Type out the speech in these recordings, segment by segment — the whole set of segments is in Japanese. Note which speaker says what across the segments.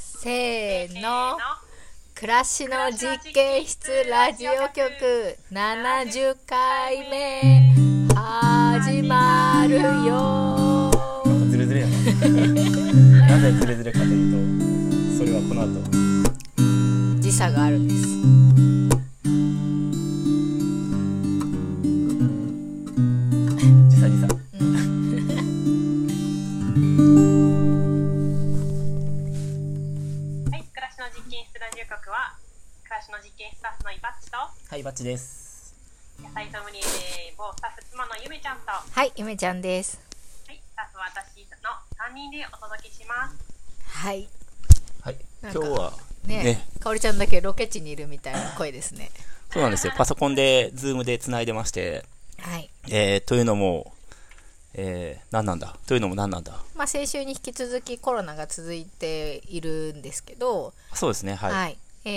Speaker 1: せーの
Speaker 2: の
Speaker 1: 暮らしの実験室ラジオ局70回目始まるよ
Speaker 3: なんかズレズレやななぜズレズレかというとそれはこの後
Speaker 1: 時差があるんです
Speaker 3: 時差時差
Speaker 2: はい、暮らしの実験室ラジオ局は暮らしの実験スタッフのイバッチと
Speaker 3: はいバッチです
Speaker 2: 野菜ソムリエで某スタッフ妻のゆめちゃんとは
Speaker 1: はいゆめちゃんです
Speaker 2: い、スタッフは私の3人でお届けします
Speaker 1: はい
Speaker 4: はい、
Speaker 1: なん
Speaker 4: 今
Speaker 1: か
Speaker 4: 日は
Speaker 1: ね
Speaker 4: ね
Speaker 1: かおりちゃんだけロケ地にいるみたいな声ですね
Speaker 4: そうなんですよ、パソコンで、ズームでつないでまして、
Speaker 1: はい
Speaker 4: えー、というのも、えー、何なんだというのも何なんだ
Speaker 1: まあ先週に引き続きコロナが続いているんですけど
Speaker 4: そうですね、は。
Speaker 1: はいい、え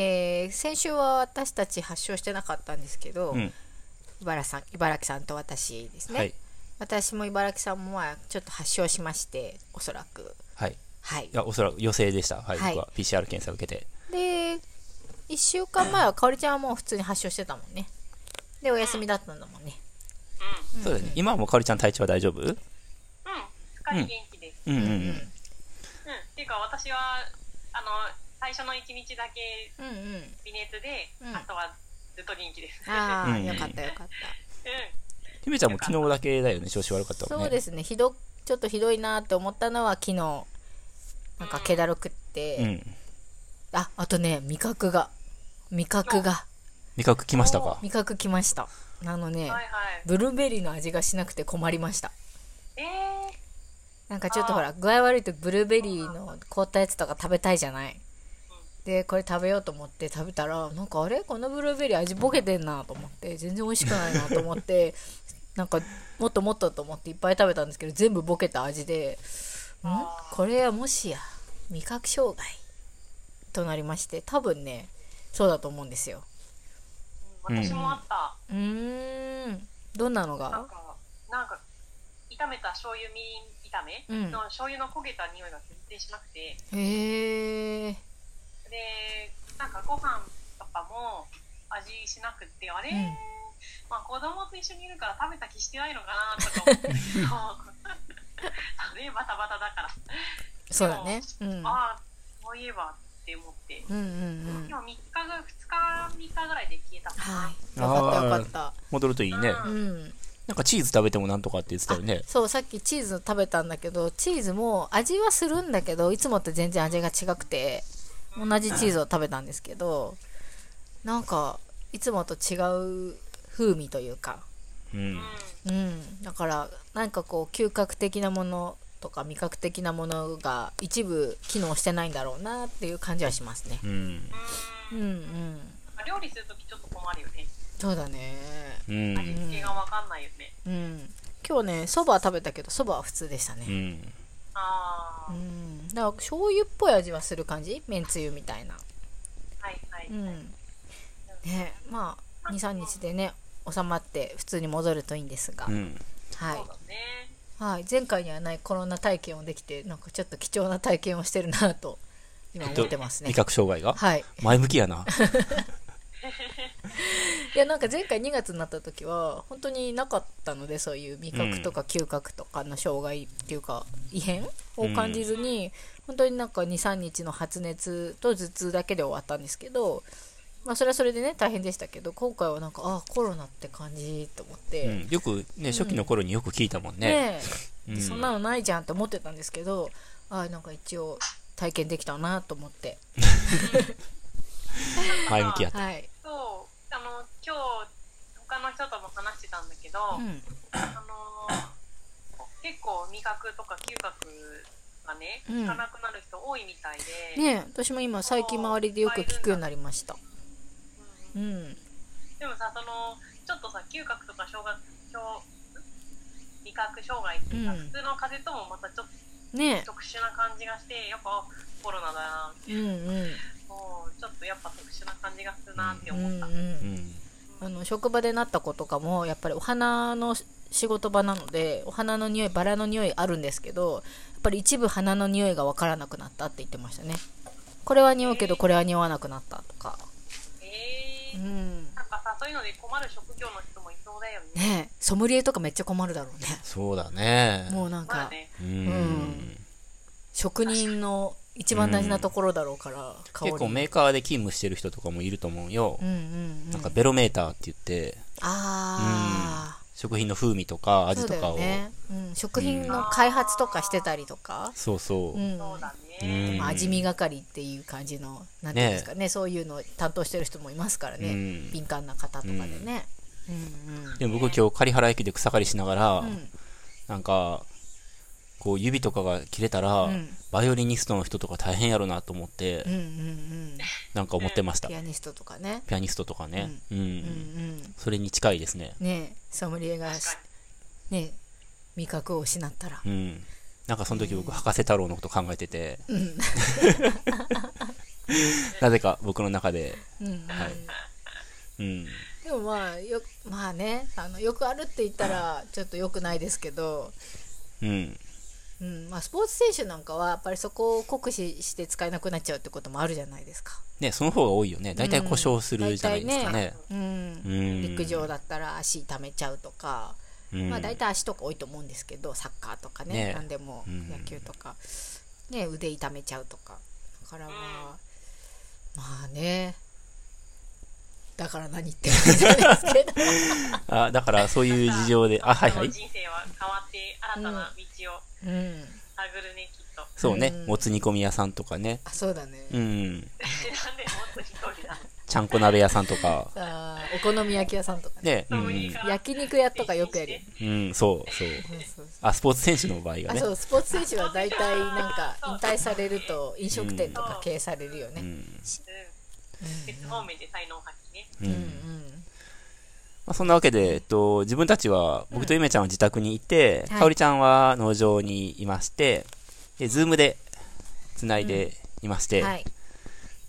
Speaker 1: ー先週は私たち発症してなかったんですけど、
Speaker 4: うん、
Speaker 1: 茨さん茨城さんと私ですね、
Speaker 4: はい、
Speaker 1: 私も茨城さんもまあちょっと発症しましておそらく
Speaker 4: はい。い
Speaker 1: はい
Speaker 4: や、おそらく陽性でした。はい、
Speaker 1: はい
Speaker 4: 僕は PCR 検査を受けて。
Speaker 1: で1週間前はかおりちゃんはもう普通に発症してたもんねでお休みだったんだもんね
Speaker 2: う
Speaker 4: そうだね、今はもうかおりちゃん体調は大丈夫うん
Speaker 2: ん、うん、すっかり元気です
Speaker 4: うんうん。
Speaker 2: うん、っていうか私はあの最初の1日だけ
Speaker 1: うんうん
Speaker 2: 微熱で、
Speaker 1: うん
Speaker 2: あとはずっと元気です
Speaker 1: ああ、
Speaker 4: うん
Speaker 1: よかったよかっ
Speaker 2: うん、
Speaker 4: ゆめちゃんも昨日だけだよね、調子悪かったたもんね。
Speaker 1: そうですねひどちょっとひどいなって思ったのは昨日なんか気だるくって、
Speaker 4: うん。
Speaker 1: ああとね味覚が味覚が
Speaker 4: 味覚来ましたか
Speaker 1: 味覚きましたあのね、
Speaker 2: はいはい
Speaker 1: ブルーベリーの味がしなくて困りました
Speaker 2: えー、
Speaker 1: なんかちょっと
Speaker 2: あー
Speaker 1: ほら具合悪いとブルーベリーの凍ったやつとか食べたいじゃないでこれ食べようと思って食べたらなんかあれこのブルーベリー味ボケてんなと思って全然美味しくないなと思って なんかもっともっとと思っていっぱい食べたんですけど全部ボケた味でん
Speaker 2: あー
Speaker 1: これはもしや味覚障害となりまして多分ねそうだと思うんですよ
Speaker 2: うん私もあった、
Speaker 1: うーんどんなの
Speaker 2: な
Speaker 1: が
Speaker 2: んかなんか炒めた醤油みりん炒め
Speaker 1: うん
Speaker 2: の醤油の焦げた匂いが全然しなくて、
Speaker 1: へえ
Speaker 2: でなんかご飯とかも味しなくってあれ、
Speaker 1: うん
Speaker 2: まあ子供と一緒にいるから食べた気してないのかなとか思 って ねバタバタだから、
Speaker 1: そうだねうん
Speaker 2: ああそういえばって思って、
Speaker 1: うんうんうん
Speaker 2: 今3日ぐ2日3日ぐらいで消えたかな、
Speaker 1: はい。よかったよかった。
Speaker 4: 戻るといいね。
Speaker 2: うん
Speaker 1: うん。
Speaker 4: なんかチーズ食べてもなんとかって言ってたよね。
Speaker 1: そう、さっきチーズ食べたんだけど、チーズも味はするんだけど、いつもと全然味が違くて、同じチーズを食べたんですけど、なんか、いつもと違う風味というか、
Speaker 4: うん
Speaker 2: うん。
Speaker 1: うん。だから、なんかこう、嗅覚的なものとか味覚的なものが一部機能してないんだろうなっていう感じはしますね。
Speaker 4: うん。
Speaker 1: うんうん。
Speaker 2: 料理するときちょっと困るよね
Speaker 1: そうだね。
Speaker 4: うん。
Speaker 2: 味付けがわかんないよね、
Speaker 1: うん。今日ね、そば食べたけど、そばは普通でしたね。
Speaker 4: うん。
Speaker 2: ああ、
Speaker 1: うん、だから醤油っぽい味はする感じめんつゆみたいな
Speaker 2: はいはい、
Speaker 1: うんねまあ23日でね収まって普通に戻るといいんですが、
Speaker 4: うん。
Speaker 2: そう
Speaker 1: は
Speaker 2: だね
Speaker 1: い、はい、前回にはないコロナ体験をできてなんかちょっと貴重な体験をしてるなと今思ってますね
Speaker 4: 味覚障害が
Speaker 1: はい
Speaker 4: 前向きやな。
Speaker 1: いやなんか前回2月になった時は本当になかったのでそういう味覚とか嗅覚とかの障害っていうか異変を感じずに、本当になんか23日の発熱と頭痛だけで終わったんですけど、まあ、それはそれでね大変でしたけど今回はなんかああコロナって感じと思って、
Speaker 4: うん、よくね、初期の頃によく聞いたもんね。
Speaker 1: ねえ
Speaker 4: うん
Speaker 1: そんなのないじゃんって思ってたんですけどああなんか一応体験できたなと思って
Speaker 4: 前向きやった。
Speaker 1: はい、
Speaker 2: そうあの今日他の人とも話してたんだけど、
Speaker 1: うん、
Speaker 2: あの結構味覚とか嗅覚がね
Speaker 1: うん
Speaker 2: 効かなくなる人多いみたいで、
Speaker 1: ねえ私も今最近周りでよく聞くようになりましたう
Speaker 2: う
Speaker 1: んん
Speaker 2: でもさそのちょっとさ嗅覚とか小学小味覚障害ってさ、
Speaker 1: うん
Speaker 2: 普通の風邪ともまたちょっ
Speaker 1: ねえ
Speaker 2: と特殊な感じがしてやっぱコロナだな
Speaker 1: うんうん
Speaker 2: もうちょっとやっぱ特殊な感じがするなって思った、
Speaker 1: うんうん
Speaker 4: うん。
Speaker 1: あの職場でなった子とかもやっぱりお花の仕事場なのでお花の匂いバラの匂いあるんですけどやっぱり一部花の匂いが分からなくなったって言ってましたねこれは匂うけどこれは匂わなくなったとか
Speaker 2: え
Speaker 1: う
Speaker 2: ー
Speaker 1: ん
Speaker 2: なんかさそういうので困る職業の人もいそうだよね
Speaker 1: ねえソムリエとかめっちゃ困るだろうね
Speaker 4: そうだね。
Speaker 1: もうなん
Speaker 2: まあ
Speaker 1: か
Speaker 2: ね
Speaker 4: うん
Speaker 1: うん職人の一番大事なところだろうから香り
Speaker 4: 結構メーカーで勤務してる人とかもいると思うよ
Speaker 1: う。んうんうん
Speaker 4: なんかベロメーターって言って、
Speaker 1: ああ
Speaker 4: 食品の風味とか味
Speaker 1: そう
Speaker 4: と
Speaker 1: だ
Speaker 4: か
Speaker 1: よ
Speaker 4: を。
Speaker 1: ねうん食品の開発とかしてたりとか
Speaker 4: そうそうう。
Speaker 1: ん
Speaker 2: そうだね、
Speaker 4: うん
Speaker 1: まあ、味見係っていう感じの、なんていうんですかねそういうのを担当してる人もいますからね、
Speaker 4: うん
Speaker 1: 敏感な方とかでね。うんうん
Speaker 4: でも僕今日刈原駅で草刈りしながら、
Speaker 1: うん
Speaker 4: なんか、こう指とかが切れたら、
Speaker 1: うん
Speaker 4: バイオリニストの人とか大変やろなと思って、
Speaker 1: うんうんうん、
Speaker 4: なんか思ってました
Speaker 1: ピ。アニストとかね、
Speaker 4: ピアニストとかね。うん。
Speaker 1: うんうん、
Speaker 4: それに近いですね。
Speaker 1: ねえソムリエがし
Speaker 2: 確かに
Speaker 1: ねえ味覚を失ったら、
Speaker 4: うん。なんかその時僕、博士太郎のこと考えてて、
Speaker 1: うん
Speaker 4: なぜか僕の中で、
Speaker 1: うんうん
Speaker 4: はいうん。
Speaker 1: でもまあよまあねあのよくあるって言ったらちょっとよくないですけど、
Speaker 4: うん。
Speaker 1: うんまあ、スポーツ選手なんかはやっぱりそこを酷使して使えなくなっちゃうってこともあるじゃないですか。
Speaker 4: ね、その方が多いよね。大体故障するじゃないですかね。
Speaker 1: うん
Speaker 4: うん
Speaker 1: 陸上だったら足痛めちゃうとか、
Speaker 4: うん
Speaker 1: まあ大体足とか多いと思うんですけどサッカーとかね
Speaker 4: ね
Speaker 1: 何でも
Speaker 4: うん
Speaker 1: 野球とか、ね、腕痛めちゃうとかだからまあ、まあねだから何言ってるんですけど
Speaker 4: あ、だからそういう事情で、あ、はいはい。
Speaker 2: 人生は変わって新たな道を
Speaker 1: うん
Speaker 2: 探るね、きっと。
Speaker 4: そうね
Speaker 1: うん。
Speaker 4: もつ煮込み屋さんとかね。
Speaker 1: あそうだね、
Speaker 4: うん。
Speaker 2: なんでもっと一人なの
Speaker 4: ちゃんこ鍋屋さんとか。
Speaker 1: さあお好み焼き屋さんとかね
Speaker 4: ね、う
Speaker 2: そういい
Speaker 4: ん
Speaker 2: か。
Speaker 1: 焼肉屋とかよくやるよね
Speaker 4: うん、そう、そう。
Speaker 1: そうそうそう
Speaker 4: あ、スポーツ選手の場合が
Speaker 1: あ
Speaker 4: ね。
Speaker 1: そうスポーツ選手は大体なんか引退されると飲食店とか経営されるよね、
Speaker 4: うん。
Speaker 2: うん。別方面で才能発揮ね。
Speaker 4: う
Speaker 1: うん
Speaker 4: ん。
Speaker 1: うん
Speaker 4: まあ、そんなわけで、えっと、自分たちは、僕とゆめちゃんは自宅にいて、
Speaker 1: はい
Speaker 4: かおりちゃんは農場にいまして、で、ズームで繋いでいまして、
Speaker 1: はい、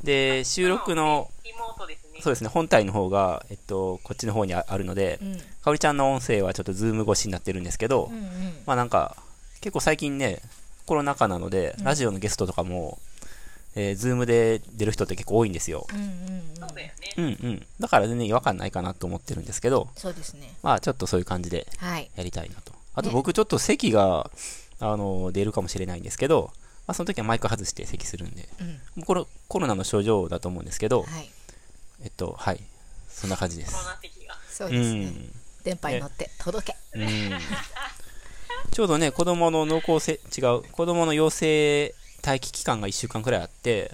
Speaker 4: で、収録の、
Speaker 2: リモートですね。
Speaker 4: そうですね、本体の方が、えっと、こっちの方にああるので
Speaker 1: う、ん、うん
Speaker 4: かおりちゃんの音声はちょっとズーム越しになってるんですけど、
Speaker 1: うん
Speaker 4: まあなんか、結構最近ね、コロナ禍なので、ラジオのゲストとかも、えー、ズームで出る人って結構多いんですよ。
Speaker 1: うんうんうん
Speaker 2: そうだよね。
Speaker 4: うんうん。だから全然違和感ないかなと思ってるんですけど、
Speaker 1: そうですね
Speaker 4: まあちょっとそういう感じで
Speaker 1: はい
Speaker 4: やりたいなと。あと
Speaker 1: ね
Speaker 4: 僕ちょっと席が、あの、出るかもしれないんですけど、まあその時はマイク外して席するんで、
Speaker 1: うん
Speaker 4: これコロナの症状だと思うんですけど、
Speaker 1: はい
Speaker 4: えっと、はい。そんな感じで
Speaker 2: コロ
Speaker 4: す。
Speaker 2: ナ的が。
Speaker 1: そう
Speaker 4: う
Speaker 1: ですね、
Speaker 4: ん。
Speaker 1: 電波に乗って届け
Speaker 4: うん。ちょうどね、子供の濃厚せ、違う、子供の陽性待機期間が1週間くらいあって、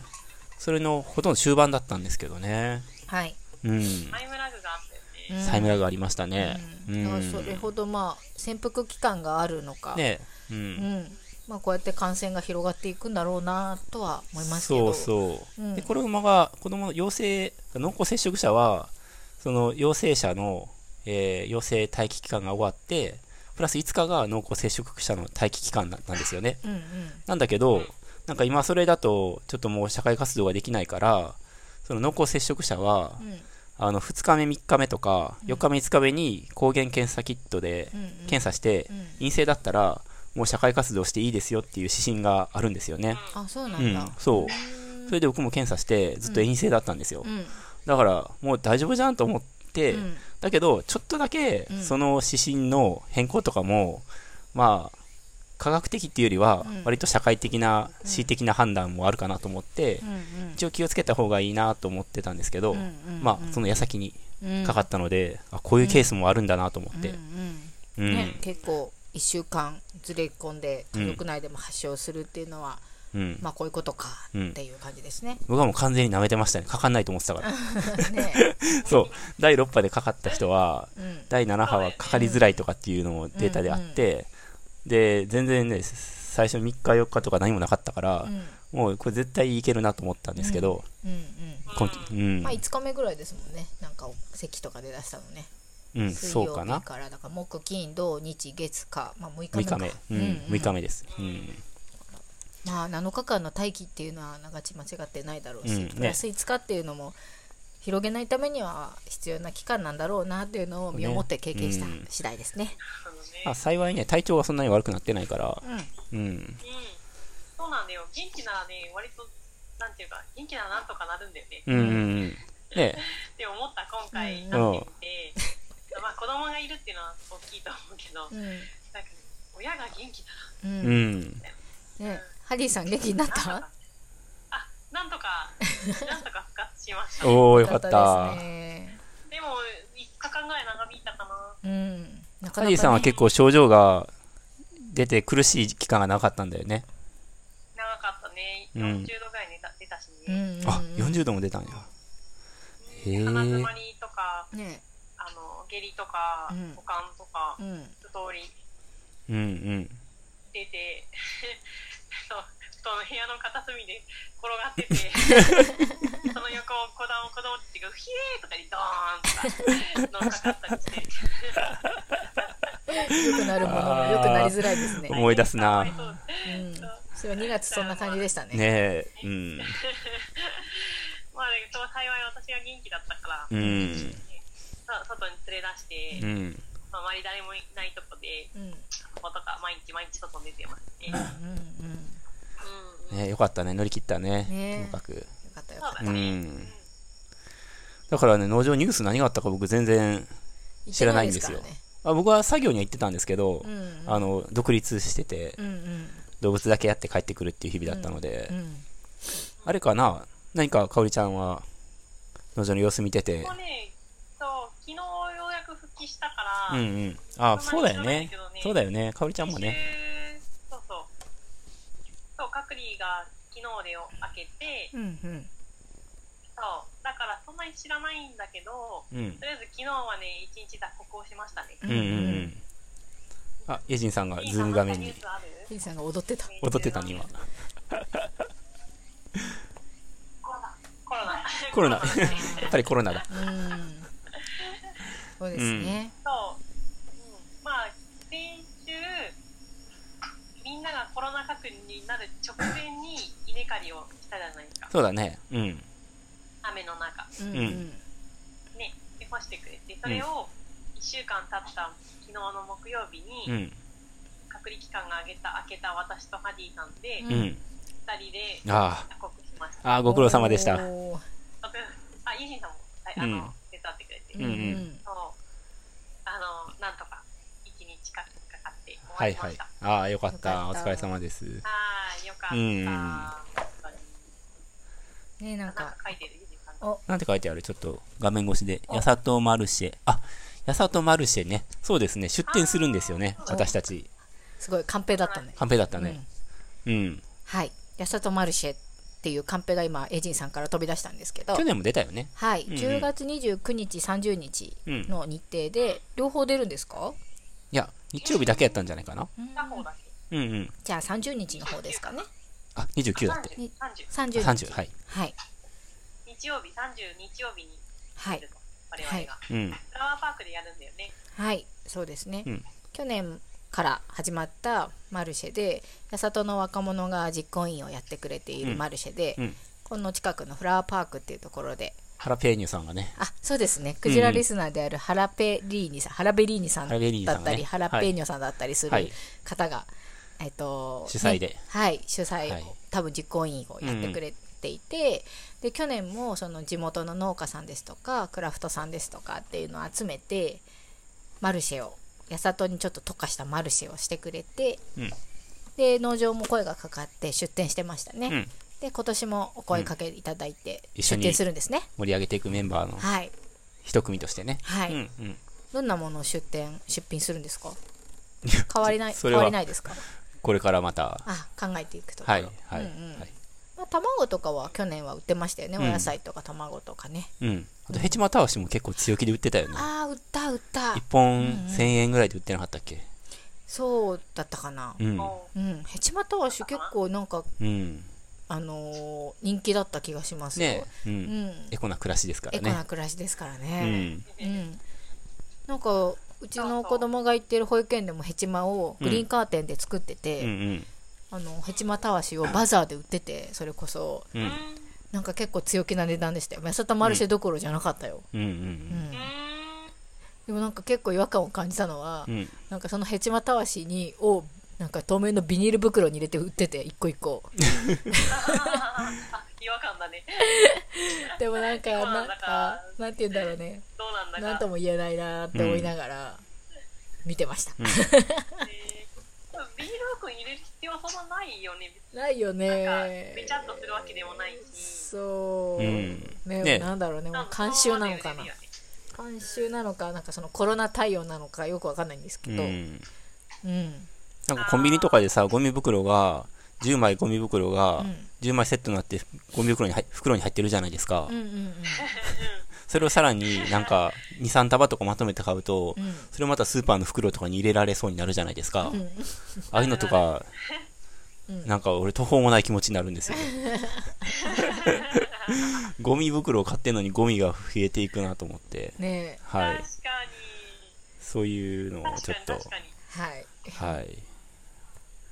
Speaker 4: それのほとんど終盤だったんですけどね。
Speaker 1: はい、
Speaker 4: うん。
Speaker 2: タイムラグがあったよ
Speaker 1: う
Speaker 2: ね。
Speaker 1: ん
Speaker 4: タイムラグありましたね。う
Speaker 1: だから
Speaker 4: ん。
Speaker 1: それほどまあ潜伏期間があるのか、
Speaker 4: ねう。
Speaker 1: うんんまあ、こうやって感染が広がっていくんだろうなとは思いますけ
Speaker 4: そ
Speaker 1: ど
Speaker 4: うそう。
Speaker 1: うん
Speaker 4: で、これ馬が、子供の陽性、濃厚接触者は、その陽性者の、えー陽性待機期間が終わって、プラス5日が濃厚接触者の待機期間ななんですよね。
Speaker 1: うんうん
Speaker 4: なんだけど、なんか今それだと、ちょっともう社会活動ができないから、その濃厚接触者は、
Speaker 1: うん
Speaker 4: あの、2日目、3日目とか、4日目、5日目に抗原検査キットで
Speaker 1: うんうん
Speaker 4: 検査して
Speaker 1: うん、
Speaker 4: 陰性だったら、もう社会活動していいですよっていう指針があるんですよね。
Speaker 1: あそうな
Speaker 4: うんん
Speaker 1: だ、、
Speaker 4: そう。それで僕も検査して、ずっと陰性だったんですよ
Speaker 1: う。んうん
Speaker 4: だから、もう大丈夫じゃんと思って、だけど、ちょっとだけ
Speaker 1: う、ん
Speaker 4: その指針の変更とかも、まあ、科学的っていうよりは
Speaker 1: うん、
Speaker 4: 割と社会的な、恣意的な判断もあるかなと思って、
Speaker 1: うんうん
Speaker 4: 一応気をつけた方がいいなと思ってたんですけど、
Speaker 1: うんうん
Speaker 4: まあ、その矢先に
Speaker 1: うん
Speaker 4: かかったので、あこういうケースもあるんだなと思って
Speaker 1: うんう、ん
Speaker 4: うん。
Speaker 1: ね、結構1週間ずれ込んで家族内でも発症するっていうのは、
Speaker 4: うん
Speaker 1: まあこういうことかっていう感じですね。
Speaker 4: 僕はもう完全に舐めてましたね。かかんないと思ってたから。
Speaker 1: ね
Speaker 4: そう。第6波でかかった人は、
Speaker 1: うん
Speaker 4: 第7波はかかりづらいとかっていうのもデータであって、で、全然ね、最初3日4日とか何もなかったから、
Speaker 1: うん
Speaker 4: もうこれ絶対いけるなと思ったんですけど、
Speaker 1: うん
Speaker 4: 今期うん
Speaker 1: うん、まあ5日目ぐらいですもんねなんか咳とかで出したのね
Speaker 4: うん、
Speaker 1: 水
Speaker 4: そう
Speaker 1: 曜
Speaker 4: か
Speaker 1: 日
Speaker 4: な。
Speaker 1: からだから木金土日月火、まあ、6
Speaker 4: 6
Speaker 1: 日
Speaker 4: 日
Speaker 1: 目
Speaker 4: 目
Speaker 1: か。
Speaker 4: うん、6日目です。うん。
Speaker 1: まあ7日間の待機っていうのはながち間違ってないだろうし、
Speaker 4: うんね
Speaker 1: プラス5日っていうのも広げないためには必要な期間なんだろうなっていうのを身をもって経験した
Speaker 4: ねうん
Speaker 1: 次第ですね。
Speaker 2: そのね。
Speaker 4: まあ、幸いね、体調はそんなに悪くなってないから、
Speaker 1: うん
Speaker 4: うん。
Speaker 2: うん。そうなんだよ。現地ならね、割となんていうか、元気ならなんとかなるんだよね。
Speaker 4: うんうんうん。ね
Speaker 2: って思った今回
Speaker 1: うん
Speaker 2: なってみて、まあ子供がいるっていうのは大きいと思うけど、なんか親が元気
Speaker 1: うん
Speaker 2: な
Speaker 4: う
Speaker 1: うん
Speaker 4: ん。
Speaker 1: ねハリーさん元気になっ
Speaker 2: らなんと
Speaker 1: た
Speaker 2: か、あ、なんとか、なんとか復活しました。
Speaker 4: おー、よかった。
Speaker 1: ですね
Speaker 2: でも、5日間ぐらい長引いたかな。
Speaker 1: うんなかなか
Speaker 4: ハ
Speaker 1: ね
Speaker 4: リーさんは結構症状が出て苦しい期間がなかったんだよね。
Speaker 2: 長かったね。
Speaker 4: うん
Speaker 2: 40度ぐらい寝た出たし
Speaker 1: うんうんう
Speaker 2: ね。
Speaker 1: ん
Speaker 4: あ、40度も出たんや。へえ。
Speaker 2: 鼻づまりとか、
Speaker 1: ね
Speaker 2: あの、下痢とか
Speaker 1: うん、
Speaker 2: 股間とか
Speaker 1: う、ん
Speaker 2: 一通り
Speaker 4: うんうん。
Speaker 2: 出て、 そう、布団の部屋の片隅で 転が ってて、その横を子供、子供ってが、ひえーとかにドーンとか、乗っかかったりして。
Speaker 1: 良くなるものが良くなりづらいですね
Speaker 4: 思い出すな
Speaker 2: かわいそう
Speaker 1: うんそれは2月そんな感じでしたね
Speaker 4: ねえ、うん。
Speaker 2: まあ、でも幸い私が元気だったから、
Speaker 4: うん。
Speaker 2: さ外に連れ出して、
Speaker 4: うん。
Speaker 2: まあ、周り誰もいないとこで、
Speaker 1: うんうん
Speaker 2: こことか毎日毎日外に出てますね。
Speaker 1: うんうん
Speaker 2: うんうん
Speaker 4: ねえよかったね。乗り切ったね。
Speaker 1: ねえ
Speaker 4: ともかく。
Speaker 1: よかったよ
Speaker 2: そ
Speaker 1: か
Speaker 2: う
Speaker 1: っ
Speaker 2: だ
Speaker 1: た
Speaker 4: う
Speaker 2: ね。
Speaker 4: ん。だからね、農場ニュース何があったか僕全然、知らないんですよ
Speaker 1: 行って
Speaker 4: あ僕は作業には行ってたんですけど、
Speaker 1: ないですからね
Speaker 4: あの、独立してて、
Speaker 1: うんうん
Speaker 4: 動物だけやって帰ってくるっていう日々だったので、
Speaker 1: うんうん
Speaker 4: あれかな何かかおりちゃんは、農場の様子見てて
Speaker 2: もう。ね、そう、昨日ようやく復帰したから、
Speaker 4: うんうん。あ、そうだよね。そうだよね。かおりちゃんもね。
Speaker 2: ね。そうそう。そう、隔離が昨日で開けて、
Speaker 1: うんうん
Speaker 2: そう、だからそんなに知らないんだけど、
Speaker 4: うん
Speaker 2: と。りあえず昨日はね、一日脱穀をしましたね。
Speaker 4: うんうんうん。あ、エジンさんがズーム画面
Speaker 2: いい
Speaker 4: に
Speaker 2: 話ニュースある
Speaker 1: ヒデさんが踊ってた
Speaker 4: 踊ってたね、今。
Speaker 2: コロナ。コロナ。
Speaker 4: コロナ。や
Speaker 2: そう。
Speaker 4: っぱりコロナだ。
Speaker 1: うんそうですね
Speaker 2: うん、まあ、先週、みんながコロナ確認になる直前に稲刈りをしたじゃないですか。
Speaker 4: そうだね。うん。
Speaker 2: 雨の中。
Speaker 1: うんんうん
Speaker 2: ね。で、干してくれて、それを1週間経った昨日の木曜日
Speaker 4: う
Speaker 2: に、
Speaker 4: ん。
Speaker 2: 隔離期間が明けた、明けた私とハディさんで、
Speaker 1: うん
Speaker 4: うん。
Speaker 2: 二人で
Speaker 4: あ
Speaker 2: 脱穀しました。
Speaker 4: あ。ああ、ご苦労様でした。
Speaker 1: おー
Speaker 2: あ、イージンさんも、はい、あ
Speaker 4: うん
Speaker 2: の、手伝ってくれて。
Speaker 4: うんうん
Speaker 2: そう。あの、なんとか、1日かかかって終
Speaker 4: は
Speaker 2: わ
Speaker 4: い
Speaker 2: りま
Speaker 4: はい
Speaker 2: した。。
Speaker 4: ああ、よかった。
Speaker 1: よ
Speaker 4: お
Speaker 1: かった
Speaker 4: 疲れ様です。
Speaker 2: あーよかった。
Speaker 4: うん
Speaker 1: ねな
Speaker 2: なんんか
Speaker 1: か
Speaker 2: 書いてる、ゆじさん
Speaker 1: お
Speaker 4: なんて書いてあるちょっと画面越しで。やさとマルシェ。あ、やさとマルシェね。そうですね。出店するんですよね。
Speaker 2: あー
Speaker 4: 私たち。
Speaker 1: すごいカンペだったね
Speaker 4: カンペだった
Speaker 1: うん
Speaker 4: ね。うん。
Speaker 1: はい「やさとマルシェ」っていうカンペが今エイジンさんから飛び出したんですけど
Speaker 4: 去年も出たよね。
Speaker 1: はい、
Speaker 4: んうん
Speaker 1: 10月29日30日
Speaker 4: うん。
Speaker 1: の日程で両方出るんですか
Speaker 4: いや、日曜日だけやったんじゃないかな。
Speaker 2: 片方だけ。
Speaker 4: うんうん。
Speaker 1: じゃあ30日の方ですかね
Speaker 4: あ、29だって。
Speaker 2: 30 30
Speaker 1: 30日
Speaker 4: あ30、はい。
Speaker 1: はい
Speaker 2: 日曜日、30日曜日に
Speaker 1: は
Speaker 2: や
Speaker 1: い
Speaker 2: ると、我々が。
Speaker 4: うん。
Speaker 2: フラワーパークでやるんだよね。
Speaker 1: はい、そうですね、
Speaker 4: うん
Speaker 1: 去年から始まったマルシェで八里の若者が実行委員をやってくれているマルシェで、
Speaker 4: うんうん
Speaker 1: この近くのフラワーパークっていうところで
Speaker 4: ハラペーニュさんがね。
Speaker 1: あそうですねクジラリスナーであるハラペリーニさん、ハラベリーニさん
Speaker 4: ハラベリーニさん
Speaker 1: だ
Speaker 4: ね
Speaker 1: ったりハラペーニョさんだったりする
Speaker 4: はい
Speaker 1: 方が、えっと
Speaker 4: 主催で
Speaker 1: ねはい主催、
Speaker 4: はい
Speaker 1: 多分実行委員をやってくれていて、で去年もその地元の農家さんですとかクラフトさんですとかっていうのを集めてマルシェを八里にちょっと特化したマルシェをしてくれて、
Speaker 4: うん
Speaker 1: で農場も声がかかって出店してましたね、
Speaker 4: うん
Speaker 1: で今年もお声かけいただいて
Speaker 4: 一緒
Speaker 1: 出
Speaker 4: に
Speaker 1: 店するんですね、
Speaker 4: 盛り上げていくメンバーの
Speaker 1: はい
Speaker 4: 一組としてね。
Speaker 1: はい、
Speaker 4: うんうん。
Speaker 1: どんなものを出店出品するんです か変わりない
Speaker 4: そそ
Speaker 1: 変
Speaker 4: れは
Speaker 1: わりないですか
Speaker 4: これからまた。
Speaker 1: あ考えていくところ
Speaker 4: はいはい
Speaker 1: うんうん
Speaker 4: はい。
Speaker 1: まあ、卵とかは去年は売ってましたよね、
Speaker 4: ん
Speaker 1: お野菜とか卵とかね
Speaker 4: うん。あと、ヘチマたわしも結構強気で売ってたよね。
Speaker 1: ああ売った売った
Speaker 4: 1本1000円ぐらいで売ってなかったっけ
Speaker 1: そうだったかな
Speaker 4: うん。
Speaker 2: おう
Speaker 1: うんヘチマたわし結構なんか
Speaker 4: うん。
Speaker 1: あのー人気だった気がしますよ
Speaker 4: ねえ。う。
Speaker 1: うんん
Speaker 4: エコな暮らしですか
Speaker 1: エ
Speaker 4: ら
Speaker 1: コな
Speaker 4: ね。
Speaker 1: 暮らしですから
Speaker 4: う
Speaker 1: ね
Speaker 4: ん。
Speaker 1: うん、なんかうちの子供が行ってる保育園でもヘチマをグリーンカーテンで作ってて、
Speaker 4: うんうん。
Speaker 1: あのヘチマたわしをバザーで売っててそれこそ
Speaker 4: うん。うん
Speaker 1: なんか結構強気な値段でしたよ安田マルシェどころじゃなかったよ、
Speaker 4: うんう
Speaker 1: うん
Speaker 4: ん。
Speaker 2: うーん。
Speaker 1: でもなんか結構違和感を感じたのは、
Speaker 4: うん。
Speaker 1: なんかそのヘチマたわしにをなんか透明のビニール袋に入れて売ってて一個一個
Speaker 2: あ、違和なんだね。
Speaker 1: でもなんか
Speaker 2: そうな
Speaker 1: なんん
Speaker 2: だ
Speaker 1: かなんて言うんだろうね
Speaker 2: どうなんだか。
Speaker 1: なんとも言えないなーって思いながら見てました、
Speaker 2: えービール服入れる必要はそんなないよね。
Speaker 1: ないよ
Speaker 2: なんか
Speaker 1: ね、
Speaker 2: べちゃっとするわけでもないし。
Speaker 1: そう、
Speaker 4: うん
Speaker 1: ね
Speaker 4: ね
Speaker 1: なんだろうねもう
Speaker 2: なん
Speaker 1: 慣
Speaker 2: か
Speaker 1: 習なのかな
Speaker 2: そうだよね
Speaker 1: 慣習なのかなんかそのコロナ対応なのかよくわかんないんです
Speaker 4: う
Speaker 1: けど、うん
Speaker 4: ん。なんかコンビニとかでさ、ゴミ袋が、10枚ゴミ袋が
Speaker 1: うん、
Speaker 4: 10枚セットになって、ゴミ袋に入袋に入ってるじゃないですか
Speaker 1: うんう。んうん
Speaker 4: それをさらになんか、2、3束とかまとめて買うと
Speaker 1: うん、
Speaker 4: それをまたスーパーの袋とかに入れられそうになるじゃないですか。
Speaker 1: うん
Speaker 4: ああいうのとか、なんか俺途方もない気持ちになるん ですよ。ゴミ袋を買ってんのにゴミが増えていくなと思って、
Speaker 1: ねえ
Speaker 4: はい。
Speaker 2: 確かに。
Speaker 4: そういうのを
Speaker 2: 確
Speaker 4: ち
Speaker 2: か
Speaker 4: ょっ
Speaker 2: に
Speaker 4: と、
Speaker 2: 確かに。
Speaker 1: はい
Speaker 4: はい。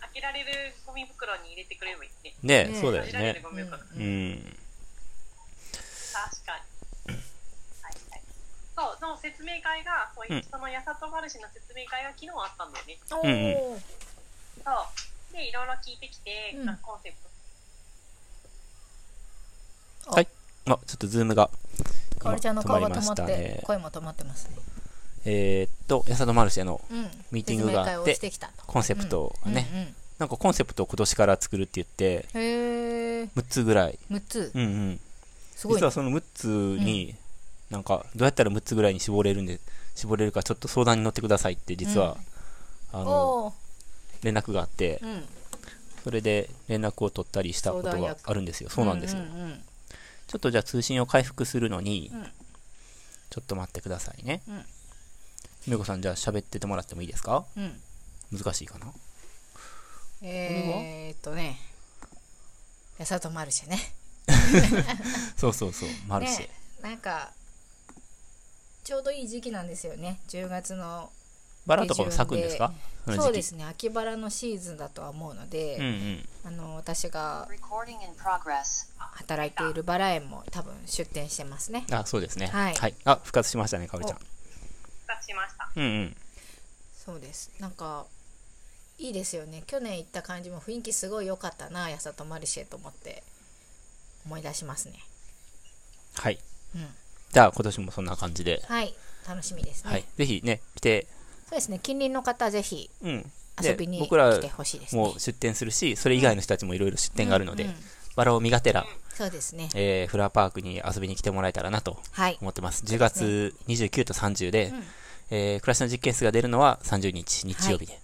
Speaker 2: 開けられるゴミ袋に入れてくれればいいね。
Speaker 4: ね
Speaker 1: ね
Speaker 4: そうだよ
Speaker 2: 開けられる
Speaker 4: ね。
Speaker 2: ゴミ袋。
Speaker 4: うん。
Speaker 2: 確かに。はいはい。そう、その説明会が、そう
Speaker 4: うん
Speaker 2: そのやさとマルシェの説明会が昨日あったんだよね。
Speaker 1: お
Speaker 4: うん
Speaker 1: ー
Speaker 2: そう。で、いろいろ聞いてきて、
Speaker 1: うん
Speaker 2: コンセプト。
Speaker 4: はい。あ、ちょっとズームが、
Speaker 1: かおりちゃんの顔が止まって、
Speaker 4: ね。
Speaker 1: 声も止まってますね
Speaker 4: えーっと、やさとマルシェの
Speaker 1: うん
Speaker 4: ミーティングがあって
Speaker 1: 説明会をしてきたと
Speaker 4: コンセプトがね、
Speaker 1: うんうん
Speaker 4: なんかコンセプトを今年から作るって言って、
Speaker 1: うんへえ
Speaker 4: 6つぐらい。
Speaker 1: 6つ
Speaker 4: うんうん。
Speaker 1: すごい
Speaker 4: 実
Speaker 1: ね
Speaker 4: はその6つに、なんか、どうやったら6つぐらいに絞れるんで、絞れるかちょっと相談に乗ってくださいって、実は、あの、
Speaker 1: おー
Speaker 4: 連絡があって
Speaker 1: う、ん
Speaker 4: それで連絡を取ったりしたこと
Speaker 1: 相談
Speaker 4: が
Speaker 1: 役
Speaker 4: あるんですよ。そうなんですよ。
Speaker 1: うんうん
Speaker 4: ちょっとじゃあ通信を回復するのに、
Speaker 1: うん
Speaker 4: ちょっと待ってくださいね。
Speaker 1: うん
Speaker 4: めこさん、じゃあ喋っててもらってもいいですか
Speaker 1: うんうん
Speaker 4: 難しいか な
Speaker 1: えーっとねやさとマルシェね
Speaker 4: そうそうそう、マルシェ。
Speaker 1: ねなんかちょうどいい時期なんですよね10月の
Speaker 4: バラとかも咲くんですか
Speaker 1: そ
Speaker 4: の時期
Speaker 1: うですね秋バラのシーズンだとは思うので、
Speaker 4: うんうん。
Speaker 1: あの私が
Speaker 5: Recording in progress.
Speaker 1: 働いているバラ園も多分出店してますね
Speaker 4: あ、そうですね。
Speaker 1: はい
Speaker 4: あ、復活しましたね、かおりちゃん。
Speaker 2: 復活しました。
Speaker 4: うんうん。
Speaker 1: そうですなんかいいですよね去年行った感じも雰囲気すごい良かったなやさとマルシェと思って思い出しますね
Speaker 4: はい。
Speaker 1: うん
Speaker 4: じゃあ、今年もそんな感じで。
Speaker 1: はい楽しみですね、
Speaker 4: はい。ぜひね、来て、
Speaker 1: そうですね近隣の方ぜひ
Speaker 4: うん。で
Speaker 1: 遊びに
Speaker 4: 僕ら
Speaker 1: 来てほしいですね
Speaker 4: も出店するし、それ以外の人たちもいろいろ出店があるの
Speaker 1: う
Speaker 4: で
Speaker 1: んうん、
Speaker 4: バラを身がてら、
Speaker 1: そうですね
Speaker 4: えーフラワーパークに遊びに来てもらえたらなと
Speaker 1: はい
Speaker 4: 思ってます。10月29と30で、
Speaker 1: ん
Speaker 4: えー暮らしの実験室が出るのは30日、日曜日で、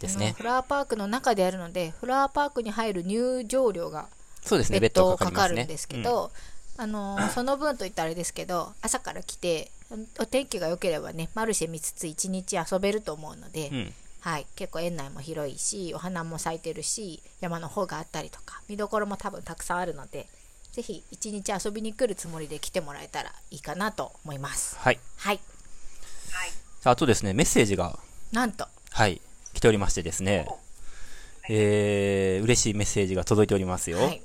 Speaker 4: です
Speaker 1: あの
Speaker 4: ね
Speaker 1: フ。ラワーパークの中でやるのでフラワーパークに入る入場料が
Speaker 4: そうですね、
Speaker 1: 別
Speaker 4: 別途
Speaker 1: 途
Speaker 4: か
Speaker 1: か
Speaker 4: かりま
Speaker 1: か
Speaker 4: す
Speaker 1: る
Speaker 4: ね。
Speaker 1: んですけど、あのーその分といったらあれですけど朝から来てお天気が良ければねマルシェ見つつ一日遊べると思うので、
Speaker 4: うん、うん。
Speaker 1: はい、結構園内も広いしお花も咲いてるし山の方があったりとか見どころも多分たくさんあるのでぜひ一日遊びに来るつもりで来てもらえたらいいかなと思います。
Speaker 4: はい。
Speaker 1: はい、
Speaker 4: あとですね、メッセージが、
Speaker 1: なんと
Speaker 4: はい、来ておりましてですね、えー、嬉しいメッセージが届いておりますよ。
Speaker 1: はい、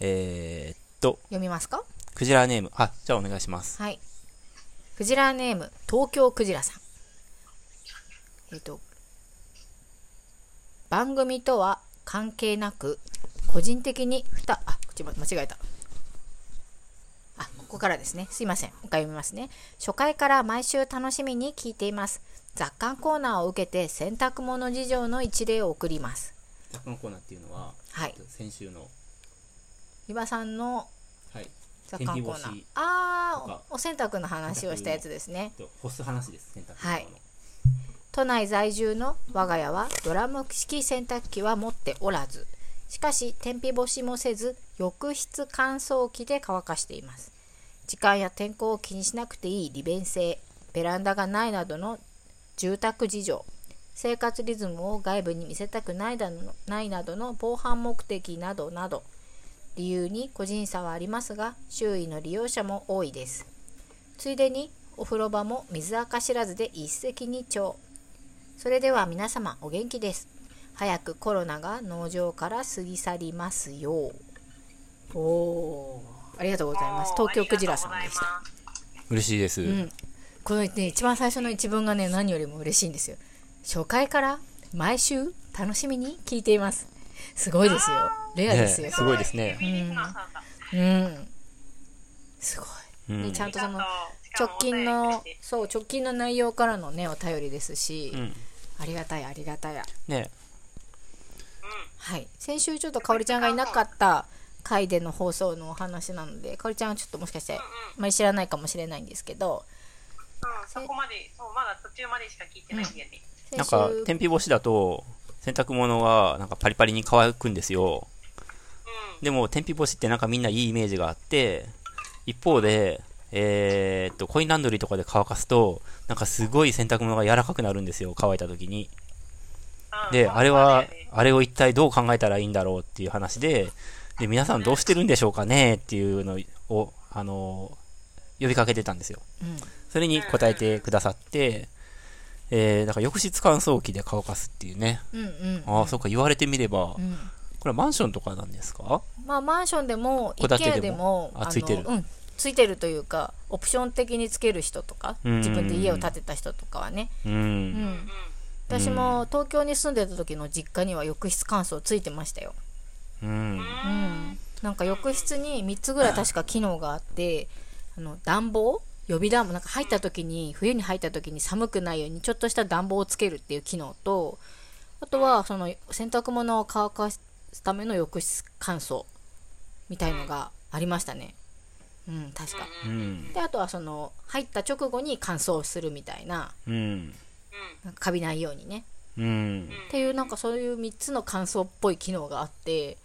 Speaker 4: えー、っと、
Speaker 1: 読みますか
Speaker 4: クジラネーム、あ、じゃあお願いします。
Speaker 1: はい。クジラネーム、東京クジラさん。えっ、と、番組とは関係なく、個人的にふた、あ、こっちも間違えた。あ、ここからですね。すいません。もう一回読みますね。初回から毎週楽しみに聞いています。雑感コーナーを受けて洗濯物事情の一例を送ります。
Speaker 4: このコーナーっていうのは、
Speaker 1: はい。
Speaker 4: 先週の、
Speaker 1: ゆばさんの
Speaker 4: はい、
Speaker 1: 雑感コーナ
Speaker 4: 天
Speaker 1: ー
Speaker 4: 日。と
Speaker 1: あ
Speaker 4: か
Speaker 1: ーお、お洗濯の話をしたやつですね。
Speaker 4: 干す話です、洗濯
Speaker 1: 物のはい都内在住の我が家はドラム式洗濯機は持っておらずしかし天日干しもせず浴室乾燥機で乾かしています時間や天候を気にしなくていい利便性ベランダがないなどの住宅事情生活リズムを外部に見せたくないだのないなどの防犯目的などなど理由に個人差はありますが周囲の利用者も多いですついでにお風呂場も水垢知らずで一石二鳥それでは皆様お元気です早くコロナが農場から過ぎ去りますようおおーありがとうございます東京クジラさんでした
Speaker 2: あり
Speaker 4: 嬉しいです。
Speaker 1: うん、このね一番最初の一文がね何よりも嬉しいんですよ初回から毎週楽しみに聞いていますすごいですよ。レアですよ。
Speaker 4: ねすごいですね
Speaker 2: ヘビーリスナーさんだ。
Speaker 1: うん。すごい。
Speaker 4: うん
Speaker 1: ねちゃんとその
Speaker 2: しか
Speaker 1: 直
Speaker 2: も
Speaker 1: 近
Speaker 2: お便
Speaker 1: の
Speaker 2: りして
Speaker 1: そう直近の内容からのねお便りですし、
Speaker 4: うん
Speaker 1: ありがたいありがたい
Speaker 4: ね
Speaker 2: う
Speaker 1: はい先週ちょっとかおりちゃんがいなかった回での放送のお話なのでかおりちゃんはちょっともしかしてあまり知らないかもしれないんですけど
Speaker 2: ん、うん、そこまで、そう、まだ途中までしか聞いてないんだよね。
Speaker 1: 先
Speaker 4: なん
Speaker 1: 週
Speaker 4: か天日干しだと洗濯物がなんかパリパリに乾くんですよ
Speaker 2: うん。
Speaker 4: でも天日干しってなんかみんないいイメージがあって一方でえーっとコインランドリーとかで乾かすとなんかすごい洗濯物が柔らかくなるんですよ乾いた時に
Speaker 2: うん
Speaker 4: で、
Speaker 2: そう
Speaker 4: あれは
Speaker 2: そうだよね、
Speaker 4: あれを一体どう考えたらいいんだろうっていう話で、で、皆さんどうしてるんでしょうかねっていうのを、あの、呼びかけてたんですよ。
Speaker 1: うん
Speaker 4: それに答えてくださって、えー、だから浴室乾燥機で乾かすっていうね。
Speaker 1: うんうん
Speaker 4: ああ、そっか、言われてみれば
Speaker 1: う、ん
Speaker 4: これマンションとかなんですか
Speaker 1: まあマンションでも
Speaker 4: 戸建てでも
Speaker 1: IKEA でも
Speaker 4: あ
Speaker 1: の
Speaker 4: ついてる
Speaker 1: うんついてるというかオプション的につける人とか
Speaker 4: うん
Speaker 1: 自分で家を建てた人とかはね
Speaker 4: う。
Speaker 1: うんん
Speaker 2: うん。
Speaker 1: 私も東京に住んでた時の実家には浴室乾燥ついてましたよ
Speaker 4: うん。
Speaker 1: うん、なんか浴室に3つぐらい確か機能があってあの暖房予備暖房なんか入った時に冬に入った時に寒くないようにちょっとした暖房をつけるっていう機能とあとはその洗濯物を乾かすための浴室乾燥みたいのがありましたねうん確か
Speaker 4: うん。
Speaker 1: であとはその入った直後に乾燥するみたいな
Speaker 4: うん。
Speaker 1: なんかカビないようにね
Speaker 4: うん。
Speaker 1: っていうなんかそういう3つの乾燥っぽい機能があって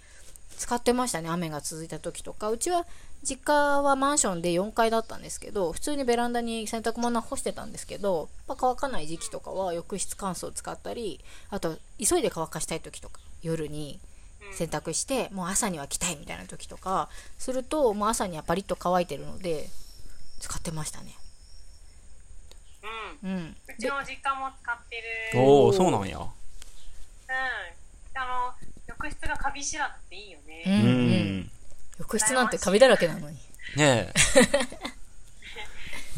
Speaker 1: 使ってましたね雨が続いた時とかうちは実家はマンションで4階だったんですけど普通にベランダに洗濯物は干してたんですけどやっぱ乾かない時期とかは浴室乾燥を使ったりあと急いで乾かしたい時とか夜に洗濯してもう朝には着たいみたいな時とかするともう朝にはパリッと乾いてるので使ってましたね
Speaker 2: うん。
Speaker 1: うん
Speaker 2: うちの実家も使ってる。うん。
Speaker 4: おおそうなんや。
Speaker 2: あの、浴室がカビ知らなくていいよ
Speaker 1: うんう
Speaker 2: ね。
Speaker 4: うんん。
Speaker 1: 浴室なんてカビだらけなのに
Speaker 4: ね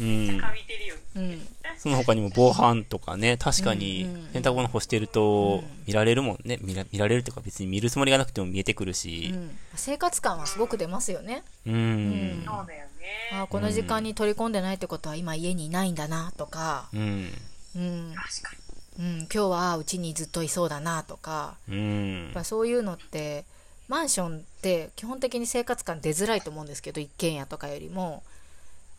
Speaker 4: え。うん。
Speaker 2: カビてるよ。
Speaker 1: うん
Speaker 4: その他にも防犯とかね、確かに
Speaker 1: うんうん
Speaker 4: 洗濯物干してると見られるもんね、見ら見られるっていうか別に見るつもりがなくても見えてくるし
Speaker 1: う、ん、生活感はすごく出ますよね、
Speaker 4: うん、うん、
Speaker 2: そうだよ
Speaker 1: あ
Speaker 2: ね
Speaker 1: ー。この時間に取り込んでないってことは今家にいないんだなとか、
Speaker 4: うん、
Speaker 1: うん
Speaker 2: 確かに。
Speaker 1: うん、今日はうちにずっといそうだなとか
Speaker 4: うん
Speaker 1: やっ、ぱそういうのってマンションって基本的に生活感出づらいと思うんですけど一軒家とかよりも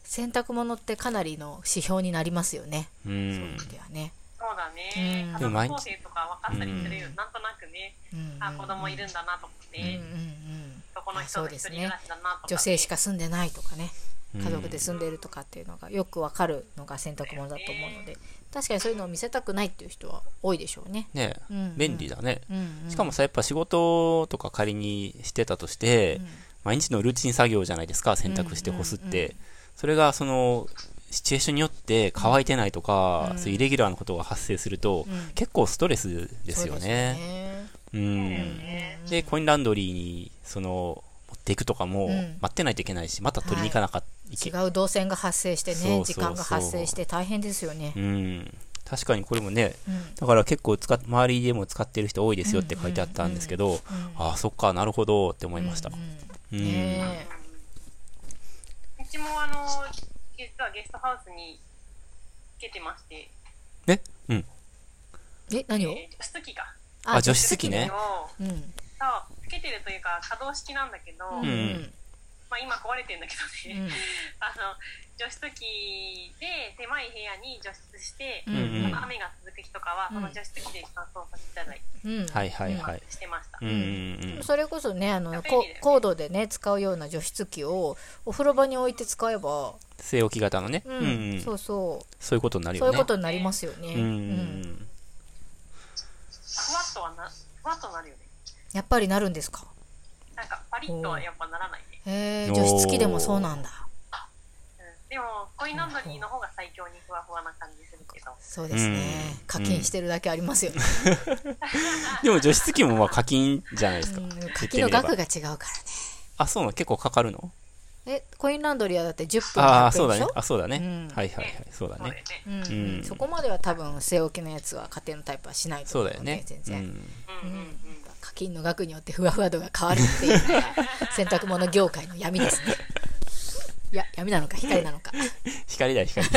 Speaker 1: 洗濯物ってかなりの指標になりますよね、
Speaker 4: う
Speaker 1: そういうん意味ではね。
Speaker 2: そうだね。
Speaker 1: うん
Speaker 2: 家族構成とか分かったりするよ。なんとなくね。
Speaker 1: うんうん
Speaker 2: あ、子供いるんだなとか
Speaker 1: うんう
Speaker 2: ね
Speaker 1: ん。うん
Speaker 2: そこの人が一人暮らしだなとかね。
Speaker 1: 女性しか住んでないとかね
Speaker 4: うん
Speaker 1: 家族で住んでるとかっていうのがよくわかるのが洗濯物だと思うので確かにそういうのを見せたくないっていう人は多いでしょうね。
Speaker 4: ね
Speaker 1: うんうん
Speaker 4: 便利だね。
Speaker 1: うんうん
Speaker 4: しかもさ、やっぱ仕事とか仮にしてたとして、毎日のルーチン作業じゃないですか、洗濯して干すっ
Speaker 1: うんうん
Speaker 4: て。それが、その、シチュエーションによって乾いてないとか、
Speaker 1: うん
Speaker 4: そういうイレギュラーなことが発生すると、
Speaker 1: うん
Speaker 4: 結構ストレスですよ
Speaker 1: そう
Speaker 4: ね。うん。
Speaker 2: ね。
Speaker 1: ですよね
Speaker 4: で、コインランドリーに、その、持っていくとかも、
Speaker 1: うん
Speaker 4: 待ってないといけないし、また取りに行かなかっいけ、
Speaker 1: 違う動線が発生して
Speaker 4: そうそうそ
Speaker 1: ね
Speaker 4: う
Speaker 1: 時間が発生して大変ですよね
Speaker 4: う。ん。確かにこれもね、
Speaker 1: うん
Speaker 4: だから結構使っ、周りでも使ってる人多いですよって書いてあったんですけど、ああ、そっか、なるほどって思いました。
Speaker 1: うん
Speaker 4: うん。
Speaker 1: ね
Speaker 2: うちもあの、実はゲストハウスにつけてまして、
Speaker 4: ねうん。
Speaker 1: ええ何を
Speaker 2: えー除湿機か。
Speaker 4: あ除湿機ね
Speaker 2: を
Speaker 1: うん
Speaker 2: そう、つけてるというか、可動式なんだけど、
Speaker 1: うんうん
Speaker 2: まあ今壊れてるんだけど
Speaker 1: う
Speaker 2: ね、
Speaker 1: ん
Speaker 2: あの、除湿機で狭い部屋に除湿して、
Speaker 1: うん
Speaker 4: うんうん
Speaker 2: 雨が続く日とかは、
Speaker 1: うん
Speaker 2: その除湿機で乾燥させていただいて
Speaker 1: うん
Speaker 4: はいはいはい。
Speaker 2: してました。
Speaker 4: うんうん
Speaker 1: それこそねあの
Speaker 2: 便利だよ
Speaker 1: コ
Speaker 2: ね
Speaker 1: コードでね使うような除湿機をお風呂場に置いて使えば、
Speaker 4: 据え置き型のね、
Speaker 1: う
Speaker 4: うん
Speaker 1: ん
Speaker 4: うん
Speaker 1: そうそ
Speaker 4: そういうことにな
Speaker 1: う、
Speaker 4: るよ
Speaker 1: そう
Speaker 4: ね。
Speaker 1: いうことになりますよね、
Speaker 4: うんう
Speaker 1: うん
Speaker 4: ん
Speaker 2: ふわっとはな、ふわっとなるよね。
Speaker 1: やっぱりなるんですか
Speaker 2: なんかパリッとはやっぱならないね。
Speaker 1: へえ
Speaker 4: おー
Speaker 1: 除湿機でもそうなんだ
Speaker 2: うん、でも、コインランドリーの方が最強にふわふわな感じするけど。
Speaker 1: そうですね、
Speaker 4: うん
Speaker 1: 課金してるだけありますよね、
Speaker 4: でも除湿機もまあ課金じゃないですか。
Speaker 1: うん課金の
Speaker 4: 言って
Speaker 1: 額
Speaker 4: みれば
Speaker 1: が違うからね
Speaker 4: あ、そうなの結構かかるの
Speaker 1: えコインランドリーはだって10分
Speaker 4: ああ、
Speaker 1: 100
Speaker 4: そう
Speaker 1: 分
Speaker 4: だ
Speaker 1: でし
Speaker 4: ね
Speaker 1: ょ。
Speaker 4: あ、そうだね。
Speaker 1: うん
Speaker 4: はいはいはい。そうだ
Speaker 2: そうだよ
Speaker 4: ね
Speaker 2: ね。。
Speaker 1: うん
Speaker 4: うん
Speaker 1: そこまでは多分据え置きのやつは家庭のタイプはしないと
Speaker 4: そ
Speaker 1: 思
Speaker 4: う
Speaker 1: う
Speaker 4: だ
Speaker 1: の
Speaker 4: よ
Speaker 1: で
Speaker 4: ね。
Speaker 1: 全
Speaker 4: う
Speaker 1: 然、
Speaker 4: ん。
Speaker 2: うんうんうん。
Speaker 1: 課課金の額によってふわふわ度が変わるっていうのが洗濯物業界の闇です ねいや闇なのか光なのか
Speaker 4: 光だよ、光。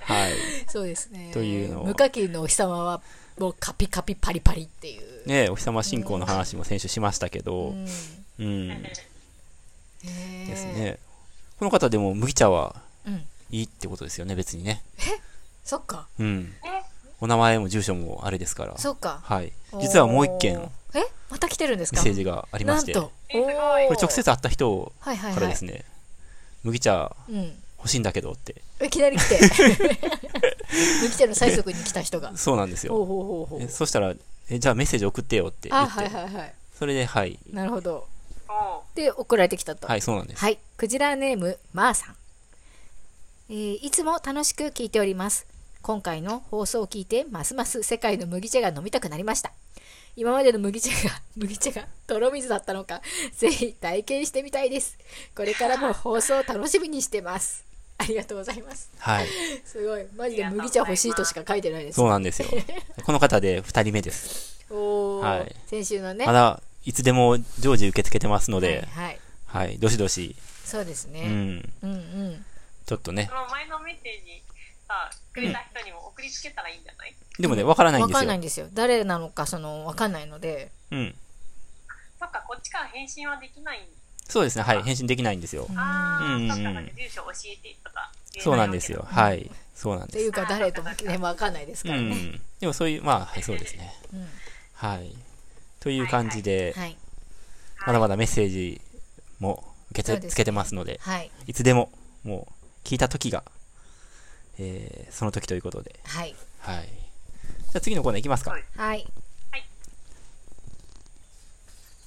Speaker 4: はい。
Speaker 1: そうですね
Speaker 4: というのを
Speaker 1: 無課金のお日様はもうカピカピパリパリっていう、
Speaker 4: ねえお日様信仰の話も先週しましたけど
Speaker 1: う、ん、ね
Speaker 4: うん。
Speaker 1: え
Speaker 4: ですね。この方でも麦茶は
Speaker 1: うん
Speaker 4: いいってことですよね、別にね。
Speaker 1: そっか
Speaker 4: うん。
Speaker 2: え
Speaker 4: お名前も住所もあれですから。
Speaker 1: そっか
Speaker 4: はい。実はもう一件
Speaker 1: おーえまた来てるんです
Speaker 4: メッ
Speaker 1: か
Speaker 4: セージがありまして、
Speaker 1: なん
Speaker 4: こと
Speaker 2: えすごい
Speaker 1: ー
Speaker 4: れ直接会った人
Speaker 1: はいはい
Speaker 4: か
Speaker 1: は
Speaker 4: ら
Speaker 1: い
Speaker 4: ですね、麦茶
Speaker 1: うん
Speaker 4: 欲しいんだけどって。
Speaker 1: いきなり来 て無期ちの最速に来た人が
Speaker 4: そうなんです
Speaker 1: ほう
Speaker 4: よ。
Speaker 1: ほうほうほう
Speaker 4: えそしたら、えじゃあメッセージ送ってよって言
Speaker 1: あ
Speaker 4: って、
Speaker 1: はいはいはい
Speaker 4: それで、はい。
Speaker 1: なるほど
Speaker 2: おう
Speaker 1: で送られてきたと
Speaker 4: はい、そうなんです。
Speaker 1: はい、クジラネームまー、さん、えーいつも楽しく聞いております今回の放送を聞いてますます世界の麦茶が飲みたくなりました今までの麦茶が 麦茶が泥水だったのかぜひ体験してみたいですこれからも放送を楽しみにしてますありがとうございます
Speaker 4: はい。
Speaker 1: すごいマジで麦茶欲しいとしか書いてないです
Speaker 4: そうなんですよ。この方で2人目です。
Speaker 1: おお、
Speaker 4: はい
Speaker 1: 先週のね
Speaker 4: まだ、いつでも常時受け付けてますので、
Speaker 1: はい、はい、
Speaker 4: はい、どしどし、
Speaker 1: そうです
Speaker 4: う
Speaker 1: ね、
Speaker 4: ん、
Speaker 1: うん、うん
Speaker 4: ちょっとね
Speaker 2: そ。の前のメッセージさくれた人にも送りつけたらいいんじゃない、
Speaker 4: でもね、わからないん
Speaker 1: わ
Speaker 4: です
Speaker 1: かん
Speaker 4: よ
Speaker 1: ないん。ですよ誰なのかそのわかんないので
Speaker 4: うん。
Speaker 2: そっかこっちから返信はできない
Speaker 4: そうですね、はい、返信できないんですよ。
Speaker 2: ああ、
Speaker 4: うん
Speaker 2: そっかそっか住所教えてとか言え
Speaker 4: そ
Speaker 2: いわけだ
Speaker 4: うなんですよ。はい、そうなん
Speaker 1: って
Speaker 4: で
Speaker 1: い
Speaker 4: す。
Speaker 1: うか誰ともねわかんないです
Speaker 4: う
Speaker 1: からね、
Speaker 4: ん。でもそういう、まあ、はい、そうですね。
Speaker 1: うん
Speaker 4: はい。という感じで、
Speaker 1: はい
Speaker 4: まだまだメッセージも受け
Speaker 1: そうで
Speaker 4: て
Speaker 1: すね
Speaker 4: つけてますので、
Speaker 1: はい
Speaker 4: いつでも、もう、聞いた時が、えー、その時ということで、
Speaker 1: はい
Speaker 4: はい。じゃあ次のコーナーいきますか。
Speaker 2: はい
Speaker 1: はい
Speaker 2: はい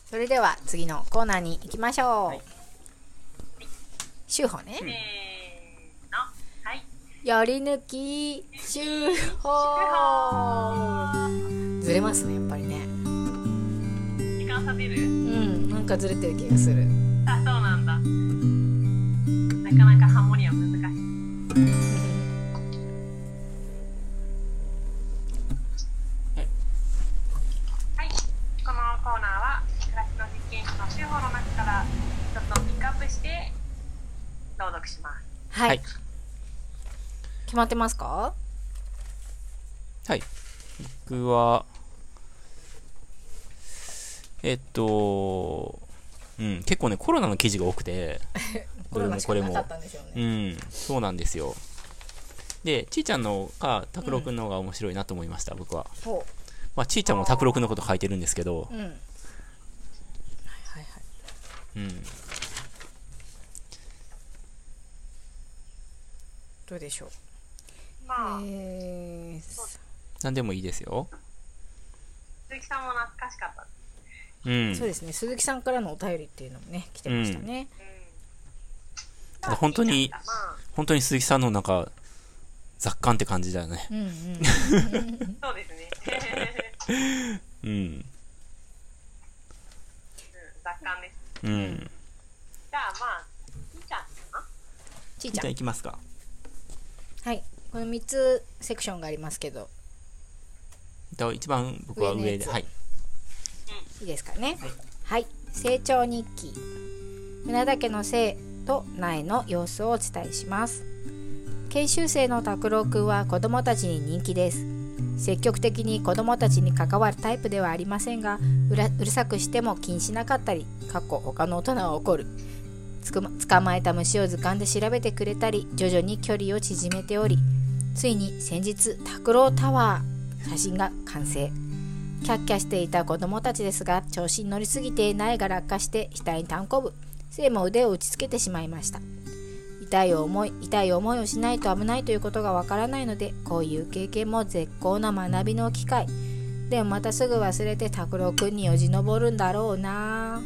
Speaker 1: それでは次のコーナーに行きましょう修法ね
Speaker 2: せーのはい
Speaker 1: やり抜き修法
Speaker 2: は
Speaker 1: ずれますねやっぱりね
Speaker 2: 時間差出る
Speaker 1: うんなんかずれてる気がする
Speaker 2: あそうなんだなかなかハモリは難しいはいこのコーナーは暮らしの実験室の手法の中からちょっとピックアップして朗読します
Speaker 1: はい、
Speaker 4: はい
Speaker 1: 決まってますか
Speaker 4: はい。僕は、えっと、うん、結構ね、コロナの記事が多くて、
Speaker 1: コロナしかなかったんでしょう
Speaker 4: う
Speaker 1: ね
Speaker 4: ん、そうなんですよ。で、ちーちゃんのか、拓郎くんの方が面白いなと思いました、僕は。
Speaker 1: ほ
Speaker 4: まあ、ちーちゃんも拓郎くんのこと書いてるんですけど
Speaker 1: う、うんはいはいはい
Speaker 4: うん、
Speaker 1: どうでしょう
Speaker 2: まあ、
Speaker 1: えー、
Speaker 4: なんでもいいですよ。
Speaker 2: 鈴木さんも懐かしかった
Speaker 4: うん。
Speaker 1: そうですね鈴木さんからのお便りっていうのもね来てましたね、
Speaker 4: ただ本当に
Speaker 2: まあ、
Speaker 4: 本当に鈴木さんのなんか、雑感って感じだよね。
Speaker 1: うん、うん
Speaker 2: そうですね。
Speaker 4: うん。
Speaker 2: 雑感です。
Speaker 4: うん。
Speaker 2: じゃあまあ、いいちゃんかな
Speaker 1: ちい
Speaker 4: ちー
Speaker 1: ち
Speaker 4: ちゃ
Speaker 1: ゃ
Speaker 4: ん
Speaker 1: ん
Speaker 4: いきますか。
Speaker 1: はいこの3つセクションがありますけど
Speaker 4: と一番僕は上
Speaker 1: 上のや
Speaker 4: で、
Speaker 1: つ
Speaker 4: はい。
Speaker 1: いいですかねはい、成長日記船田家の生と苗の様子をお伝えします研修生の拓郎くんは子供たちに人気です積極的に子供たちに関わるタイプではありませんがうらうるさくしても気にしなかったりかっこ他の大人は怒るつくま捕まえた虫を図鑑で調べてくれたり徐々に距離を縮めておりついに先日拓郎タワー写真が完成キャッキャしていた子供たちですが調子に乗りすぎて苗が落下して額に単こぶ生も腕を打ちつけてしまいました痛い思い痛い思いをしないと危ないということがわからないのでこういう経験も絶好な学びの機会でもまたすぐ忘れて拓郎くんによじ登るんだろうな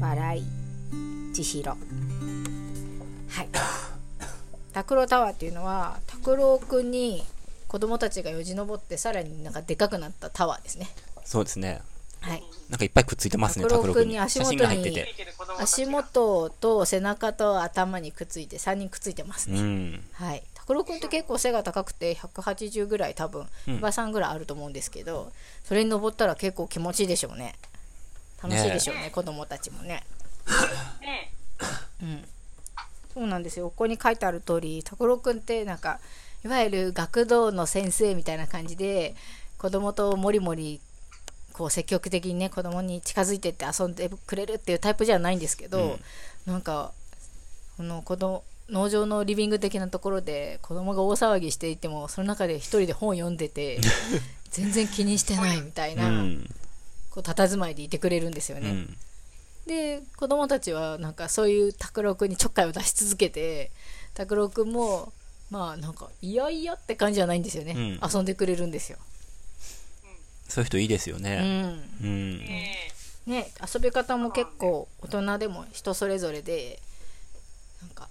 Speaker 1: 笑い千尋はい拓郎タワーっていうのは拓郎くんに子供たちがよじ登ってさらになんかでかくなったタワーですね
Speaker 4: そうですね。
Speaker 1: はい、
Speaker 4: なんかいっぱいくっついてますね、拓
Speaker 1: 拓郎
Speaker 4: 郎く
Speaker 1: く
Speaker 4: ん
Speaker 1: ん
Speaker 4: に。
Speaker 1: に
Speaker 4: 写
Speaker 1: 足元
Speaker 4: 真
Speaker 1: に
Speaker 4: が入ってて
Speaker 2: 見。てる子供たちが
Speaker 1: 足元と背中と頭にくっついて3人くっついてます
Speaker 4: う
Speaker 1: ね、
Speaker 4: ん。
Speaker 1: はいタ拓郎君って結構背が高くて180ぐらい多分
Speaker 4: うん
Speaker 1: おばさんぐらいあると思うんですけど、それに登ったら結構気持ちいいでしょうね楽しいでしょうね
Speaker 2: ね
Speaker 1: 子供たちもね
Speaker 2: ね
Speaker 1: うんそうなんですよここに書いてある通り拓郎君ってなんかいわゆる学童の先生みたいな感じで子供ともりもりこう積極的にね子供に近づいてって遊んでくれるっていうタイプじゃないんですけど、なんかこの子供農場のリビング的なところで子供が大騒ぎしていてもその中で一人で本読んで て全然気にしてないみたいな、
Speaker 4: うん
Speaker 1: こう佇まいでいてくれるんですよ
Speaker 4: う
Speaker 1: ね。
Speaker 4: ん
Speaker 1: で子供たちはなんかそういう拓郎くんにちょっかいを出し続けて拓郎くんもまあなんかいやいやって感じじゃないんですよね、
Speaker 4: うん
Speaker 1: 遊んでくれるんですよ、
Speaker 4: そういう人いいですよ
Speaker 1: うん
Speaker 4: ね。うん。
Speaker 2: ね
Speaker 1: ね、遊び方も結構大人でも人それぞれでなんか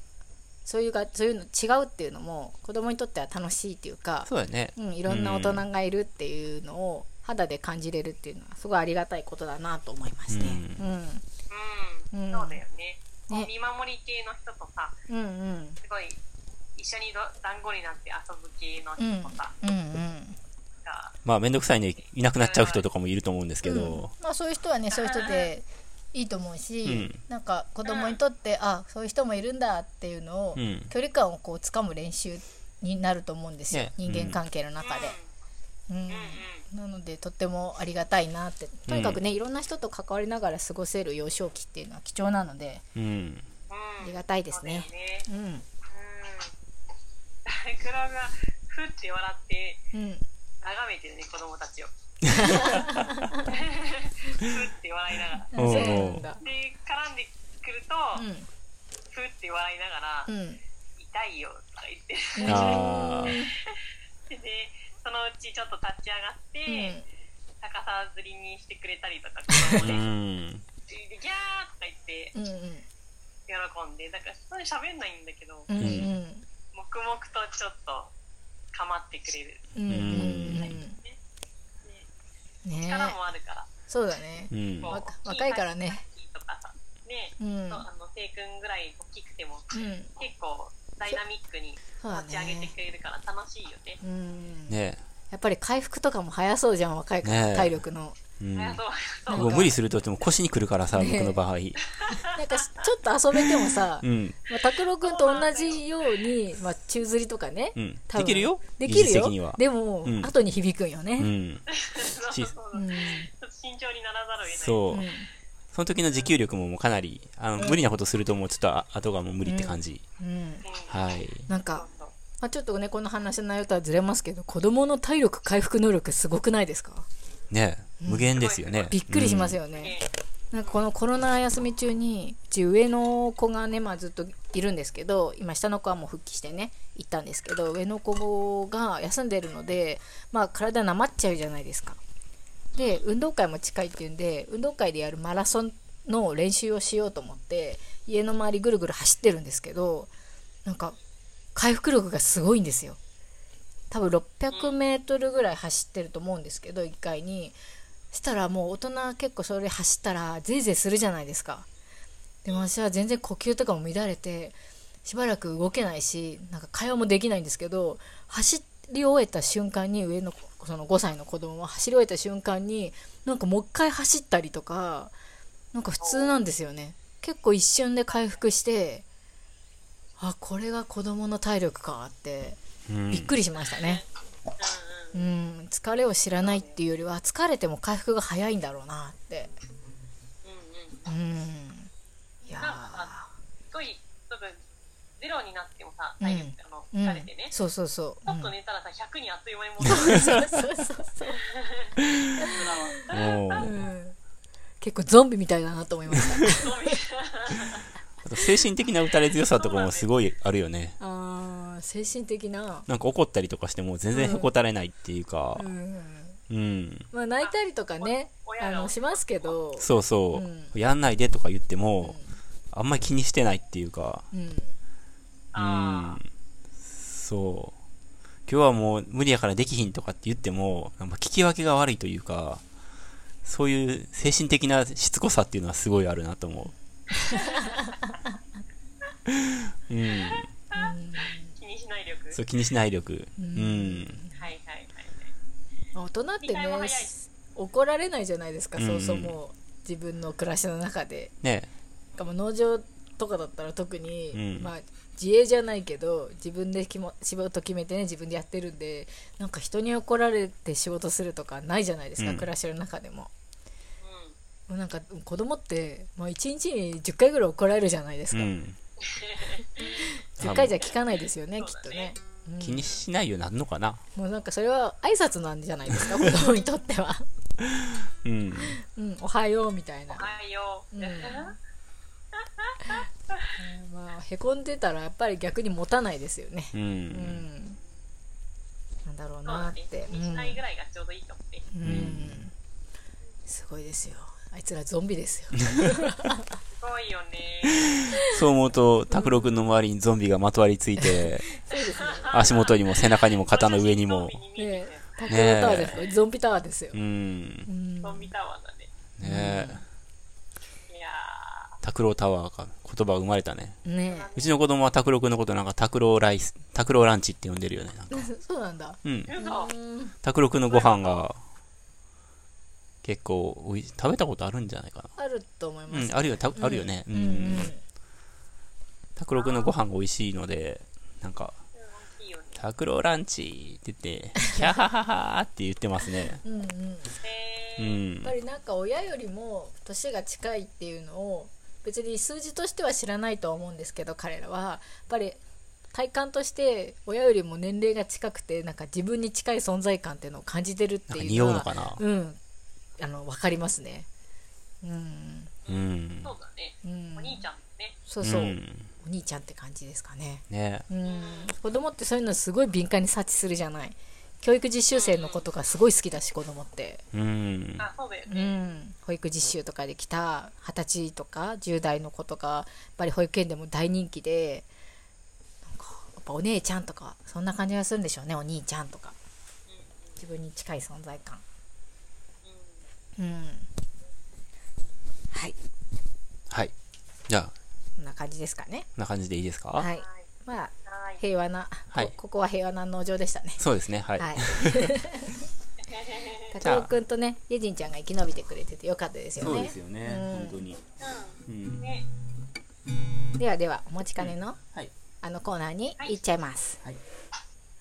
Speaker 1: そういうがそういうの違うっていうのも子供にとっては楽しいっていうか
Speaker 4: そうだね。
Speaker 1: う、ん、いろんな大人がいるっていうのを肌で感じれるっていうのはすごいありがたいことだなと思いますね、
Speaker 2: う
Speaker 1: うん
Speaker 2: ん、そうだよね。こ
Speaker 1: ね
Speaker 2: う見守り系の人とさ、
Speaker 1: うん、うんうん
Speaker 2: すごい一緒にど団子になって遊ぶ系の
Speaker 1: うん
Speaker 2: 人とさ、
Speaker 1: うんうん
Speaker 2: が、
Speaker 4: まあ、めんどくさいね、いなくなっちゃう人とかもいると思うんですけど、
Speaker 1: うんまあ、そういう人はねそういう人でいいと思うし、
Speaker 4: うん
Speaker 1: なんか子供にとってあそういう人もいるんだっていうのを、
Speaker 4: うん
Speaker 1: 距離感をこう掴む練習になると思うんですよ、
Speaker 4: ね
Speaker 1: 人間関係の中で。うん
Speaker 2: うん、うん、
Speaker 1: なのでとってもありがたいなってとにかくね、いろんな人と関わりながら過ごせる幼少期っていうのは貴重なので、
Speaker 4: うん。
Speaker 2: うん。
Speaker 1: ありがたいですね
Speaker 2: そうだよね
Speaker 1: うん
Speaker 2: うん。クラブがふって笑って
Speaker 1: うん、
Speaker 2: 眺めてるね子供たちを。ふって笑いな
Speaker 1: そう
Speaker 2: がら。
Speaker 1: なんだ。
Speaker 2: で絡んでくると、
Speaker 1: う
Speaker 2: ふって笑いながら、
Speaker 1: ん、うん、
Speaker 2: 痛いよとか言って
Speaker 4: ああ、
Speaker 2: でそのうちちょっと立ち上がって、
Speaker 1: うん
Speaker 2: 逆さずりにしてくれたりとか
Speaker 4: う
Speaker 2: 子供で
Speaker 4: ん。
Speaker 2: でギャーとか言って
Speaker 1: うん、うん、
Speaker 2: 喜んでだからそんなに喋んないんだけど
Speaker 1: うん、うん、
Speaker 2: 黙々とちょっと構ってくれる、
Speaker 1: うん、うん、うん、ね
Speaker 2: 力もあるから、
Speaker 1: そうだね
Speaker 4: う。ん。
Speaker 1: わ
Speaker 2: こう
Speaker 1: 若いからね
Speaker 2: 大きいとかさね、
Speaker 1: うん
Speaker 2: そうあのせいくんぐらい大きくても
Speaker 1: うん、
Speaker 2: 結構ダイナミックに
Speaker 1: そうだ
Speaker 2: 持ち上げて
Speaker 1: ね。
Speaker 2: くれるから楽しいよね
Speaker 1: うん、
Speaker 4: ね
Speaker 1: やっぱり回復とかも早そうじゃん若いから、
Speaker 4: ねえ
Speaker 1: 体力の
Speaker 4: うん。
Speaker 2: あそうそう
Speaker 4: もう無理するとでも腰にくるからさ、
Speaker 1: ね
Speaker 4: 僕の場合。
Speaker 1: なんかしちょっと遊べてもさ
Speaker 4: うん。
Speaker 1: まあ拓郎、くんと同じように、まあ、宙づりとかね、
Speaker 4: うん。
Speaker 1: 多
Speaker 4: で
Speaker 1: 分
Speaker 4: きるよ
Speaker 1: でき
Speaker 4: 技
Speaker 1: る
Speaker 4: 術
Speaker 1: よ
Speaker 4: 的には。
Speaker 1: でも、
Speaker 4: うん
Speaker 1: 後に響くんよ
Speaker 4: う
Speaker 1: ね
Speaker 4: ん。
Speaker 2: そう
Speaker 4: し
Speaker 2: そう
Speaker 1: うん、うん
Speaker 2: 慎重にならざるを得ない
Speaker 4: そう。その時の持久力ももうかなり、あの、無理なことするともうちょっとあ後がもう無理って感じ。
Speaker 1: うん
Speaker 2: うん
Speaker 4: はい。
Speaker 1: なん
Speaker 2: そう
Speaker 1: か、
Speaker 2: そう
Speaker 1: まあ、ちょっとねこの話の内容とはずれますけど子どもの体力回復能力すごくないですか
Speaker 4: ね無限ですよね。
Speaker 1: びっくりします
Speaker 4: よ。
Speaker 1: よね、
Speaker 2: ね
Speaker 1: なんかこのコロナ休み中にうち上の子がね、まあ、ずっといるんですけど今下の子はもう復帰してね行ったんですけど上の子が休んでるので、まあ、体なまっちゃうじゃないですかで運動会も近いっていうんで運動会でやるマラソンの練習をしようと思って家の周りぐるぐる走ってるんですけどなんか回復力がすごいんですよ多分 600m ぐらい走ってると思うんですけど1回にしたらもう大人結構それ走ったらぜいぜいするじゃないですかでも私は全然呼吸とかも乱れてしばらく動けないしなんか会話もできないんですけど走り終えた瞬間に上の子その5歳の子供は走り終えた瞬間になんかもう一回走ったりとかなんか普通なんですよね結構一瞬で回復してあこれが子供の体力かって
Speaker 4: うん
Speaker 1: びっくりしましたね
Speaker 2: うんうん
Speaker 1: うん疲れを知らないっていうよりは疲れても回復が早いんだろうなって
Speaker 2: うんうん
Speaker 1: うんいや
Speaker 2: なんかさすごい多分ゼロになってもさ
Speaker 1: うん
Speaker 2: 体力あの
Speaker 1: ーうん
Speaker 2: 疲れてね、ち
Speaker 1: そうそうそう
Speaker 2: ょっと寝たらさ100にあっという間に戻
Speaker 1: う
Speaker 2: る
Speaker 1: んそうそうそうそう
Speaker 4: もう、あ
Speaker 1: うん結構ゾンビみたいだなと思いました
Speaker 4: と精神的な打たれ強さとかもすごいあるよね。
Speaker 1: あー精神的な
Speaker 4: なんか怒ったりとかしても全然へこたれないっていうか
Speaker 1: う、ん
Speaker 4: うん。
Speaker 1: まあ泣いたりとかね
Speaker 2: お
Speaker 1: あ
Speaker 2: 親が
Speaker 1: のしますけど
Speaker 4: そうそう
Speaker 1: うん。
Speaker 4: やんないでとか言っても、あんまり気にしてないっていうか、
Speaker 1: うん
Speaker 4: う
Speaker 2: あ
Speaker 4: ん。そう。今日はもう無理やからできひんとかって言っても、なんか聞き分けが悪いというか、そういう精神的なしつこさっていうのはすごいあるなと思う。うん。
Speaker 2: ー気にしないない力。
Speaker 4: そう気にしない力う
Speaker 1: うん
Speaker 4: ん
Speaker 2: はいはいはい。
Speaker 1: 大人って
Speaker 2: 理解も早
Speaker 1: ね
Speaker 2: い
Speaker 1: 怒られないじゃないですか、
Speaker 4: うん
Speaker 1: そうそうもう自分の暮らしの中で
Speaker 4: ね
Speaker 1: しかも農場とかだったら特に、
Speaker 4: うん
Speaker 1: まあ自営じゃないけど自分できも仕事決めてね自分でやってるんでなんか人に怒られて仕事するとかないじゃないですか、
Speaker 4: うん
Speaker 1: 暮らしの中でも
Speaker 2: う
Speaker 1: も
Speaker 2: ん。
Speaker 1: うなんか子供って、まあ、1日に10回ぐらい怒られるじゃないです
Speaker 4: う
Speaker 1: か、
Speaker 4: ん
Speaker 1: 10回じゃ聞かないですよね
Speaker 2: そう
Speaker 1: きっ
Speaker 2: だ
Speaker 1: と
Speaker 2: ね
Speaker 1: ね、うん
Speaker 4: 気にしないようになるのかな
Speaker 1: もうなんかそれは挨拶なんじゃないですか子供にとっては
Speaker 4: うん
Speaker 1: うんおはようみたいな
Speaker 2: おはよう。
Speaker 1: うん
Speaker 2: うん。
Speaker 1: まあ、へこんでたらやっぱり逆に持たないですよね
Speaker 4: う
Speaker 1: うんんなんだろう
Speaker 2: そうだ
Speaker 1: なっ
Speaker 2: ね。
Speaker 1: て
Speaker 2: 気にしないぐらいがちょうどいいと思って。
Speaker 1: うん、うんすごいですよあいつらゾンビですよ
Speaker 2: すごいよね。
Speaker 4: そう思うと拓郎君の周りにゾンビがまとわりついて
Speaker 1: そうですね
Speaker 4: 足元にも背中にも肩の上にも
Speaker 2: ゾンビに見え
Speaker 1: ね
Speaker 2: てき
Speaker 1: タクロタワーですよゾンビタワーですよ
Speaker 4: う、ん
Speaker 1: うん
Speaker 2: たゾンビタワーだね。
Speaker 4: ね
Speaker 2: いや
Speaker 4: 拓郎タワーか言葉が生まれたね
Speaker 1: ね
Speaker 4: うちの子供は拓郎君のことなんか拓郎ライス拓郎ランチって呼んでるよねなんか
Speaker 1: えそうなんだ
Speaker 4: うん
Speaker 2: ー。
Speaker 1: う
Speaker 2: 嘘。
Speaker 1: ん
Speaker 4: 拓郎君のご飯が結構おい食べたことあるんじゃないか
Speaker 1: あると思い
Speaker 4: な
Speaker 1: ま
Speaker 4: う
Speaker 1: す、
Speaker 4: んあるよたあるよねう
Speaker 1: うん
Speaker 4: ん拓郎君のご飯が美味しいのでなんか
Speaker 2: うん大きいよね。
Speaker 4: 「拓郎ランチ」って言って「キャハハハ」って言ってますね
Speaker 1: うんうんうん
Speaker 4: う
Speaker 2: へー
Speaker 1: や
Speaker 4: ん
Speaker 1: っぱりなんか親よりも年が近いっていうのを別に数字としては知らないとは思うんですけど彼らはやっぱり体感として親よりも年齢が近くてなんか自分に近い存在感っていうのを感じてるっ
Speaker 4: な
Speaker 1: て
Speaker 4: んか
Speaker 1: いう
Speaker 4: 匂
Speaker 1: の
Speaker 4: う
Speaker 1: は
Speaker 4: のかな
Speaker 1: うんあの分かりますねうん
Speaker 4: うん
Speaker 2: そうだね。
Speaker 1: うん
Speaker 2: お兄ちゃんね。
Speaker 1: そうそう、
Speaker 4: うん
Speaker 1: お兄ちゃんって感じですかね
Speaker 4: ね
Speaker 1: うん子供ってそういうのすごい敏感に察知するじゃない教育実習生の子とかすごい好きだし子供って
Speaker 4: うん
Speaker 2: あ、そうだよ
Speaker 1: う
Speaker 2: ね。
Speaker 1: ん、保育実習とかで来た二十歳とか10代の子とかやっぱり保育園でも大人気でなんかやっぱお姉ちゃんとかそんな感じがするんでしょうねお兄ちゃんとか自分に近い存在感うんはい
Speaker 4: はいじゃあ
Speaker 1: こんな感じですかね
Speaker 4: こんな感じでいいですか
Speaker 1: はい
Speaker 2: はい。
Speaker 1: まあ
Speaker 2: はい。
Speaker 1: 平和な、
Speaker 4: はい
Speaker 1: こここは平和な農場でしたね
Speaker 4: そうですねはい
Speaker 1: はい
Speaker 4: じゃあ
Speaker 1: 高尾くんとねゆじんちゃんが生き延びてくれててよかったですよね
Speaker 4: そうですよね
Speaker 1: うん
Speaker 4: 本当に
Speaker 2: う
Speaker 4: う
Speaker 2: ん。
Speaker 4: ん
Speaker 2: ね。
Speaker 1: ではではお待ちかねの、
Speaker 4: はい
Speaker 1: あのコーナーに
Speaker 2: はい
Speaker 1: 行っちゃいます、
Speaker 4: はい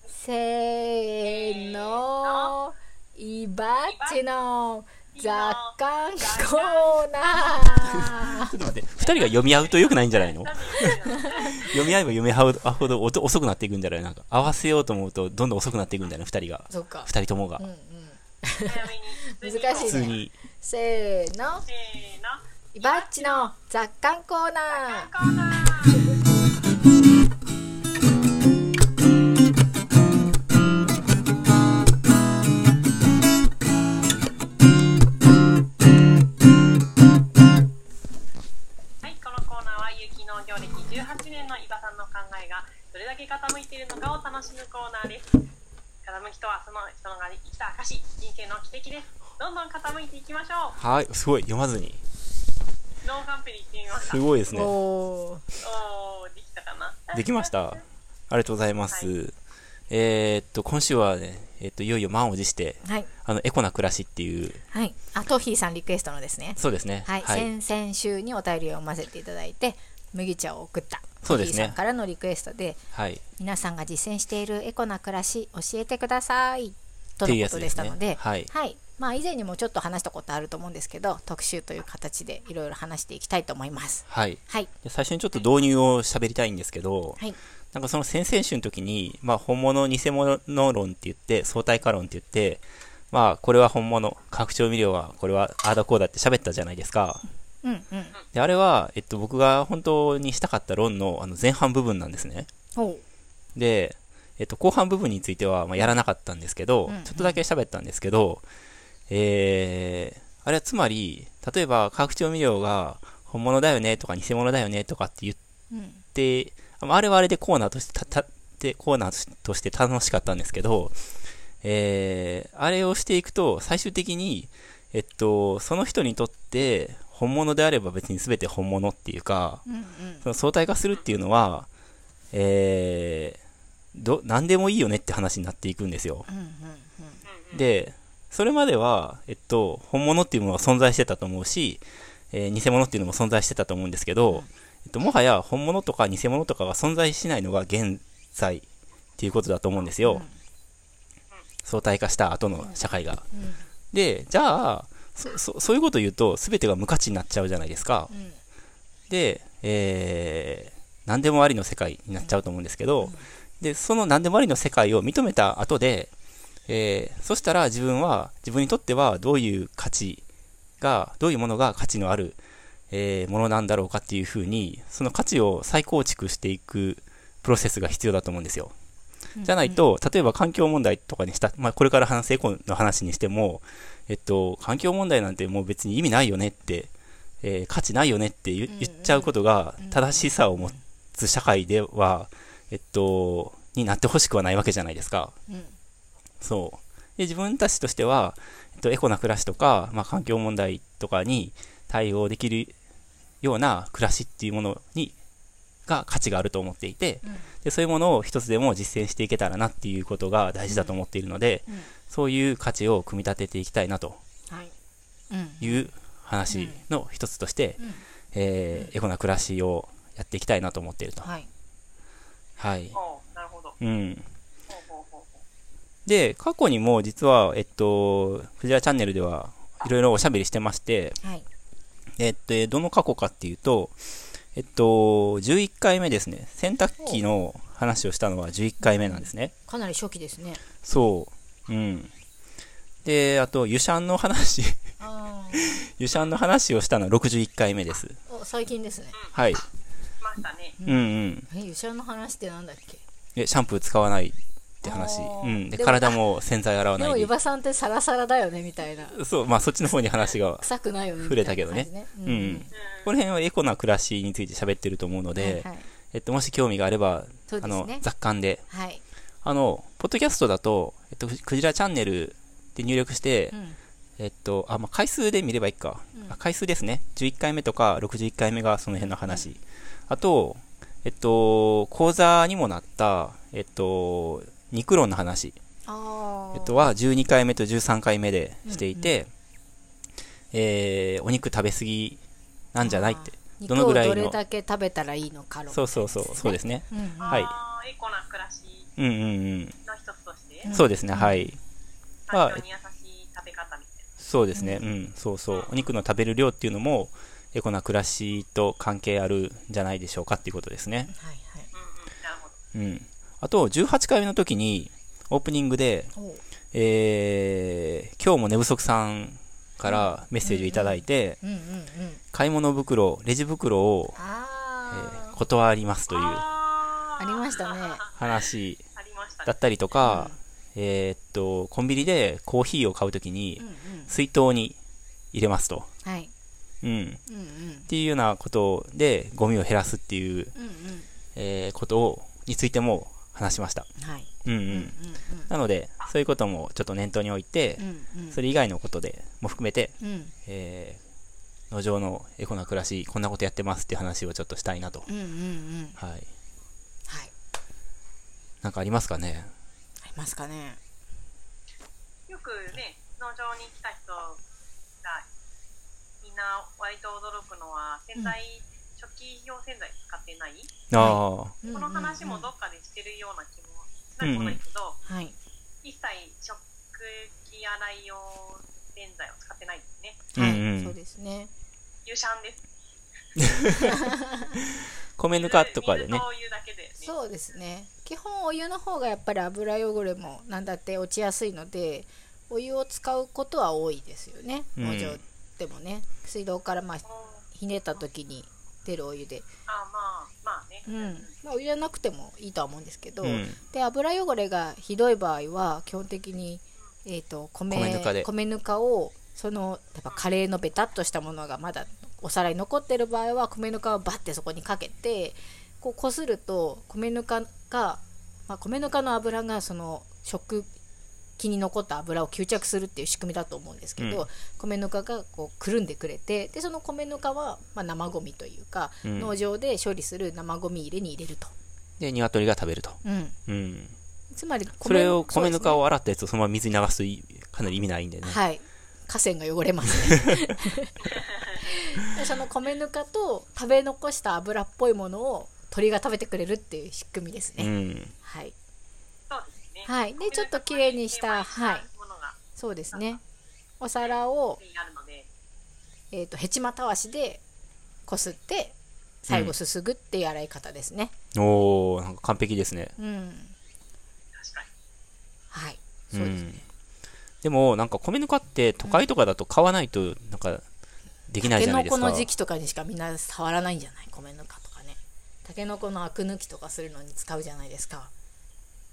Speaker 1: せーのイバッチの雑感コーナー
Speaker 4: ちょっと待って2人が読み合うとよくないんじゃないの読み合えば読み合うほど音遅くなっていくんじゃないなんか合わせようと思うとどんどん遅くなっていくんじゃない2人が
Speaker 1: そっか、
Speaker 4: 2人ともが
Speaker 1: うんうん、
Speaker 2: 早めに。
Speaker 1: 難しい
Speaker 4: 普
Speaker 1: ね
Speaker 4: 通に
Speaker 1: せーの
Speaker 2: せーの。
Speaker 1: イバッチの雑感コーナー
Speaker 2: コーナー。はい、このコーナーは有機農業歴18年の伊庭さんの考えがどれだけ傾いているのかを楽しむコーナーです。傾きとはその人が生きた証、人生の奇跡です。どんどん傾いていきましょう。
Speaker 4: はいすごい読まずに
Speaker 2: ノーカンペに行ってみました
Speaker 4: す。ごいですね
Speaker 1: おー
Speaker 2: おー、できたかな。
Speaker 4: できました。ありがとうございます。えーっと、今週はね、えっと、いよいよ満を持して、
Speaker 1: はい
Speaker 4: あの、エコな暮らしっていう、
Speaker 1: はいあトヒーさんリクエストのですね
Speaker 4: そうですね。
Speaker 1: はい、先々週にお便りを読ませていただいて麦茶を送った
Speaker 4: そうですね
Speaker 1: トヒーさんからのリクエストで
Speaker 4: はい。
Speaker 1: 皆さんが実践しているエコな暮らし教えてくださいとのことでしたの
Speaker 4: っていうや
Speaker 1: で
Speaker 4: つですねはい
Speaker 1: まあ、以前にもちょっと話したことあると思うんですけど特集という形でいろいろ話していきたいと思います
Speaker 4: はい。
Speaker 1: はい
Speaker 4: で最初にちょっと導入を喋りたいんですけど、
Speaker 1: はい
Speaker 4: なんかその先々週の時に、まあ、本物、偽物論って言って、相対化論って言って、まあ、これは本物、拡張味料は、これはああだこうだって喋ったじゃないですか。
Speaker 1: うんうん
Speaker 4: で、あれは、えっと、僕が本当にしたかった論の、あの、前半部分なんですね。
Speaker 1: ほ
Speaker 4: で、えっと、後半部分については、まあ、やらなかったんですけど、
Speaker 1: うんうん
Speaker 4: ちょっとだけ喋ったんですけど、えー、あれはつまり、例えば、化学調味料が本物だよねとか偽物だよねとかって言っ
Speaker 1: う、うん、
Speaker 4: て、あまああれはあれでコーナーとしてた、た、で、コーナーとして楽しかったんですけど、えー、あれをしていくと、最終的に、えっと、その人にとって、本物であれば別に全て本物っていうか、
Speaker 1: うんうん
Speaker 4: その相対化するっていうのは、えーど、何でもいいよねって話になっていくんですよ。
Speaker 1: うんうん
Speaker 2: うんうん、
Speaker 4: で、それまでは、えっと、本物っていうものは存在してたと思うし、えー偽物っていうのも存在してたと思うんですけど、えっと、もはや本物とか偽物とかが存在しないのが現在っていうことだと思うんですよ。相対化した後の社会が。で、じゃあ、そ、そそういうこと言うと、全てが無価値になっちゃうじゃないですか。
Speaker 1: うんうん
Speaker 4: で、えー、何でもありの世界になっちゃうと思うんですけど、で、その何でもありの世界を認めた後で、えー、そしたら自分は、自分にとってはどういう価値が、どういうものが価値のある、えーものなんだろうかっていうふうに、その価値を再構築していくプロセスが必要だと思うんですよ。じゃないと、例えば環境問題とかにした、まあ、これから話すエコの話にしても、えっと、環境問題なんてもう別に意味ないよねって、えー価値ないよねって言,、
Speaker 1: んうん
Speaker 4: 言っちゃうことが正しさを持つ社会では、えっと、になってほしくはないわけじゃないですか。
Speaker 1: うん
Speaker 4: そう。で、自分たちとしては、えっと、エコな暮らしとか、まあ、環境問題とかに対応できるような暮らしっていうものに、が価値があると思っていて、
Speaker 1: うん
Speaker 4: で、そういうものを一つでも実践していけたらなっていうことが大事だと思っているので、
Speaker 1: うん
Speaker 4: そういう価値を組み立てていきたいなと
Speaker 1: はいうん
Speaker 4: いう話の一つとして、
Speaker 1: うん
Speaker 4: えーエコな暮らしをやっていきたいなと思っていると。
Speaker 1: はい
Speaker 4: はい。
Speaker 2: おうなるほど。
Speaker 4: うん。
Speaker 2: ほうほうほうほう
Speaker 4: で、過去にも実は、えっと、藤原チャンネルではいろいろおしゃべりしてまして、
Speaker 1: はい
Speaker 4: えっと、えーどの過去かっていうと、えっと、11回目ですね。洗濯機の話をしたのは11回目なんですね。
Speaker 1: かなり初期ですね
Speaker 4: そう。うん。で、あと、油シャンの話、
Speaker 1: あ
Speaker 4: 油シャンの話をしたのは61回目です。
Speaker 1: あ最近ですね
Speaker 4: はい。
Speaker 2: ましたね。
Speaker 4: うんうん。
Speaker 1: えゆしゃの話ってなんだっけ
Speaker 4: で、シャンプー使わないって話。
Speaker 1: お
Speaker 4: う
Speaker 1: ー
Speaker 4: ん。で、
Speaker 1: でも
Speaker 4: 体も洗剤洗わ
Speaker 1: で
Speaker 4: な
Speaker 1: も
Speaker 4: い
Speaker 1: ゆ
Speaker 4: で。
Speaker 1: ばさんってサラサラだよねみたいな
Speaker 4: そう、まあ、そっちの方に話が。
Speaker 1: 臭くないよね
Speaker 4: 触れたけどね
Speaker 1: みいな感
Speaker 4: う
Speaker 1: じ
Speaker 2: う
Speaker 4: ん。
Speaker 2: ん
Speaker 4: この辺はエコな暮らしについて喋ってると思うので、
Speaker 1: はいはい
Speaker 4: えっと、もし興味があれば、
Speaker 1: そうです
Speaker 4: あの
Speaker 1: ね、
Speaker 4: 雑感で
Speaker 1: はい
Speaker 4: あの、ポッドキャストだと、えっと、クジラチャンネルで入力して、
Speaker 1: うん
Speaker 4: えっと、あ、まあ、回数で見ればいいか、
Speaker 1: うん
Speaker 4: あ回数ですね。11回目とか61回目がその辺の話。あと、えっと、講座にもなった、えっと、肉論の話、
Speaker 1: ああ
Speaker 4: えっと、は12回目と13回目でしていて、えー、お肉食べ過ぎなんじゃないって。どのぐらいの
Speaker 1: 肉をどれだけ食べたらいいのかろ
Speaker 4: そうそうそう、そうですね。
Speaker 1: う、うんうん
Speaker 4: はい
Speaker 2: あーエコな暮らし
Speaker 4: うんうん
Speaker 2: の一つとして
Speaker 4: う。
Speaker 1: うんん
Speaker 4: そうですね、はい。
Speaker 2: 環境に優しい食べ方みたい
Speaker 4: そうですね、うん、そうそう。お肉の食べる量っていうのも、エコな暮らしと関係あるんじゃないでしょうかっていうことですね。
Speaker 1: はいはい
Speaker 2: な。うんうん、なるほど。
Speaker 4: うん。あと、18回目の時に、オープニングで、
Speaker 1: おう
Speaker 4: えー、今日も寝不足さんからメッセージをいただいて、
Speaker 1: うんうんうん
Speaker 4: 買い物袋、レジ袋を、え
Speaker 1: あ
Speaker 4: ー
Speaker 1: あ、
Speaker 4: 断りますという
Speaker 2: あ
Speaker 1: あ
Speaker 2: ー
Speaker 1: りましたね
Speaker 4: 話
Speaker 2: ありました
Speaker 4: だ
Speaker 2: ね
Speaker 4: っ。たりとか、えーっと、コンビニでコーヒーを買う時に
Speaker 1: うん、うん
Speaker 4: 水筒に入れますと。
Speaker 1: はい
Speaker 4: うん。
Speaker 1: うんうん
Speaker 4: っていうようなことでゴミを減らすっていう、
Speaker 1: うんうん
Speaker 4: えーことをについても話しました。
Speaker 1: はい
Speaker 4: うんうん。
Speaker 1: うんうん
Speaker 4: なので、そういうこともちょっと念頭に置いて、
Speaker 1: うんうん
Speaker 4: それ以外のことでも含めて、
Speaker 1: うん
Speaker 4: えー農場のエコな暮らし、こんなことやってますっていう話をちょっとしたいなと。
Speaker 1: うんうんうん
Speaker 4: はい。
Speaker 1: はい
Speaker 4: なんかありますかね
Speaker 1: ありますかね
Speaker 2: よくね、農場に来た人が、みんな割と驚くのは、洗剤、食器用洗剤使ってない、
Speaker 4: ああ、は
Speaker 1: こ
Speaker 2: この話もどっかでしてるような気もしなくもないけど、
Speaker 1: はい
Speaker 2: 一切食器洗い用洗剤を使ってないですね。
Speaker 4: い。うん
Speaker 1: はい
Speaker 4: うん
Speaker 1: そう。ですね
Speaker 2: 油シャンです。
Speaker 4: 米ぬかとかで
Speaker 2: 水
Speaker 4: ね
Speaker 2: と。お湯だけで、ね。う。
Speaker 1: そうですね基本お湯の方がやっぱり油汚れもなんだって落ちやすいのでお湯を使うことは多いですよね
Speaker 4: うん
Speaker 1: 農場でもね、水道からまあひねった時に出るお湯で、
Speaker 2: あまあ、まあね。
Speaker 1: うんまあ、お湯じゃなくてもいいとは思うんですけど、
Speaker 4: うん。
Speaker 1: で油汚れがひどい場合は基本的に、えー、と米
Speaker 4: 米ぬかで
Speaker 1: 米ぬかをそのやっぱカレーのベタっとしたものがまだお皿に残ってる場合は米ぬかをバッてそこにかけてこうこすると米ぬかが、まあ、米ぬかの油がその食気に残った油を吸着するっていう仕組みだと思うんですけど、
Speaker 4: うん
Speaker 1: 米ぬかがこうくるんでくれてでその米ぬかはまあ生ゴミというか、
Speaker 4: うん
Speaker 1: 農場で処理する生ゴミ入れに入れると
Speaker 4: で、鶏が食べると。
Speaker 1: うん
Speaker 4: うん。
Speaker 1: つまり
Speaker 4: それを
Speaker 1: そうです
Speaker 4: 米ぬ
Speaker 1: ね
Speaker 4: かを洗ったやつをそのまま水に流すといかなり意味ないんでね。
Speaker 1: はい河川が汚れますね でその米ぬかと食べ残した油っぽいものを鳥が食べてくれるっていう仕組みです
Speaker 4: う
Speaker 1: ね、
Speaker 4: ん。
Speaker 1: はい
Speaker 2: そうですね。
Speaker 1: はいでちょっと綺麗にしたはい
Speaker 2: ものが
Speaker 1: そうですねお皿を、
Speaker 2: にあるので、
Speaker 1: えー、とヘチマたわしでこすって最後すすぐっていう洗い方ですね
Speaker 4: おー、なんか完璧ですね。
Speaker 1: うん、
Speaker 2: 確かに。
Speaker 1: はいそうです、
Speaker 4: ん。でも、なんか米ぬかって都会とかだと買わないと、なんか、できない
Speaker 1: タ
Speaker 4: じ
Speaker 1: ケ
Speaker 4: ゃな
Speaker 1: ノ
Speaker 4: いです
Speaker 1: コ
Speaker 4: か。
Speaker 1: の時期とかにしかみんな触らないんじゃない米ぬかとかねタケノコのアク抜きとかするのに使うじゃないですか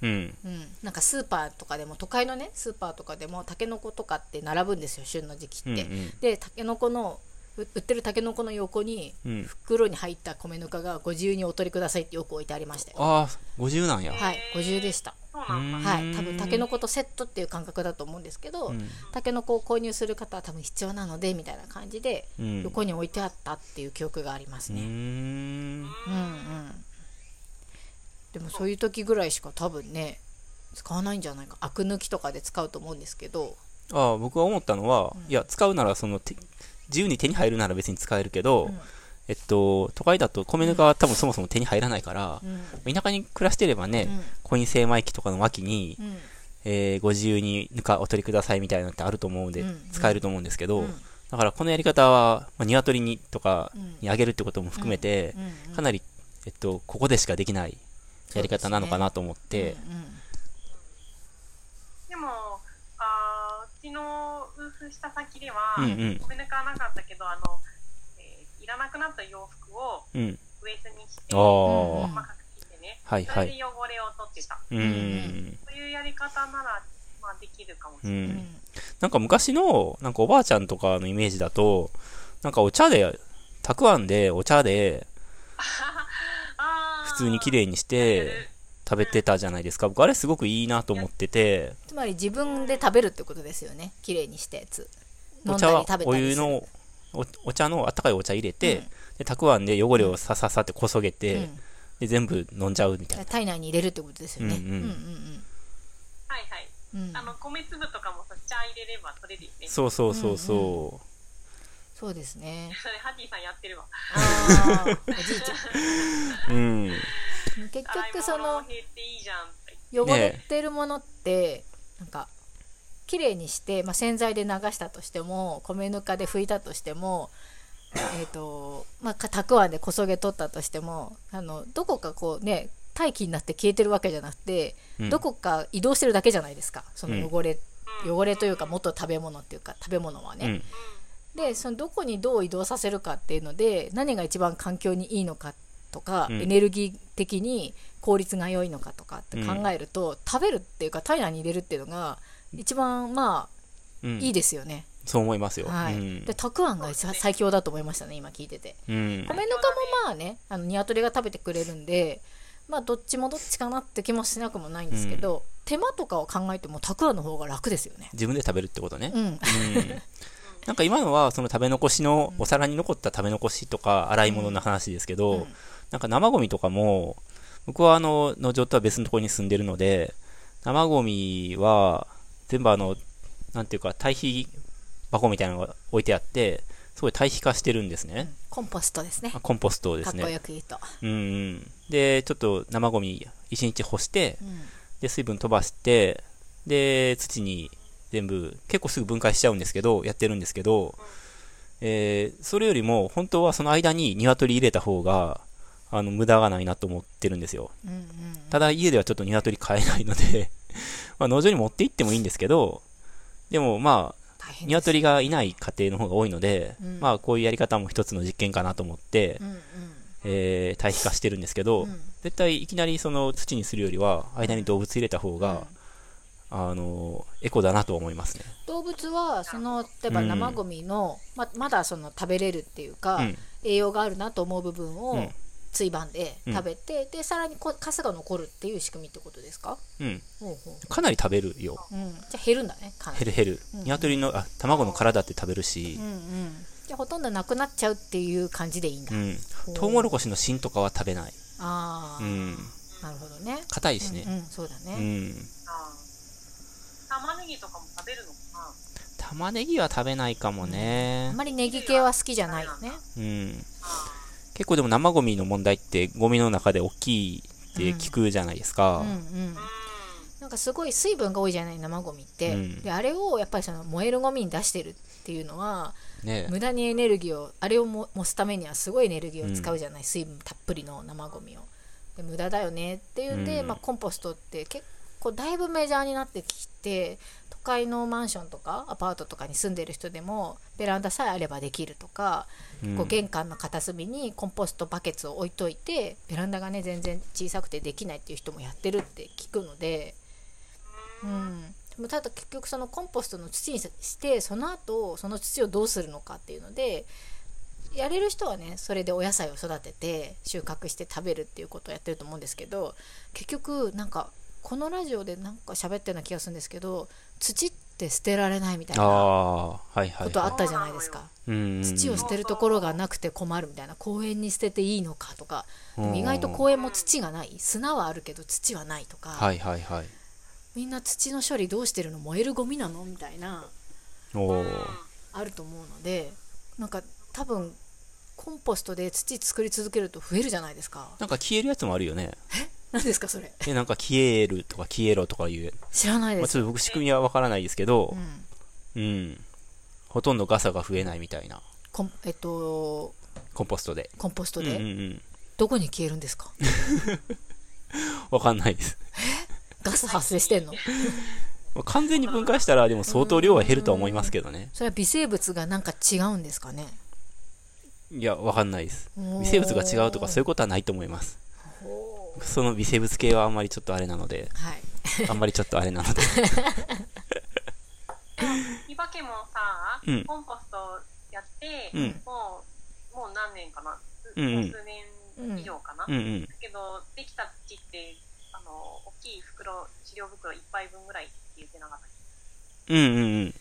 Speaker 4: うん。
Speaker 1: うん、なんかスーパーとかでも都会のねスーパーとかでもタケノコとかって並ぶんですよ旬の時期って、
Speaker 4: うんうん
Speaker 1: でタケノコのう売ってるタケノコの横に
Speaker 4: うん。
Speaker 1: 袋に入った米ぬかがご自由にお取りくださいってよく置いてありましたよ
Speaker 4: ああ、50なんや。
Speaker 1: はい50でした
Speaker 2: そうなんだ。
Speaker 4: うん
Speaker 1: はい多分タケノコとセットっていう感覚だと思うんですけど、
Speaker 4: うん
Speaker 1: タケノコを購入する方は多分必要なのでみたいな感じで
Speaker 4: うん
Speaker 1: 横に置いてあったっていう記憶があります
Speaker 4: うー
Speaker 1: ね、
Speaker 4: ん。
Speaker 1: うん、うんでもそういう時ぐらいしか多分ね使わないんじゃないかアク抜きとかで使うと思うんですけど
Speaker 4: ああ、僕が思ったのは、いや、使うなら、その、て自由に手に入るなら別に使えるけど、
Speaker 1: うん
Speaker 4: えっと、都会だと米ぬかは多分そもそも手に入らないから
Speaker 1: う、ん
Speaker 4: 田舎に暮らしてればね、
Speaker 1: うん
Speaker 4: コイン精米機とかの脇に、
Speaker 1: うん
Speaker 4: えーご自由にぬかお取りくださいみたいなのってあると思うんで、
Speaker 1: うんうん
Speaker 4: 使えると思うんですけど、
Speaker 1: うん
Speaker 4: だからこのやり方は、まあ、鶏にとかにあげるってことも含めて、
Speaker 1: うん
Speaker 4: かなり、えっと、ここでしかできないやり方なのかなと思って、
Speaker 2: でも、あーうちのウーフした先では、
Speaker 4: うんうん
Speaker 2: 米ぬかはなかったけど、あの、えーいらなくなった洋服を
Speaker 4: うん、
Speaker 2: ウエスにして、
Speaker 4: あ
Speaker 2: 細
Speaker 4: あ、
Speaker 1: うん
Speaker 2: かく切ってね、
Speaker 4: はい
Speaker 2: そ
Speaker 4: は
Speaker 2: れ
Speaker 4: い。
Speaker 2: で汚れを取ってた。
Speaker 4: うん、
Speaker 1: ん
Speaker 2: そういうやり方なら、まあ、できるかもしれ
Speaker 4: う
Speaker 2: ない。
Speaker 1: うん
Speaker 4: ん。なんか昔の、なんかおばあちゃんとかのイメージだと、なんかお茶で、たくあんでお茶で
Speaker 2: あー
Speaker 4: 普通に綺麗にして食べてたじゃないですか。僕あれすごくいいなと思ってて、
Speaker 1: つまり自分で食べるってことですよね綺麗にしたやつ
Speaker 4: お茶はお
Speaker 1: り
Speaker 4: 湯
Speaker 1: する
Speaker 4: の、おお茶のあったかいお茶入れて、
Speaker 1: うん
Speaker 4: で、たくあんで汚れをさささってこそげて、
Speaker 1: うん
Speaker 4: で、全部飲んじゃうみたいな。
Speaker 1: 体内に入れるってことですよね
Speaker 4: う
Speaker 1: うんん
Speaker 4: う
Speaker 1: うんん
Speaker 2: はいはい。
Speaker 1: うんうん
Speaker 2: あの、米粒とかもさ、茶入れればそれでいいね。
Speaker 4: そうそうそうそう。
Speaker 1: そうですね
Speaker 2: それ、ハディさんやってるわ。
Speaker 1: あーおじいち ゃ
Speaker 4: うん。
Speaker 1: ん結
Speaker 2: 洗い
Speaker 1: 局そ
Speaker 2: 物
Speaker 1: の
Speaker 2: を減っていいじゃんとか言って。
Speaker 1: 汚れてるものってなんか綺麗にして、まあ、洗剤で流したとしても米ぬかで拭いたとしても、えーとまあ、かたくあんでこそげ取ったとしてもあのどこかこうね大気になって消えてるわけじゃなくて、
Speaker 4: うん
Speaker 1: どこか移動してるだけじゃないですかその汚れ、
Speaker 2: うん
Speaker 1: 汚れというか元食べ物っていうか食べ物は
Speaker 4: う
Speaker 1: ね、
Speaker 4: ん。
Speaker 1: でそのどこにどう移動させるかっていうので何が一番環境にいいのかとか、
Speaker 4: うん
Speaker 1: エネルギー的に効率が良いのかとかって考えると、食べるっていうか体内に入れるっていうのが一番まあ
Speaker 4: うん。
Speaker 1: いいですよね、
Speaker 4: そう思いますよ。
Speaker 1: はい、
Speaker 4: うん
Speaker 1: で。たくあんがさ最強だと思いましたね今聞いてて
Speaker 4: うん
Speaker 1: 米ぬかもまあねあの鶏が食べてくれるんでまあどっちもどっちかなって気もしなくもないんですけど、手間とかを考えてもたくあんの方が楽ですよね
Speaker 4: 自分で食べるってことね。
Speaker 1: うん
Speaker 4: うんなんか今のはその食べ残しの、お皿に残った食べ残しとか洗い物の話ですけ
Speaker 1: う
Speaker 4: ど、
Speaker 1: ん
Speaker 4: なんか生ゴミとかも、僕はあの、農場とは別のところに住んでるので、生ゴミは全部あの、なんていうか、堆肥箱みたいなのが置いてあって、すごい堆肥化してるんですね。
Speaker 1: コンポストですね
Speaker 4: あコンポストをで
Speaker 1: か
Speaker 4: す
Speaker 1: っこ
Speaker 4: ね。
Speaker 1: よく言うと、
Speaker 4: うんうん。で、ちょっと生ゴミ1日干して、
Speaker 1: うん
Speaker 4: で、水分飛ばして、で、土に全部、結構すぐ分解しちゃうんですけど、やってるんですけど、えーそれよりも、本当はその間に鶏入れた方が、あの、無駄がないなと思ってるんですよ。
Speaker 1: うんうん
Speaker 4: ただ、家ではちょっと鶏飼えないので、 まあ、農場に持って行ってもいいんですけど、でも、まあ、
Speaker 1: 大変です
Speaker 4: 鶏がいない家庭の方が多いので、
Speaker 1: うん
Speaker 4: まあ、こういうやり方も一つの実験かなと思って、
Speaker 1: うんうん
Speaker 4: えー、堆肥化してるんですけど、
Speaker 1: うん
Speaker 4: 絶対いきなりその土にするよりは、間に動物入れた方が、あの、エコだなと思いますね。
Speaker 1: 動物はその例えば
Speaker 4: うん
Speaker 1: 生ゴミの、ままだその食べれるっていうか、
Speaker 4: うん
Speaker 1: 栄養があるなと思う部分
Speaker 4: う
Speaker 1: を
Speaker 4: ん
Speaker 1: ついばんで
Speaker 4: うん
Speaker 1: 食べて、でさらにこカスが残るっていう仕組みってことですか、
Speaker 4: うん。
Speaker 1: ほうほ
Speaker 4: かなり食べるよ。
Speaker 1: ううん、じゃあ減るんだねかな
Speaker 4: 減
Speaker 1: り
Speaker 4: る減る
Speaker 1: う。ん
Speaker 4: 鶏の、あ、卵の殻だって食べるし
Speaker 1: うん、うん、じゃあほとんどなくなっちゃうっていう感じでいいんだ、
Speaker 4: うん
Speaker 1: ほう。
Speaker 4: トウモロコシの芯とかは食べない。
Speaker 1: ああ、
Speaker 4: うん。
Speaker 1: なるほどね
Speaker 4: 硬いしね
Speaker 1: うん、うん、そうだ
Speaker 4: う
Speaker 1: ね、
Speaker 4: ん
Speaker 2: あー玉ねぎとかも食べるのかな
Speaker 4: 玉ねぎは食べないかも
Speaker 1: あ
Speaker 4: ね
Speaker 1: んまりネギ系は好きじゃないよね
Speaker 4: うん
Speaker 2: あ
Speaker 4: 結構でも生ゴミの問題ってゴミの中で大きいって聞くじゃないですか、
Speaker 1: うんうん
Speaker 2: ーうん
Speaker 1: なんかすごい水分が多いじゃない生ゴミって、
Speaker 4: うん
Speaker 1: であれをやっぱりその燃えるゴミに出してるっていうのは
Speaker 4: ね
Speaker 1: 無駄にエネルギーをあれをも燃すためにはすごいエネルギーを使うじゃない、水分たっぷりの生ゴミをで無駄だよねっていうんで、
Speaker 4: うん
Speaker 1: まあ、コンポストって結構だいぶメジャーになってきて都会のマンションとかアパートとかに住んでる人でもベランダさえあればできるとか、
Speaker 4: うん
Speaker 1: こう玄関の片隅にコンポストバケツを置いといてベランダがね全然小さくてできないっていう人もやってるって聞くので。うん、でもただ結局そのコンポストの土にしてその後その土をどうするのかっていうのでやれる人はねそれでお野菜を育てて収穫して食べるっていうことをやってると思うんですけど結局なんかこのラジオでなんか喋ったような気がするんですけど土って捨てられないみたい
Speaker 4: あ
Speaker 1: な
Speaker 4: あはいはい、
Speaker 1: ことあ
Speaker 4: は
Speaker 1: ったじゃないですか。
Speaker 4: いうんうん、
Speaker 1: 土を捨てるところがなくて困るみたいな公園に捨てていいのかとかでも意外と
Speaker 4: うん
Speaker 1: 公園も土がない砂はあるけど土はないとか、
Speaker 4: はいはいはい
Speaker 1: みんな土の処理どうしてるの燃えるゴミなのみたいな
Speaker 4: おお
Speaker 1: あると思うのでなんか多分コンポストで土作り続けると増えるじゃないですか
Speaker 4: なんか消えるやつもあるよね
Speaker 1: 何ですかそれ
Speaker 4: でなんか消えるとか消えろとかいう、
Speaker 1: 知らない
Speaker 4: ま
Speaker 1: で
Speaker 4: あ、
Speaker 1: す、
Speaker 4: ちょっと僕仕組みはわからないですけど
Speaker 1: うん、
Speaker 4: うんほとんどガサが増えないみたいな
Speaker 1: コンえっと
Speaker 4: コンポストで
Speaker 1: コンポスト
Speaker 4: うんう
Speaker 1: で、
Speaker 4: んうん
Speaker 1: どこに消えるんですか
Speaker 4: わかんないです
Speaker 1: ガス発生してんの
Speaker 4: 完全に分解したらでも相当量は減るとは思いますけどね
Speaker 1: それは微生物がなんか違うんですかね
Speaker 4: いやわかんないです
Speaker 1: おー
Speaker 4: 微生物が違うとかそういうことはないと思いますその微生物系はあんまりちょっとあれなの で
Speaker 1: はい
Speaker 4: あんまりちょっとあれなので
Speaker 2: いばけもさ、
Speaker 4: うん
Speaker 2: コンポストやって、
Speaker 4: うん
Speaker 2: もうもう何年かな、
Speaker 4: うんう
Speaker 2: も
Speaker 4: ん
Speaker 2: 数年以上かな、
Speaker 4: うんうん
Speaker 2: だけどできた土ってあの大きい袋飼料袋1杯分ぐらいって言ってなかったっけ
Speaker 4: うんうんうん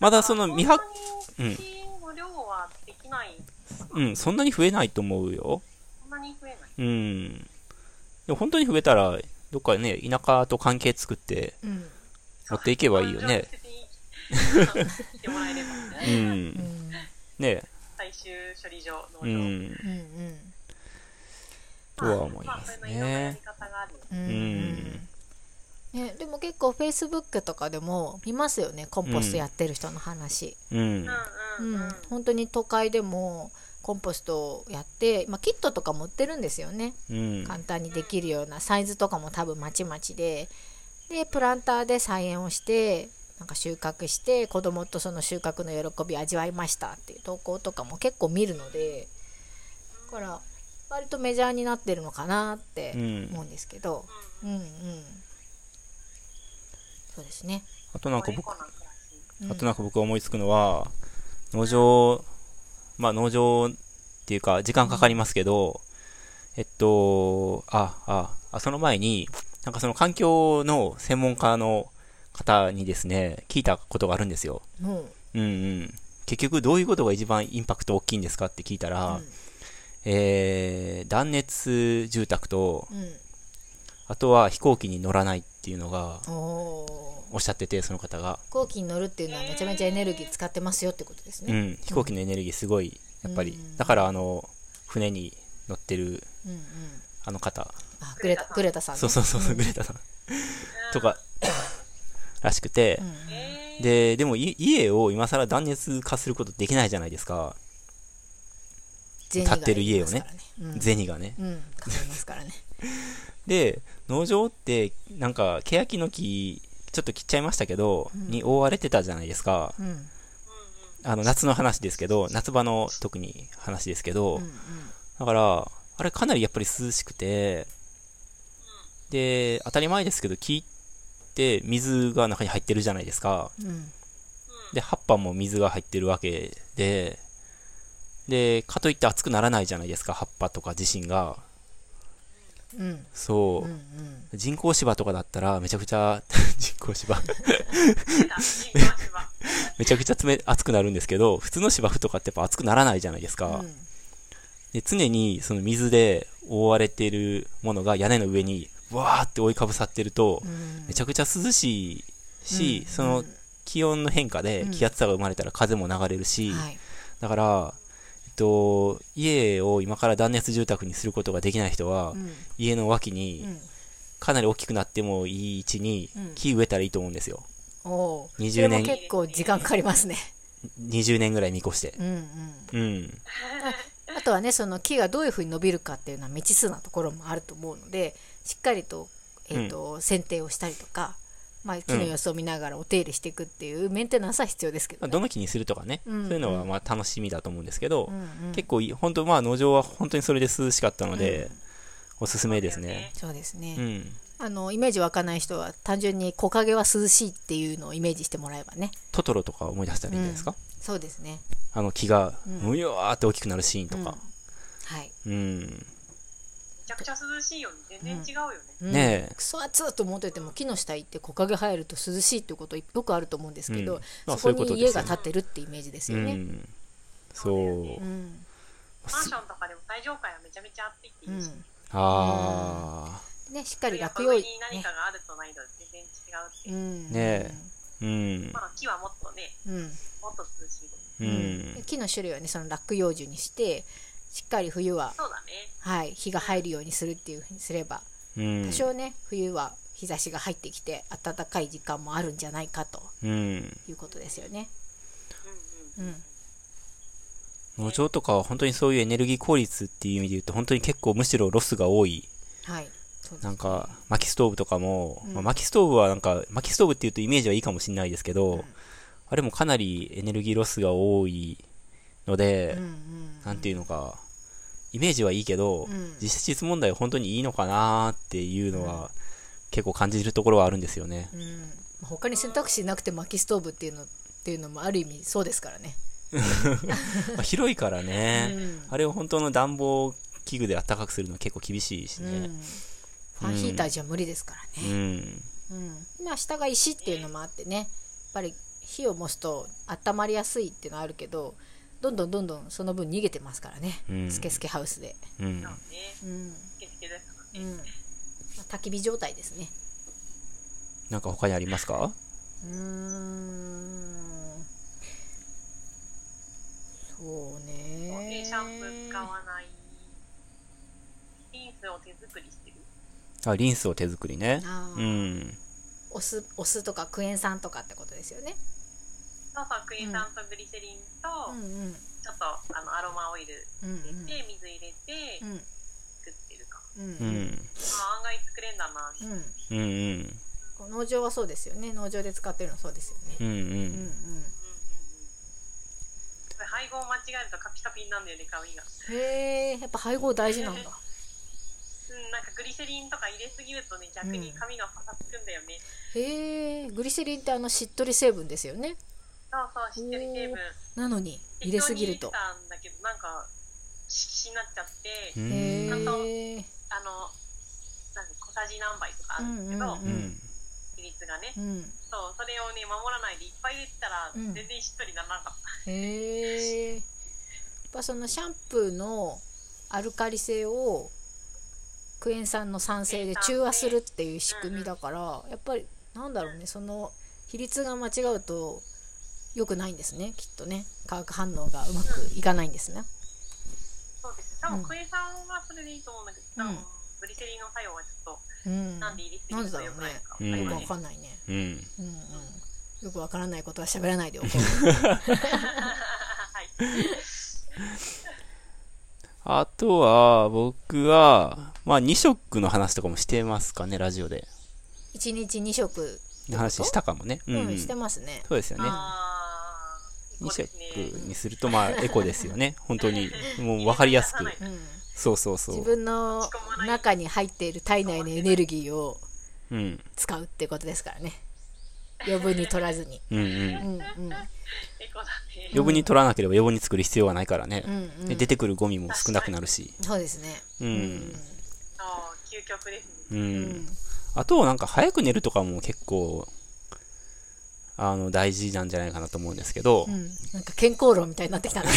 Speaker 4: まだその未発
Speaker 2: そんなに土の量はできない、
Speaker 4: うんそんなに増えないと思うよ
Speaker 2: そんなに増えない
Speaker 4: うん。でも本当に増えたら、どっかね、田舎と関係作って
Speaker 1: うん、
Speaker 4: 持っていけばいいよね。
Speaker 2: してもらえれば、
Speaker 4: う
Speaker 1: うん
Speaker 4: ん。ね
Speaker 2: 最終処理場農場、
Speaker 4: う、ん。
Speaker 1: うん
Speaker 4: とは思います
Speaker 2: あそれのいろんなやり
Speaker 4: ね。
Speaker 2: 方があるよね
Speaker 1: うんうん
Speaker 4: うん
Speaker 1: ね、でも結構フェイスブックとかでも見ますよねコンポストやってる人の話、
Speaker 4: うん。
Speaker 2: う
Speaker 1: うん
Speaker 2: うんうん
Speaker 1: ん、本当に都会でもコンポストをやって、まあ、キットとかも売ってるんですよね
Speaker 4: うん。
Speaker 1: 簡単にできるようなサイズとかも多分まちまちででプランターで菜園をしてなんか収穫して子供とその収穫の喜び味わいましたっていう投稿とかも結構見るのでだから割とメジャーになってるのかなって
Speaker 4: うん
Speaker 1: 思うんですけど、うん、うんそうですね、
Speaker 4: あとなんか僕
Speaker 2: 猫、なんからしい
Speaker 1: うん
Speaker 4: あとなんか僕思いつくのは、農場、まあ農場っていうか、時間かかりますけど、えっと、あ、あ、あ、その前に、なんかその環境の専門家の方にですね、聞いたことがあるんですよ。
Speaker 1: もう
Speaker 4: うんうん、結局どういうことが一番インパクト大きいんですかって聞いたら、
Speaker 1: うん
Speaker 4: えー断熱住宅と
Speaker 1: うん
Speaker 4: あとは飛行機に乗らないっていうのが
Speaker 1: おー
Speaker 4: おっしゃっててその方が、
Speaker 1: 飛行機に乗るっていうのはめちゃめちゃエネルギー使ってますよってことです
Speaker 4: う
Speaker 1: ね。
Speaker 4: ん、飛行機のエネルギーすごいやっぱり、
Speaker 1: うん
Speaker 4: だからあの船に乗ってる
Speaker 1: うんうん。
Speaker 4: あの方
Speaker 1: あ、グレタ、グレタさん、ね。
Speaker 4: そうそうそうそうグレタさんとからしくて
Speaker 1: う、んうん。
Speaker 2: えー
Speaker 4: ででもい家を今更断熱化することできないじゃないですか
Speaker 1: ゼニが
Speaker 4: 立ってる家をね
Speaker 1: いますからね。
Speaker 4: 銭がね
Speaker 1: うん。うん、かかりますからね。
Speaker 4: で農場ってなんか欅の木ちょっと切っちゃいましたけど、
Speaker 1: うん
Speaker 4: に覆われてたじゃないですか
Speaker 1: うん。
Speaker 4: あの夏の話ですけど夏場の特に話ですけど、
Speaker 1: うんうん。
Speaker 4: だからあれかなりやっぱり涼しくてで当たり前ですけど木って水が中に入ってるじゃないですか
Speaker 1: うん。
Speaker 4: で葉っぱも水が入ってるわけででかといって熱くならないじゃないですか葉っぱとか自身が
Speaker 1: うん。
Speaker 4: そう、
Speaker 1: うん。
Speaker 4: 人工芝とかだったらめちゃくちゃ 人工芝
Speaker 2: 出たいい場所は
Speaker 4: めちゃくちゃ冷熱くなるんですけど、普通の芝生とかってやっぱ熱くならないじゃないです
Speaker 1: う
Speaker 4: か。
Speaker 1: ん。
Speaker 4: でで、常にその水で覆われているものが屋根の上に、わーって覆いかぶさってると、めちゃくちゃ涼しいし、
Speaker 1: うん
Speaker 4: その気温の変化で
Speaker 1: うん
Speaker 4: 気圧差が生まれたら風も流れるし、
Speaker 1: はい
Speaker 4: だから、えっと、家を今から断熱住宅にすることができない人は、
Speaker 1: うん
Speaker 4: 家の脇に
Speaker 1: うん
Speaker 4: かなり大きくなってもいい位置に
Speaker 1: うん
Speaker 4: 木植えたらいいと思うんですよ。
Speaker 1: おー
Speaker 4: 20
Speaker 1: それも
Speaker 4: 年
Speaker 1: 結構時間かかりますね
Speaker 4: 20年ぐらい見越して。
Speaker 1: うんうん
Speaker 4: うん。
Speaker 1: あとはねその木がどういうふうに伸びるかっていうのは未知数なところもあると思うのでしっかりと,、えーと剪定をしたりとか、まあ、木の様子を見ながらお手入れしていくっていうメンテナンスは必要ですけ
Speaker 4: ま
Speaker 1: ど
Speaker 4: あ、
Speaker 1: ね、
Speaker 4: どの木にするとかね、
Speaker 1: うん
Speaker 4: そういうのはまあ楽しみだと思うんですけど、
Speaker 1: うんうん
Speaker 4: 結構いい、本当まあ農場は本当にそれで涼しかったので、おすすめですね。
Speaker 1: そうですね、
Speaker 4: うん。
Speaker 1: あのイメージ湧かない人は単純に木陰は涼しいっていうのをイメージしてもらえばね
Speaker 4: トトロとか思い出したらいいんじゃないですか、
Speaker 1: そうですね
Speaker 4: あの木が、
Speaker 1: うん
Speaker 4: うよーって大きくなるシーンと
Speaker 1: うん
Speaker 4: か。
Speaker 1: はい、
Speaker 4: うん。
Speaker 2: めちゃくちゃ涼しいよね。全然違うよね。
Speaker 1: うん
Speaker 4: ねえ
Speaker 1: クソ暑いと思ってても木の下行って木陰入ると涼しいっていうことよくあると思うんですけど、
Speaker 4: うんまあ
Speaker 1: そこ
Speaker 4: そういうこと
Speaker 1: に
Speaker 4: ですよ
Speaker 1: 家が建ってるってイメージです
Speaker 4: う
Speaker 1: よね。
Speaker 4: ん。そう
Speaker 1: う。ん
Speaker 2: マンションとかでも最上階はめちゃめちゃ暑いって
Speaker 1: う
Speaker 2: い
Speaker 1: ん
Speaker 2: うし、
Speaker 4: あ
Speaker 1: ね、しっかり
Speaker 2: やっ
Speaker 1: 落
Speaker 2: ぱ
Speaker 1: 葉
Speaker 2: 上
Speaker 1: ね
Speaker 2: に何かがあるとないと全然違うって
Speaker 1: う
Speaker 2: いう。
Speaker 1: ん
Speaker 4: ねー。うん。
Speaker 2: まあ木はもっとね、
Speaker 1: うん
Speaker 2: もっと涼しい。
Speaker 4: う
Speaker 1: うんん。木の種類はねその落葉樹にしてしっかり冬は、
Speaker 2: そうだね。
Speaker 1: はい、日が入るようにするっていうふうにすれば
Speaker 4: うん。
Speaker 1: 多少ね冬は日差しが入ってきて暖かい時間もあるんじゃないかと
Speaker 4: うん。
Speaker 1: いうことですよね。
Speaker 2: うんうん。
Speaker 1: うん
Speaker 4: 農場とかは本当にそういうエネルギー効率っていう意味で言うと、本当に結構むしろロスが多い。
Speaker 1: はいそうです
Speaker 4: なんか、薪ストーブとかも、
Speaker 1: うん
Speaker 4: まあ、薪ストーブはなんか、薪ストーブっていうとイメージはいいかもしれないですけど、
Speaker 1: うん
Speaker 4: あれもかなりエネルギーロスが多いので、
Speaker 1: うんうん
Speaker 4: なんていうのか、イメージはいいけど、
Speaker 1: うん
Speaker 4: 実質問題本当にいいのかなーっていうのは、結構感じるところはあるんですよね。
Speaker 1: うん、他に選択肢なくて薪ストーブっていうのっていうのもある意味そうですからね。
Speaker 4: まあ広いからね、
Speaker 1: うん
Speaker 4: あれを本当の暖房器具で暖かくするのは結構厳しいし
Speaker 1: うん
Speaker 4: ね。
Speaker 1: ファンヒーターじゃ無理ですからね。
Speaker 4: うん。
Speaker 1: うん、まあ下が石っていうのもあってねやっぱり火を持つと温まりやすいっていうのはあるけどどんどんどんどんその分逃げてますからね、
Speaker 4: うん
Speaker 1: スケスケハウスで、
Speaker 4: うん
Speaker 2: そう。ね。
Speaker 1: うん
Speaker 2: つけつけだからね。
Speaker 1: うんまあ、焚き火状態ですね
Speaker 4: なんか他にありますか
Speaker 1: うーんそう
Speaker 2: そう
Speaker 1: ね
Speaker 2: ね、シャンプー使わない。リンスを手作りしてる。
Speaker 4: あ、リンスを手作りね。
Speaker 1: あー
Speaker 4: うん。
Speaker 1: お酢お酢とかクエン酸とかってことですよね
Speaker 2: そうそう、クエン酸とグリセリンと、
Speaker 1: うんうん
Speaker 2: ちょっとあのアロマオイル
Speaker 1: うんうん
Speaker 2: 入れて、水入れて
Speaker 1: うん
Speaker 2: 作ってるか。
Speaker 1: うん
Speaker 4: う
Speaker 1: うん
Speaker 2: あ、
Speaker 4: ん。
Speaker 2: 案外作れんだな。
Speaker 1: うん
Speaker 4: うんうん。
Speaker 1: こう農場はそうですよね農場で使ってるのそうですよね
Speaker 4: う、んう
Speaker 1: うんうん
Speaker 4: ん。
Speaker 2: うんうんうんこれ配合間違えるとカピカピになるんだよね、髪が。う
Speaker 1: へえやっぱ配合大事なんだ
Speaker 2: ん、なんかグリセリンとか入れすぎるとね、逆に髪がパサつくんだよね。
Speaker 1: へえグリセリンってあのしっとり成分ですよね
Speaker 2: そうそう、知ってる成分。
Speaker 1: なのに入れすぎると
Speaker 2: 適当に入れてたんだけど、なんか、しになっちゃって、
Speaker 4: う
Speaker 1: へ
Speaker 4: ん。
Speaker 1: え
Speaker 2: あの、なんか小さじ何杯とかあるんですけど、
Speaker 1: うんうん
Speaker 4: うん。
Speaker 2: 比率がね
Speaker 1: う。ん
Speaker 2: そう、それをね、守らないでいっぱい入れてたら、
Speaker 1: うん
Speaker 2: 全然しっとりならなかった。
Speaker 1: へえやっぱそのシャンプーのアルカリ性をクエン酸の酸性で中和するっていう仕組みだからやっぱりなんだろうねその比率が間違うと良くないんですねきっとね化学反応がうまくいかないんですね
Speaker 2: そうです。多
Speaker 1: うん
Speaker 2: 分、クエン酸はそれでいいと思うんだけど、
Speaker 1: うん
Speaker 2: 多分グリセリンの作用はちょっと、
Speaker 1: うん
Speaker 2: なんで入れすぎると良くないのか。
Speaker 4: なんでだろ
Speaker 1: よく
Speaker 4: うね
Speaker 2: わ
Speaker 1: わ
Speaker 2: か
Speaker 1: か
Speaker 2: んな
Speaker 1: ん
Speaker 2: い
Speaker 1: ないね
Speaker 4: うん。
Speaker 1: うんうんよくわからないことは喋らないでおこ
Speaker 2: はい。
Speaker 4: あとは、僕は、まあ、2食の話とかもしてますかね、ラジオで。
Speaker 1: う1日2食
Speaker 4: 話したかもね。うん
Speaker 1: う
Speaker 4: うん、
Speaker 1: んして
Speaker 4: そう
Speaker 1: ますね
Speaker 4: ですよね。
Speaker 2: あー
Speaker 4: 2
Speaker 2: そうで
Speaker 4: 食
Speaker 2: すね。
Speaker 4: にすると、まあ、エコですよね。本当に。もう、わかりやすく。
Speaker 1: うん
Speaker 4: そうそうそ
Speaker 1: 自
Speaker 4: う。
Speaker 1: 分の中に入っている体内のエネルギーを
Speaker 4: うん。
Speaker 1: 使うってことですからね余分に取らずに
Speaker 4: うんう。
Speaker 1: うんんうん
Speaker 2: エコだね。
Speaker 4: 余分に取らなければ余分に作る必要はないからね。
Speaker 1: うんう
Speaker 4: で
Speaker 1: ん
Speaker 4: 出てくるゴミも少なくなるし。
Speaker 1: そうですね
Speaker 4: うん。
Speaker 2: あー究極ですね。
Speaker 4: う。
Speaker 1: うんん
Speaker 4: あと、なんか、早く寝るとかも結構、あの、大事なんじゃないかなと思うんですけど
Speaker 1: う、ん、なんか健康論みたいになってきた ね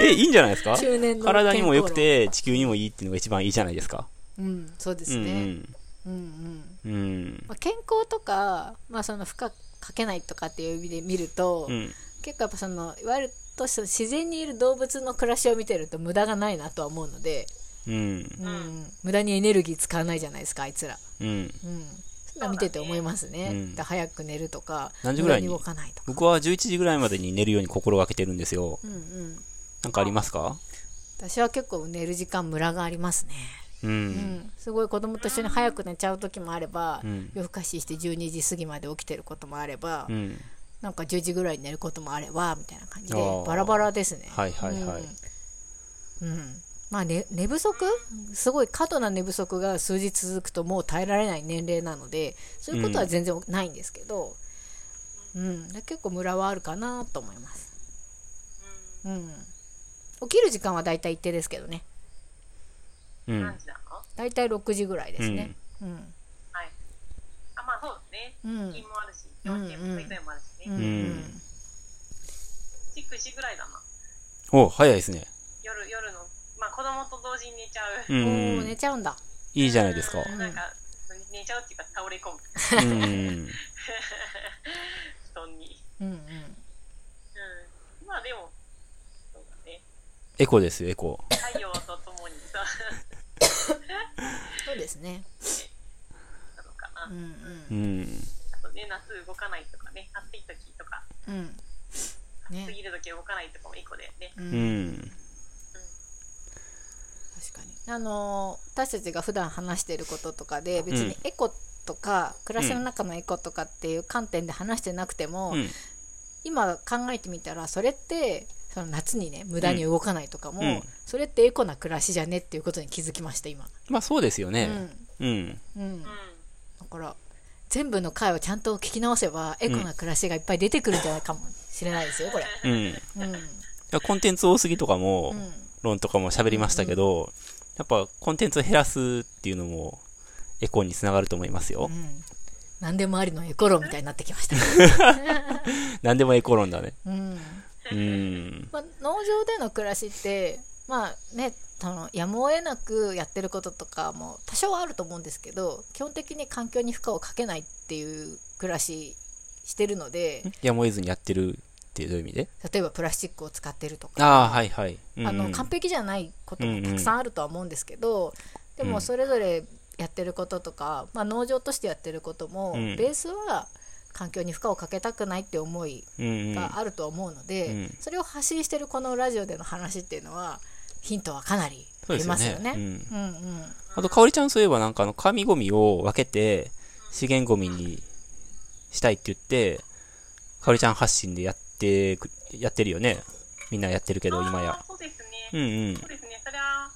Speaker 4: え、いいんじゃないですか
Speaker 1: 中年の
Speaker 4: 体にも良く
Speaker 1: 健
Speaker 4: て、地球にもいいっていうのが一番いいじゃないですか。
Speaker 1: うんそうですねうんうん、
Speaker 4: うんうん。うん。
Speaker 1: まあ、健康とか、まあ、その負荷かけないとかっていう意味で見ると、
Speaker 4: うん。
Speaker 1: 結構やっぱそのいわゆるとその自然にいる動物の暮らしを見てると無駄がないなとは思うので、
Speaker 4: うん。
Speaker 1: うん無駄にエネルギー使わないじゃないですかあいつら、
Speaker 4: うん。
Speaker 1: うん、そんな見てて思いますね
Speaker 4: そうだねうん
Speaker 1: だから早く寝るとか
Speaker 4: 何時ぐらいに
Speaker 1: 無駄動かないとか、
Speaker 4: 僕は11時ぐらいまでに寝るように心がけてるんですよ。
Speaker 1: うんうん、
Speaker 4: なんかありますか
Speaker 1: 私は結構寝る時間ムラがありますね、
Speaker 4: う。
Speaker 1: うんん、すごい子供と一緒に早く寝ちゃう時もあれば、
Speaker 4: うん
Speaker 1: 夜更かしして12時過ぎまで起きてることもあれば、
Speaker 4: うん。
Speaker 1: なんか10時ぐらいに寝ることもあればみたいな感じで
Speaker 4: あー
Speaker 1: バラバラですね
Speaker 4: はいはいはい。
Speaker 1: うん、うんまあ、ね、寝不足すごい過度な寝不足が数日続くともう耐えられない年齢なのでそういうことは全然ないんですけど、うんで結構ムラはあるかなと思います、うん、起きる時間はだいたい一定ですけどね
Speaker 4: うん。
Speaker 2: 何時なの
Speaker 1: だいたい6時ぐらいですねうん
Speaker 2: はい。あ、まあそうです
Speaker 1: う
Speaker 2: ね。
Speaker 1: ん
Speaker 2: 勤務もあるし、幼稚園も保育園もあるし
Speaker 1: うん
Speaker 2: ね。
Speaker 1: うん
Speaker 2: 9時ぐらいだな。
Speaker 4: お、早いですね。
Speaker 2: 夜、夜の、まあ子供と同時に寝ちゃう。
Speaker 1: お
Speaker 4: う
Speaker 1: ー寝
Speaker 4: ん。
Speaker 1: ちゃうんだ
Speaker 4: いいじゃないですか。
Speaker 2: なんか、寝ちゃうっていうか倒れ込む。
Speaker 4: うん。
Speaker 2: 布団に。
Speaker 1: うんうん
Speaker 2: うん。まあでも、そうだね。
Speaker 4: エコですよ、エコ。
Speaker 2: 太陽とともに さ、
Speaker 1: そうですね
Speaker 2: なのかな
Speaker 1: う。んうん
Speaker 4: うん。
Speaker 2: あとね、夏動かないとかね、暑い時とか、
Speaker 1: うん
Speaker 2: 過
Speaker 1: ね
Speaker 2: ぎる時動かないとかも一個だよね。
Speaker 1: う
Speaker 4: うんん。
Speaker 1: 確かにあのー私たちが普段話していることとかで別に
Speaker 4: うん
Speaker 1: エコとか、暮らしの中のエコとかっていう観点で話してなくても、
Speaker 4: うん。
Speaker 1: 今考えてみたらそれってその夏にね無駄に動かないとかも、
Speaker 4: うん
Speaker 1: それってエコな暮らしじゃねっていうことに気づきました今、
Speaker 4: まあそうですよね。
Speaker 1: う
Speaker 4: うん。
Speaker 1: んうん、だ
Speaker 2: うん。
Speaker 1: から全部の回をちゃんと聞き直せばエコな暮らしがいっぱい出てくるんじゃないかもしれないですよこれ、
Speaker 4: うん。い
Speaker 1: うん
Speaker 4: やコンテンツ多すぎとかも、
Speaker 1: うん、
Speaker 4: 論とかも喋りましたけど、やっぱコンテンツを減らすっていうのも、エコにつながると思いますよ。
Speaker 1: うん、何でもありのエコ論みたいになってきました、
Speaker 4: 何でもエコ論だね。
Speaker 1: うん
Speaker 4: うん。
Speaker 1: まあ、農場での暮らしってまあねそのやむを得なくやってることとかも多少はあると思うんですけど基本的に環境に負荷をかけないっていう暮らししてるので
Speaker 4: やむを得ずにやってるってどういう意味で
Speaker 1: 例えばプラスチックを使ってるとか
Speaker 4: ああ、はいはい。うん
Speaker 1: あの完璧じゃないこともたくさんあるとは思うんですけど、
Speaker 4: ん
Speaker 1: でもそれぞれやってることとか、まあ、農場としてやってることも、
Speaker 4: うん
Speaker 1: ベースは環境に負荷をかけたくないって思い
Speaker 4: うんうん。
Speaker 1: があると思うので、
Speaker 4: うん
Speaker 1: それを発信してるこのラジオでの話っていうのはヒントはかなり出ますよね。
Speaker 4: そううんですよね
Speaker 1: うん
Speaker 4: あと、かおりちゃんそういえばなんかあの、紙ゴミを分けて、資源ゴミにしたいって言って、かおりちゃん発信でやってく、やってるよね。みんなやってるけど、今
Speaker 2: あ
Speaker 4: や
Speaker 2: ー。そうですね。
Speaker 4: うんうん
Speaker 2: そ。うですね。それは、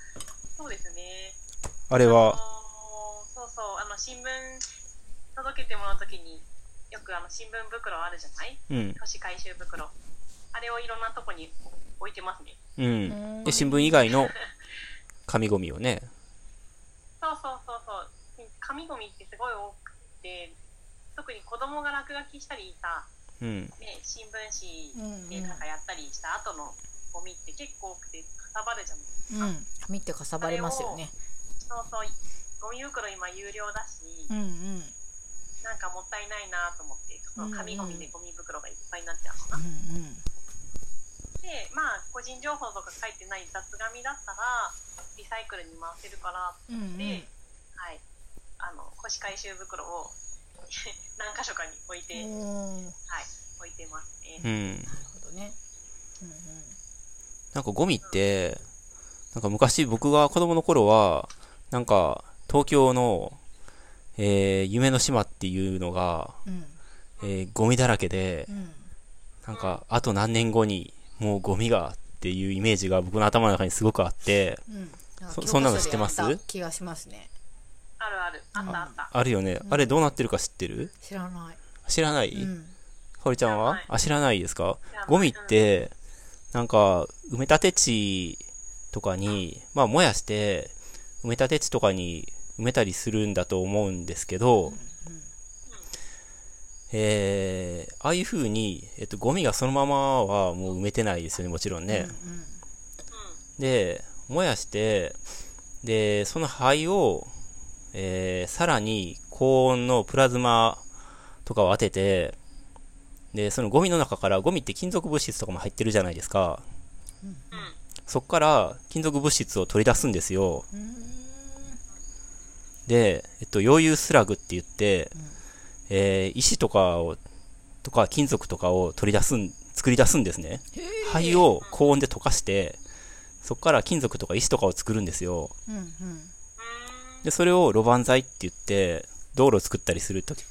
Speaker 2: そうですね。
Speaker 4: あれ
Speaker 2: あ
Speaker 4: は、
Speaker 2: のーそうそう、あの、新聞届けてもらうときに、よくあの、新聞袋あるじゃない
Speaker 4: うん。
Speaker 2: 都市回収袋。あれをいろんなとこに置いてますね。
Speaker 4: うん。で、新聞以外の紙ゴミをね。
Speaker 2: そうそうそうそう。紙ゴミってすごい多くて、特に子供が落書きしたりさ、
Speaker 4: うん。
Speaker 2: ね、新聞
Speaker 1: うんうん
Speaker 2: 紙でなんかやったりした後のゴミって結構多くてかさばるじゃない
Speaker 1: うんうん紙ってかさばりますよね。
Speaker 2: そうそう、ゴミ袋今有料だし、
Speaker 1: うんうん
Speaker 2: なんかもったいないなと思って、その紙ゴミでゴミ袋がいっぱいになっちゃうの
Speaker 1: う
Speaker 2: かな。
Speaker 1: ん
Speaker 2: で、まあ、個人情報とか書いてない雑紙だったら、リサイクルに回せるからって
Speaker 1: うんうんうん
Speaker 2: ではい、あの、腰回収袋を 何箇所かに置いて、はい、
Speaker 1: おーなる
Speaker 2: 置いてますね。
Speaker 4: うん。
Speaker 1: ほどね。うんうん
Speaker 4: なんかゴミって、なんか昔僕が子供の頃は、なんか東京の、えー、夢の島っていうのが、
Speaker 1: うん
Speaker 4: えー、ゴミだらけで、
Speaker 1: うん
Speaker 4: なんかあと何年後にもうゴミがっていうイメージが僕の頭の中にすごくあって、
Speaker 1: うんなんか
Speaker 4: そそんなの知ってます
Speaker 1: 教科書でやった気がしますね。
Speaker 2: あるある、あったあった。
Speaker 4: あるよね。あれどうなってるか知ってる
Speaker 1: 知らない。
Speaker 4: 知らない、
Speaker 1: うん
Speaker 4: かおりちゃん
Speaker 2: 知ら
Speaker 4: は
Speaker 2: ない
Speaker 4: あ、知らないですか
Speaker 2: 知らない
Speaker 4: ゴミって、なんか、埋め立て地とかに、まあ、燃やして、埋め立て地とかに埋めたりするんだと思うんですけど、えー、ああいう風に、えっと、ゴミがそのままはもう埋めてないですよね、もちろんね。で、燃やして、で、その灰を、えー、さらに高温のプラズマとかを当てて、で、そのゴミの中から、ゴミって金属物質とかも入ってるじゃないですか。そっから金属物質を取り出すんですよ。で、えっと、溶融スラグって言って、えー石とかを、とか金属とかを取り出すん、作り出すんですね。灰を高温で溶かして、そこから金属とか石とかを作るんですよ。で、それをロバン材って言って、道路を作ったりするとき、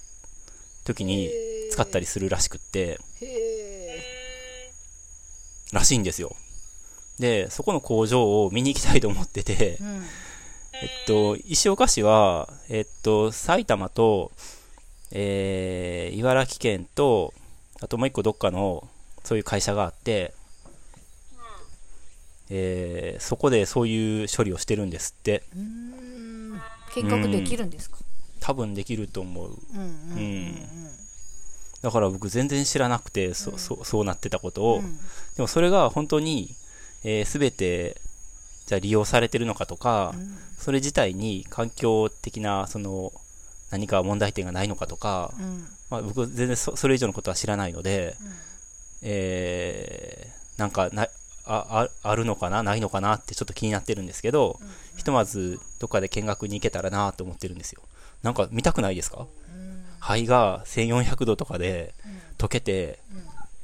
Speaker 4: 時に使ったりするらしくって、らしいんですよ。で、そこの工場を見に行きたいと思ってて、えっと、石岡市は、えっと、埼玉と、えー、茨城県と、あともう一個どっかの、そういう会社があって、えー、そこでそういう処理をしてるんですって。
Speaker 1: 計画できるんですか
Speaker 4: 多分できると思う。
Speaker 1: うん
Speaker 4: う
Speaker 1: うん
Speaker 4: ん。だから僕全然知らなくて、そ、そ、そうなってたことを、
Speaker 1: うん
Speaker 4: でもそれが本当に、えー、全て、じゃあ利用されてるのかとか、それ自体に環境的な、その、何か問題点がないのかとか、
Speaker 1: うん
Speaker 4: まあ、僕全然そそれ以上のことは知らないので、
Speaker 1: ん
Speaker 4: えーなんかなあああるのかなないのかなってちょっと気になってるんですけど、ひとまずどっかで見学に行けたらなと思ってるんですよなんか見たくないですか、灰が1400度とかで溶けて、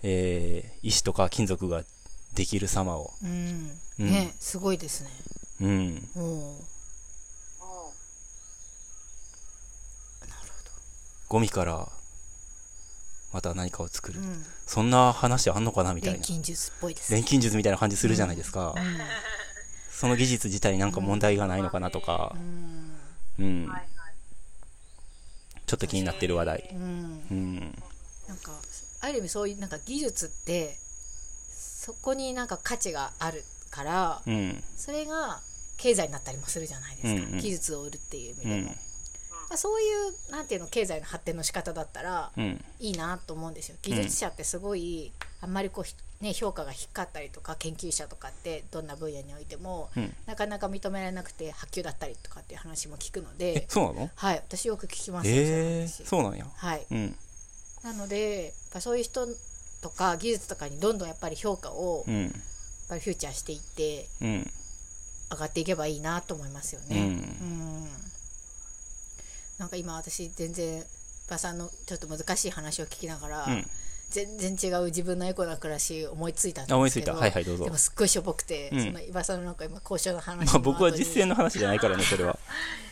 Speaker 4: えー石とか金属ができる様を
Speaker 1: うん
Speaker 4: うん
Speaker 1: ねすごいですね
Speaker 4: うん
Speaker 1: おー
Speaker 4: ゴミからまた何かを作る、
Speaker 1: うん
Speaker 4: そんな話あんのかなみたい
Speaker 1: 錬
Speaker 4: な
Speaker 1: 金術っぽいですね
Speaker 4: 錬金術みたいな感じするじゃないですか、その技術自体になんか問題がないのかなとか、うん、ちょっと気になってる話題
Speaker 1: う。ん
Speaker 4: うん、
Speaker 1: なんかある意味そういうなんか技術ってそこになんか価値があるから
Speaker 4: うん、
Speaker 1: それが経済になったりもするじゃないですか、
Speaker 4: うんうん
Speaker 1: 技術を売るっていう意味
Speaker 4: う
Speaker 1: でも、
Speaker 4: ん
Speaker 1: ま、あ、そういうなんていうの経済の発展の仕方だったら
Speaker 4: うん、
Speaker 1: いいなと思うんですよ技術者ってすごい、あんまりこうひ、ね、評価が低かったりとか研究者とかってどんな分野においても、
Speaker 4: うん
Speaker 1: なかなか認められなくて波及だったりとかっていう話も聞くの
Speaker 4: え
Speaker 1: で、
Speaker 4: そうなの
Speaker 1: はい、私よく聞きますよそういう
Speaker 4: ええ
Speaker 1: 話
Speaker 4: そうなんや。
Speaker 1: はい、
Speaker 4: うん、
Speaker 1: なのでやっぱそういう人とか技術とかにどんどんやっぱり評価を
Speaker 4: う
Speaker 1: やっ
Speaker 4: ん、
Speaker 1: ぱりフューチャーしていって
Speaker 4: うん、
Speaker 1: 上がっていけばいいなと思いますよ
Speaker 4: う、
Speaker 1: ね。うんんなんか今私全然馬さんのちょっと難しい話を聞きながら、
Speaker 4: うん。
Speaker 1: 全然違う自分のエコな暮らし思いついたんですけど
Speaker 4: あ思いついたはいはいどうぞ
Speaker 1: でもすっごいしょぼくて、
Speaker 4: うん
Speaker 1: その馬さんのなんか今交渉の話の
Speaker 4: まあ僕は
Speaker 1: 後に
Speaker 4: 実践の話じゃないからね、それは。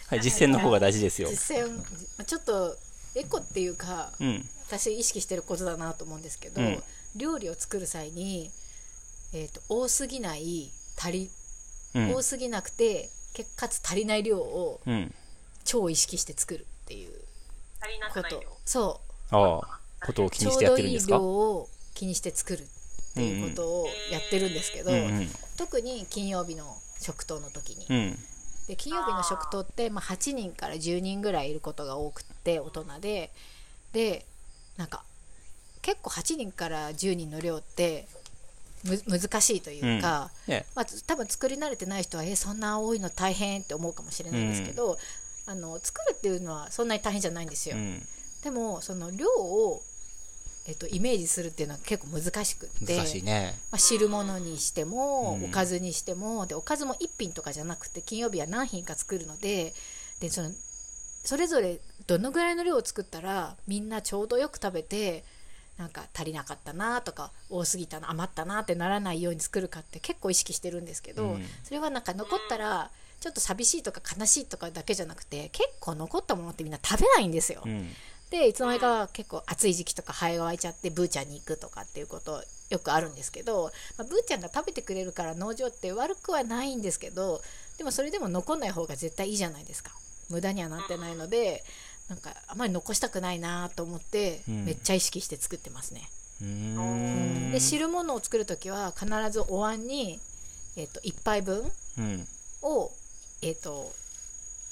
Speaker 4: はい、実践の方が大事ですよ。
Speaker 1: 実践ちょっとエコっていうか、
Speaker 4: うん、
Speaker 1: 私意識してることだなと思うんですけど、
Speaker 4: うん
Speaker 1: 料理を作る際に、えー、と多すぎない足り、
Speaker 4: うん
Speaker 1: 多、すぎなくてけかつ足りない量を
Speaker 4: うん。
Speaker 1: 超意識して作るっていう
Speaker 2: 足りな
Speaker 1: こ
Speaker 2: くない
Speaker 1: と
Speaker 2: よ。
Speaker 1: そう
Speaker 4: ああ、ことを気
Speaker 1: ちょ
Speaker 4: にし
Speaker 1: う
Speaker 4: てやっ
Speaker 1: ど
Speaker 4: てるん
Speaker 1: い
Speaker 4: で
Speaker 1: い
Speaker 4: すか
Speaker 1: 量を気にして作るっていうことをやってるんですけど、
Speaker 4: うん、うん、
Speaker 1: 特に金曜日の食堂の時に、
Speaker 4: うん、
Speaker 1: で金曜日の食堂って、まあ、8人から10人ぐらいいることが多くて大人ででなんか結構8人から10人の量ってむ難しいというか、
Speaker 4: ね、
Speaker 1: まあ、つ多分作り慣れてない人はえそんな多いの大変って思うかもしれないですけど、あの作るっていうのはそんなに大変じゃないんです
Speaker 4: う
Speaker 1: よ、
Speaker 4: ん、
Speaker 1: でもその量を、えっと、イメージするっていうのは結構難しくって
Speaker 4: 難しいね。
Speaker 1: まあ、汁物にしても、
Speaker 4: う
Speaker 1: お
Speaker 4: ん
Speaker 1: かずにしてもでおかずも1品とかじゃなくて金曜日は何品か作るのででそのそれぞれどのぐらいの量を作ったらみんなちょうどよく食べてなんか足りなかったなとか多すぎたな余ったなってならないように作るかって結構意識してるんですけど、
Speaker 4: うん
Speaker 1: それはなんか残ったらちょっと寂しいとか悲しいとかだけじゃなくて結構残ったものってみんな食べないんですよ。
Speaker 4: うん、
Speaker 1: でいつの間にか結構暑い時期とかハエが湧いちゃってブーちゃんに行くとかっていうことよくあるんですけど、まあ、ブーちゃんが食べてくれるから農場って悪くはないんですけどでもそれでも残んない方が絶対いいじゃないですか無駄にはなってないのでなんかあまり残したくないなと思って
Speaker 4: うん
Speaker 1: めっちゃ意識して作ってますね、
Speaker 4: うーん。
Speaker 1: で汁物を作る時は必ずお椀に、えっと1杯分
Speaker 4: うん、
Speaker 1: を、えー、と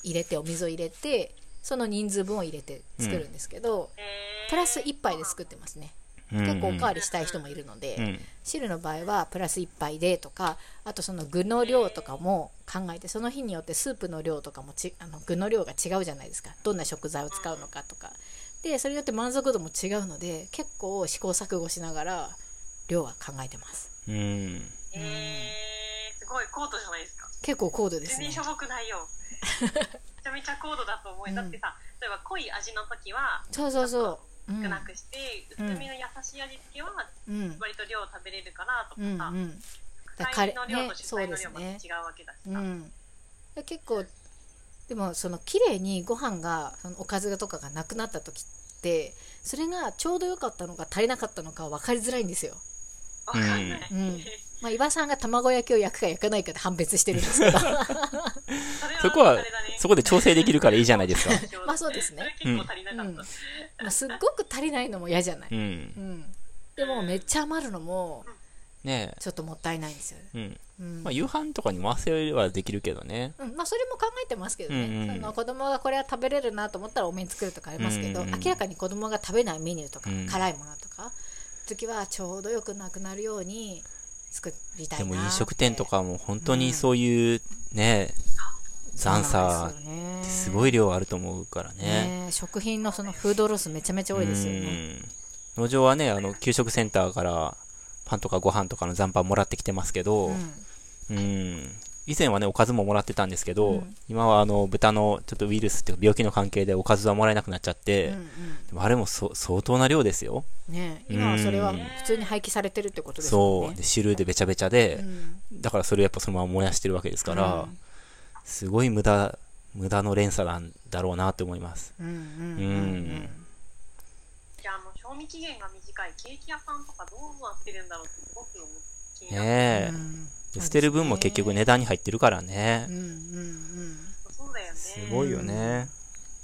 Speaker 1: 入れてお水を入れてその人数分を入れて作るんですけど、
Speaker 2: え
Speaker 1: プラス1杯で作ってますね結構おかわりしたい人もいるので、
Speaker 4: うん
Speaker 1: 汁の場合はプラス1杯でとかあとその具の量とかも考えてその日によってスープの量とかもちあの具の量が違うじゃないですかどんな食材を使うのかとかでそれによって満足度も違うので結構試行錯誤しながら量は考えてます
Speaker 4: うんうん
Speaker 2: えー、すごい高度じゃないですか。
Speaker 1: 結構高度で
Speaker 2: 全
Speaker 1: すね
Speaker 2: 然しょぼくな いよ。めちゃめちゃ高度だと思い、だってさ、例えば濃い味の時は
Speaker 1: そうそうそうう
Speaker 2: 少
Speaker 1: ん
Speaker 2: なくして、
Speaker 1: うん
Speaker 2: 薄めの優しい味付けは
Speaker 1: うん
Speaker 2: 割と量食べれるからと
Speaker 1: う
Speaker 2: か
Speaker 1: んう
Speaker 2: さ、
Speaker 1: んだか
Speaker 2: 副菜
Speaker 1: ら
Speaker 2: の
Speaker 1: ね
Speaker 2: 量と主菜の量
Speaker 1: そう
Speaker 2: も
Speaker 1: です
Speaker 2: 違
Speaker 1: ね
Speaker 2: うわけだし
Speaker 1: う
Speaker 2: さ。
Speaker 1: ん、で結構でもその綺麗にご飯がそのおかずとかがなくなった時ってそれがちょうど良かったのか足りなかったのか分かりづらいんですよ、
Speaker 2: わかんない。
Speaker 1: うんまあ、伊庭さんが卵焼きを焼くか焼かないかで判別してるん ですけど
Speaker 4: そこは
Speaker 2: あれだね、
Speaker 4: そこで調整できるからいいじゃないですか。、
Speaker 1: まあそうですね
Speaker 2: それ結構足りなか
Speaker 1: う
Speaker 2: っ
Speaker 1: ん
Speaker 2: た。
Speaker 1: まあすっごく足りないのも嫌じゃないう
Speaker 4: ん
Speaker 1: う。ん、でもめっちゃ余るのも
Speaker 4: ね
Speaker 1: ちょっともったいないんですよ、
Speaker 4: え。うん。
Speaker 1: うん
Speaker 4: まあ、夕飯とかに回せはできるけどね。
Speaker 1: うんまあ、それも考えてますけどね、
Speaker 4: うんうん
Speaker 1: その子供がこれは食べれるなと思ったらお麺作るとかありますけど、
Speaker 4: うんうんうん
Speaker 1: 明らかに子供が食べないメニューとか、
Speaker 4: うん
Speaker 1: 辛いものとか時はちょうどよくなくなるように作りたい
Speaker 4: で
Speaker 1: な
Speaker 4: も飲食店とかも本当にそういうね、残差、す
Speaker 1: い
Speaker 4: ごい量あると思うからね。
Speaker 1: ね食品のそのフードロスめちゃめちゃ多いですよね
Speaker 4: うん。農場はね、あの、給食センターからパンとかご飯とかの残飯もらってきてますけど、
Speaker 1: うん
Speaker 4: うん。以前はね、おかずももらってたんですけど、
Speaker 1: うん
Speaker 4: 今はあの、豚のちょっとウイルスっていうか病気の関係でおかずはもらえなくなっちゃって、
Speaker 1: うん
Speaker 4: でもあれもそ相当な量ですよ。
Speaker 1: うんね今はそれは普通に廃棄されてるってことですよね
Speaker 4: そう。で、汁でべちゃべちゃで、
Speaker 1: うん
Speaker 4: だからそれをやっぱそのまま燃やしてるわけですから、
Speaker 1: うん
Speaker 4: すごい無駄、無駄の連鎖なんだろうなって思います。
Speaker 1: うんうん
Speaker 4: う
Speaker 1: うんん
Speaker 2: いや、もう賞味期限が短いケーキ屋さんとかどうなってるんだろうってすごく思って気になる。
Speaker 1: う
Speaker 4: ねえ。
Speaker 1: ん
Speaker 4: で捨てる分も結局値段に入ってるから
Speaker 1: う
Speaker 4: ね。
Speaker 1: んうん
Speaker 2: そうだよね。
Speaker 4: すごいよね。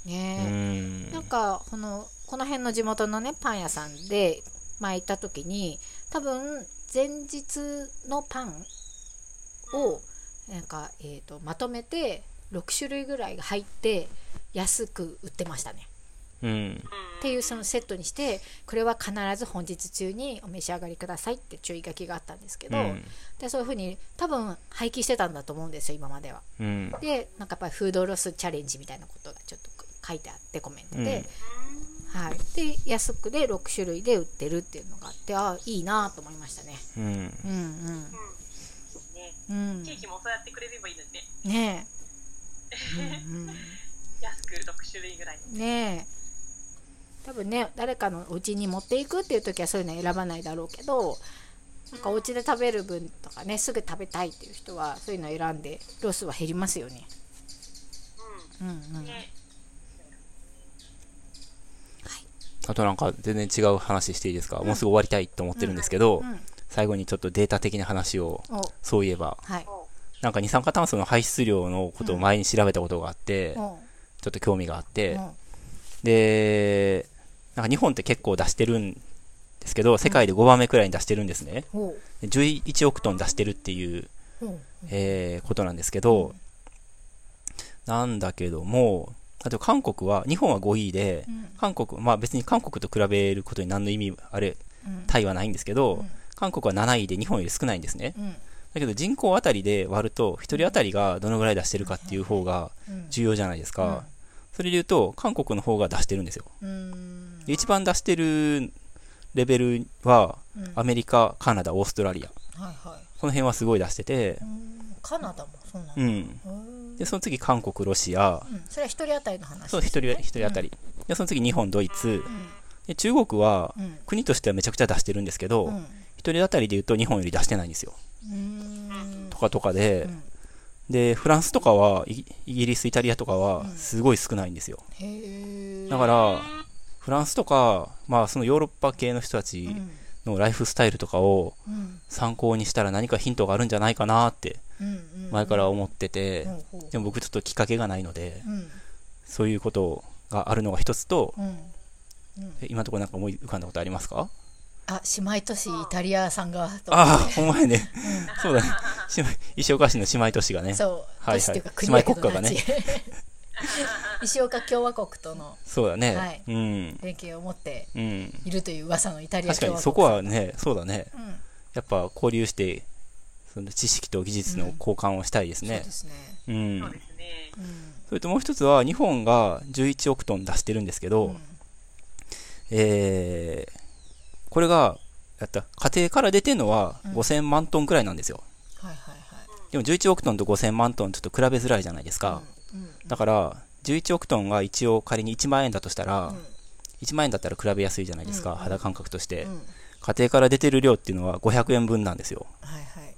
Speaker 1: うん
Speaker 4: う
Speaker 1: ね
Speaker 4: ん。
Speaker 1: なんかこのこの辺の地元のねパン屋さんで前行った時に多分前日のパンをなんか、えー、とまとめて6種類ぐらいが入って安く売ってましたね
Speaker 4: うん。
Speaker 2: うん
Speaker 1: っていうそのセットにしてこれは必ず本日中にお召し上がりくださいって注意書きがあったんですけ
Speaker 4: う
Speaker 1: ど、
Speaker 4: ん。
Speaker 1: でそういうふうに多分廃棄してたんだと思うんですよ今までは。
Speaker 4: うん。
Speaker 1: でなんかやっぱりフードロスチャレンジみたいなことがちょっと書いてあってコメントで、はい、で安くで6種類で売ってるっていうのがあってああいいなと思いましたね
Speaker 4: うん。
Speaker 1: うん
Speaker 2: ね
Speaker 1: うんうん
Speaker 2: ケーキもそうやってくれればいいのにね。
Speaker 1: ねえ、うん
Speaker 2: 安く6種類ぐらい。
Speaker 1: うん、ねえ多分ね誰かのお家に持っていくっていう時はそういうの選ばないだろうけどなんかお家で食べる分とかねすぐ食べたいっていう人はそういうのを選んでロスは減りますよねうんう
Speaker 2: うんん。ね。
Speaker 4: あとなんか全然違う話していいですか、もうすぐ終わりたいと思ってるんですけど、
Speaker 1: うん
Speaker 4: 最後にちょっとデータ的な話を、
Speaker 1: お
Speaker 4: そういえば、
Speaker 1: はい
Speaker 2: そ
Speaker 4: なんか二酸化炭素の排出量のことを前に調べたことがあって、ちょ
Speaker 1: お
Speaker 4: っと興味があって、
Speaker 1: お
Speaker 4: で、なんか日本って結構出してるんですけど、世界で5番目くらいに出してるんですね。
Speaker 1: おう
Speaker 4: で11億トン出してるっていう、
Speaker 1: おう
Speaker 4: えーことなんですけど、なんだけども、あと韓国は、日本は5位で、
Speaker 1: うん
Speaker 4: 韓国、まあ別に韓国と比べることに何の意味、あれ、
Speaker 1: うん
Speaker 4: タイはないんですけど、
Speaker 1: うん
Speaker 4: 韓国は7位で日本より少ないんですね。
Speaker 1: うん
Speaker 4: だけど人口あたりで割ると、1人あたりがどのぐらい出してるかっていう方が
Speaker 1: うん
Speaker 4: 重要じゃないですか。それで言うと、韓国の方が出してるんですよ。
Speaker 1: うん
Speaker 4: で一番出してるレベルは、
Speaker 1: うん
Speaker 4: アメリカ、カナダ、オーストラリア。
Speaker 1: はいはい
Speaker 4: この辺はすごい出してて
Speaker 1: う、んカナダもそうなんだ
Speaker 4: う。ん。
Speaker 1: うん
Speaker 4: で、その次、韓国、ロシア、
Speaker 1: うん、それは一人当たりの話。
Speaker 4: そう、一人、一人当たり。で、その次、日本、ドイツ。で、中国は
Speaker 1: う、ん。
Speaker 4: 国としてはめちゃくちゃ出してるんですけど、
Speaker 1: うん。
Speaker 4: 一人当たりで言うと日本より出してないんですよ。
Speaker 1: うん
Speaker 4: と。かとかで、
Speaker 1: うん
Speaker 4: で、フランスとかは、イギイギリス、イタリアとかは、すごい少ないんですよ。
Speaker 1: へえ。
Speaker 4: だから、フランスとか、まあ、そのヨーロッパ系の人たち
Speaker 1: うん。
Speaker 4: のライフスタイルとかを
Speaker 1: うん。
Speaker 4: 参考にしたら何かヒントがあるんじゃないかなって、
Speaker 1: うん。
Speaker 4: 前から思ってて
Speaker 1: う、ん。ほう
Speaker 4: でも僕ちょっときっかけがないので、
Speaker 1: うん。
Speaker 4: そういうことがあるのが一つと、
Speaker 1: うん。
Speaker 4: え今のところなんか思い浮かんだことありますか
Speaker 1: あ、姉妹都市イタリアさんが。と
Speaker 4: ああ、ほんまやね。そうだね。姉妹石岡市の姉妹都市がね。
Speaker 1: そう。
Speaker 4: はいはい
Speaker 1: 都市っていうか国だけど
Speaker 4: 姉妹国家がね
Speaker 1: 同じ 石岡共和国との
Speaker 4: そうだね。
Speaker 1: はい
Speaker 4: うん。
Speaker 1: 連携を持って
Speaker 4: うん。
Speaker 1: いるという噂のイタリア
Speaker 4: 確か
Speaker 1: 共
Speaker 4: に
Speaker 1: 和国
Speaker 4: そこはね、そうだね。
Speaker 1: うん
Speaker 4: やっぱ交流して、その知識と技術の交換をしたいです
Speaker 1: そう
Speaker 4: ね
Speaker 1: で。すね
Speaker 4: うん
Speaker 2: そう。ですね。
Speaker 1: うん
Speaker 4: それともう一つは、日本が11億トン出してるんですけど、
Speaker 1: うん
Speaker 4: えー、これが、やった、家庭から出てるのは
Speaker 1: うん
Speaker 4: 5000万トンくらいなんですよ。
Speaker 1: はいはいはい
Speaker 4: でも11億トンと5000万トンちょっと比べづらいじゃないですか。
Speaker 1: うんうん
Speaker 4: だから、11億トンが一応仮に1万円だとしたら、
Speaker 1: うん
Speaker 4: 1万円だったら比べやすいじゃないですか、
Speaker 1: うん
Speaker 4: 肌感覚として、
Speaker 1: うん
Speaker 4: 家庭から出てる量っていうのは500円分なんですよ。
Speaker 1: はいはい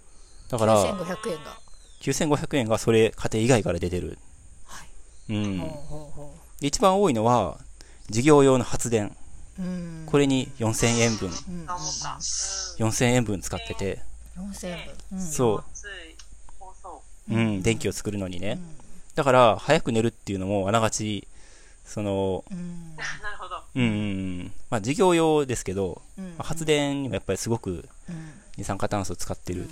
Speaker 4: だから、
Speaker 1: 9500円が
Speaker 4: 9500円がそれ、家庭以外から出てる。
Speaker 1: はい
Speaker 4: うん。
Speaker 1: ほうほ
Speaker 4: で
Speaker 1: うほ
Speaker 4: 一番多いのは、事業用の発電。
Speaker 1: ううん
Speaker 4: これに4000円分、
Speaker 1: うん
Speaker 2: あ、思った。うん。
Speaker 4: 4000円分使ってて、
Speaker 1: 4000円分うん
Speaker 4: そう。
Speaker 2: つい、多そう。
Speaker 4: うん、電気を作るのに
Speaker 1: う
Speaker 4: ね。
Speaker 1: ん
Speaker 4: だから、早く寝るっていうのも、あながち、その、
Speaker 1: うん
Speaker 2: なるほど。
Speaker 4: うんうんうん、まあ、事業用ですけど、
Speaker 1: うん
Speaker 4: まあ発電にもやっぱりすごく
Speaker 1: うん
Speaker 4: 二酸化炭素を使ってる。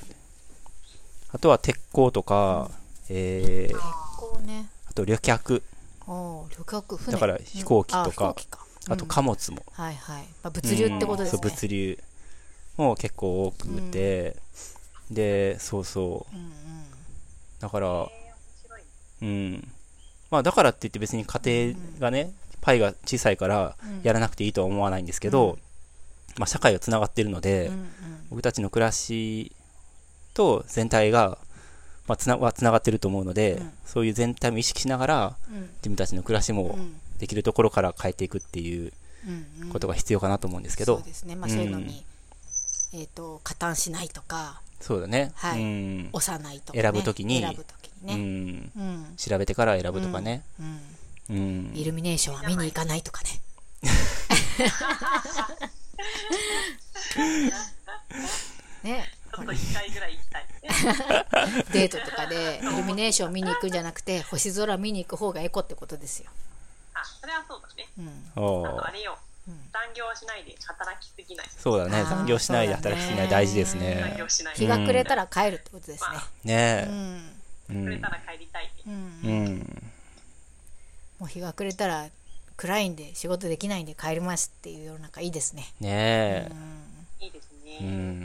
Speaker 4: あとは鉄鋼とか、えー、
Speaker 1: こうね
Speaker 4: あと旅客、
Speaker 1: おー旅客船
Speaker 4: だから飛行機
Speaker 1: うんあ
Speaker 4: とか
Speaker 1: 飛行機か
Speaker 4: あと
Speaker 1: うん
Speaker 4: 貨物も。
Speaker 1: はいはい、まあ、物流ってことですね
Speaker 4: そう、物流も結構多くて、で、そうそう。
Speaker 1: うんうん
Speaker 4: だから
Speaker 2: え、ー、面白い。
Speaker 4: うん。まあ、だからって言って別に家庭がね、パイが小さいから
Speaker 1: うん
Speaker 4: やらなくていいとは思わないんですけど、
Speaker 1: うん
Speaker 4: まあ、社会がつながってるので、
Speaker 1: うんうん
Speaker 4: 僕たちの暮らしと全体が、まあ、つなはつながってると思うので、
Speaker 1: うん
Speaker 4: そういう全体も意識しながら
Speaker 1: うん
Speaker 4: 自分たちの暮らしも
Speaker 1: うん
Speaker 4: できるところから変えていくっていう
Speaker 1: うんうん
Speaker 4: ことが必要かなと思うんですけど、
Speaker 1: そうですね、まあ、
Speaker 4: うん
Speaker 1: そういうのに、えっ、と加担しないとか
Speaker 4: そうだね、
Speaker 1: はい
Speaker 4: うん、
Speaker 1: 押さないとか、ね、
Speaker 4: 選ぶときに
Speaker 1: 選ぶとき
Speaker 4: う
Speaker 1: にね、
Speaker 4: ん、
Speaker 1: うんうん
Speaker 4: 調べてから選ぶとかね、うん
Speaker 1: イルミネーションは見に行かないとか ねね
Speaker 2: ちょっと一回ぐらい行きたい。
Speaker 1: デートとかでイルミネーション見に行くんじゃなくて星空見に行く方がエコってことですよ、
Speaker 2: あ、それはそうだね。
Speaker 1: うん
Speaker 4: お
Speaker 2: あとあ
Speaker 4: ー
Speaker 2: れよ
Speaker 1: うん。
Speaker 2: 残業しないで働きすぎない。
Speaker 4: そうだね
Speaker 1: あー
Speaker 4: 残業しないで働きすぎない大事です
Speaker 1: そうだ
Speaker 2: 残
Speaker 4: ね
Speaker 2: 業しない。
Speaker 1: 日が暮れたら帰るってことですね、
Speaker 4: ねえ、う
Speaker 2: くれ
Speaker 4: ん
Speaker 2: たら帰りたいね。
Speaker 1: うん
Speaker 4: う
Speaker 1: うん
Speaker 4: ん、
Speaker 1: もう日が暮れたら暗いんで仕事できないんで帰りますっていう世の中いいですね
Speaker 4: ねえ
Speaker 2: いいです
Speaker 4: う
Speaker 2: ね。
Speaker 1: うん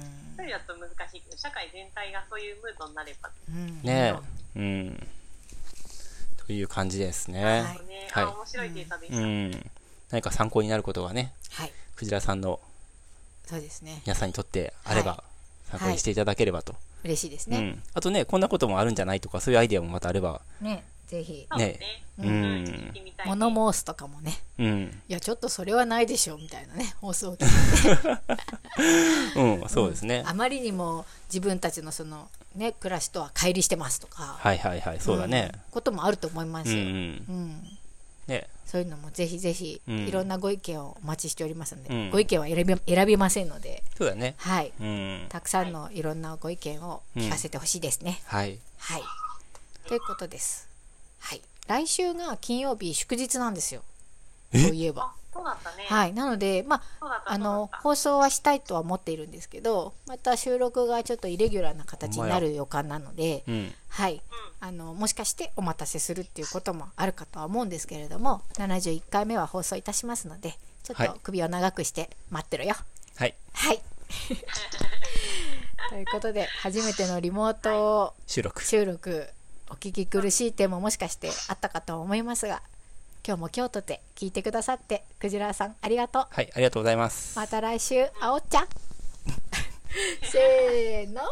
Speaker 1: ん
Speaker 2: 一人だと難しいけど、社会全体がそういうムードになれば。
Speaker 1: うん
Speaker 4: ねえうんという感じですね
Speaker 1: はい
Speaker 2: ね、
Speaker 4: はい
Speaker 2: あ、面白いデータでし
Speaker 4: う
Speaker 2: た。
Speaker 4: ん、何か参考になることがね、
Speaker 1: はい
Speaker 4: クジラさんの
Speaker 1: そうですね
Speaker 4: 皆さんにとってあれば、
Speaker 1: は
Speaker 4: 参考にしていただければと、
Speaker 1: 嬉しいです
Speaker 4: う
Speaker 1: ね、
Speaker 4: ん。あとね、こんなこともあるんじゃないとか、そういうアイデアもまたあれば、
Speaker 1: ねぜひ
Speaker 2: そうね。
Speaker 4: う
Speaker 2: うんん、聞いてみたいね。
Speaker 1: 物申すとかもね
Speaker 4: うん、
Speaker 1: いやちょっとそれはないでしょみたいな ね放送を聞いて
Speaker 4: うん、そうですね。
Speaker 1: あまりにも自分たちのそのね暮らしとは乖離してますとか、
Speaker 4: はいはいはい、そうだね。
Speaker 1: うんこともあると思いま
Speaker 4: うん、
Speaker 1: す
Speaker 4: う
Speaker 1: よ、
Speaker 4: ん
Speaker 1: うん
Speaker 4: ね、
Speaker 1: そういうのもぜひぜひ
Speaker 4: うん
Speaker 1: いろんなご意見をお待ちしておりますので、
Speaker 4: うん
Speaker 1: ご意見は選び選びませんので、
Speaker 4: そうだね。
Speaker 1: はい、
Speaker 4: うん、
Speaker 1: たくさんのいろんなご意見を聞かせてほしいですね。
Speaker 4: はい。
Speaker 1: はい、ということです。はい、来週が金曜日祝日なんですよ。
Speaker 4: え
Speaker 1: そういえば
Speaker 2: あ。、そうだったね。
Speaker 1: はい、なので、まあ、
Speaker 2: そうだった。
Speaker 1: あの
Speaker 2: そうだった
Speaker 1: 放送はしたいとは思っているんですけどまた収録がちょっとイレギュラーな形になる予感なので、
Speaker 4: うん、
Speaker 1: はい、あのもしかしてお待たせするっていうこともあるかとは思うんですけれども71回目は放送いたしますのでちょっ
Speaker 4: はい
Speaker 1: と首を長くして待ってろよ。
Speaker 4: はい。
Speaker 1: はい ということで初めてのリモート
Speaker 4: 収録。
Speaker 1: 収録お聞き苦しい点ももしかしてあったかと思いますが今日も今日とて聞いてくださってクジラさんありがとう。
Speaker 4: はい、ありがとうございま す。
Speaker 1: また来週、あおっちゃん。せーの。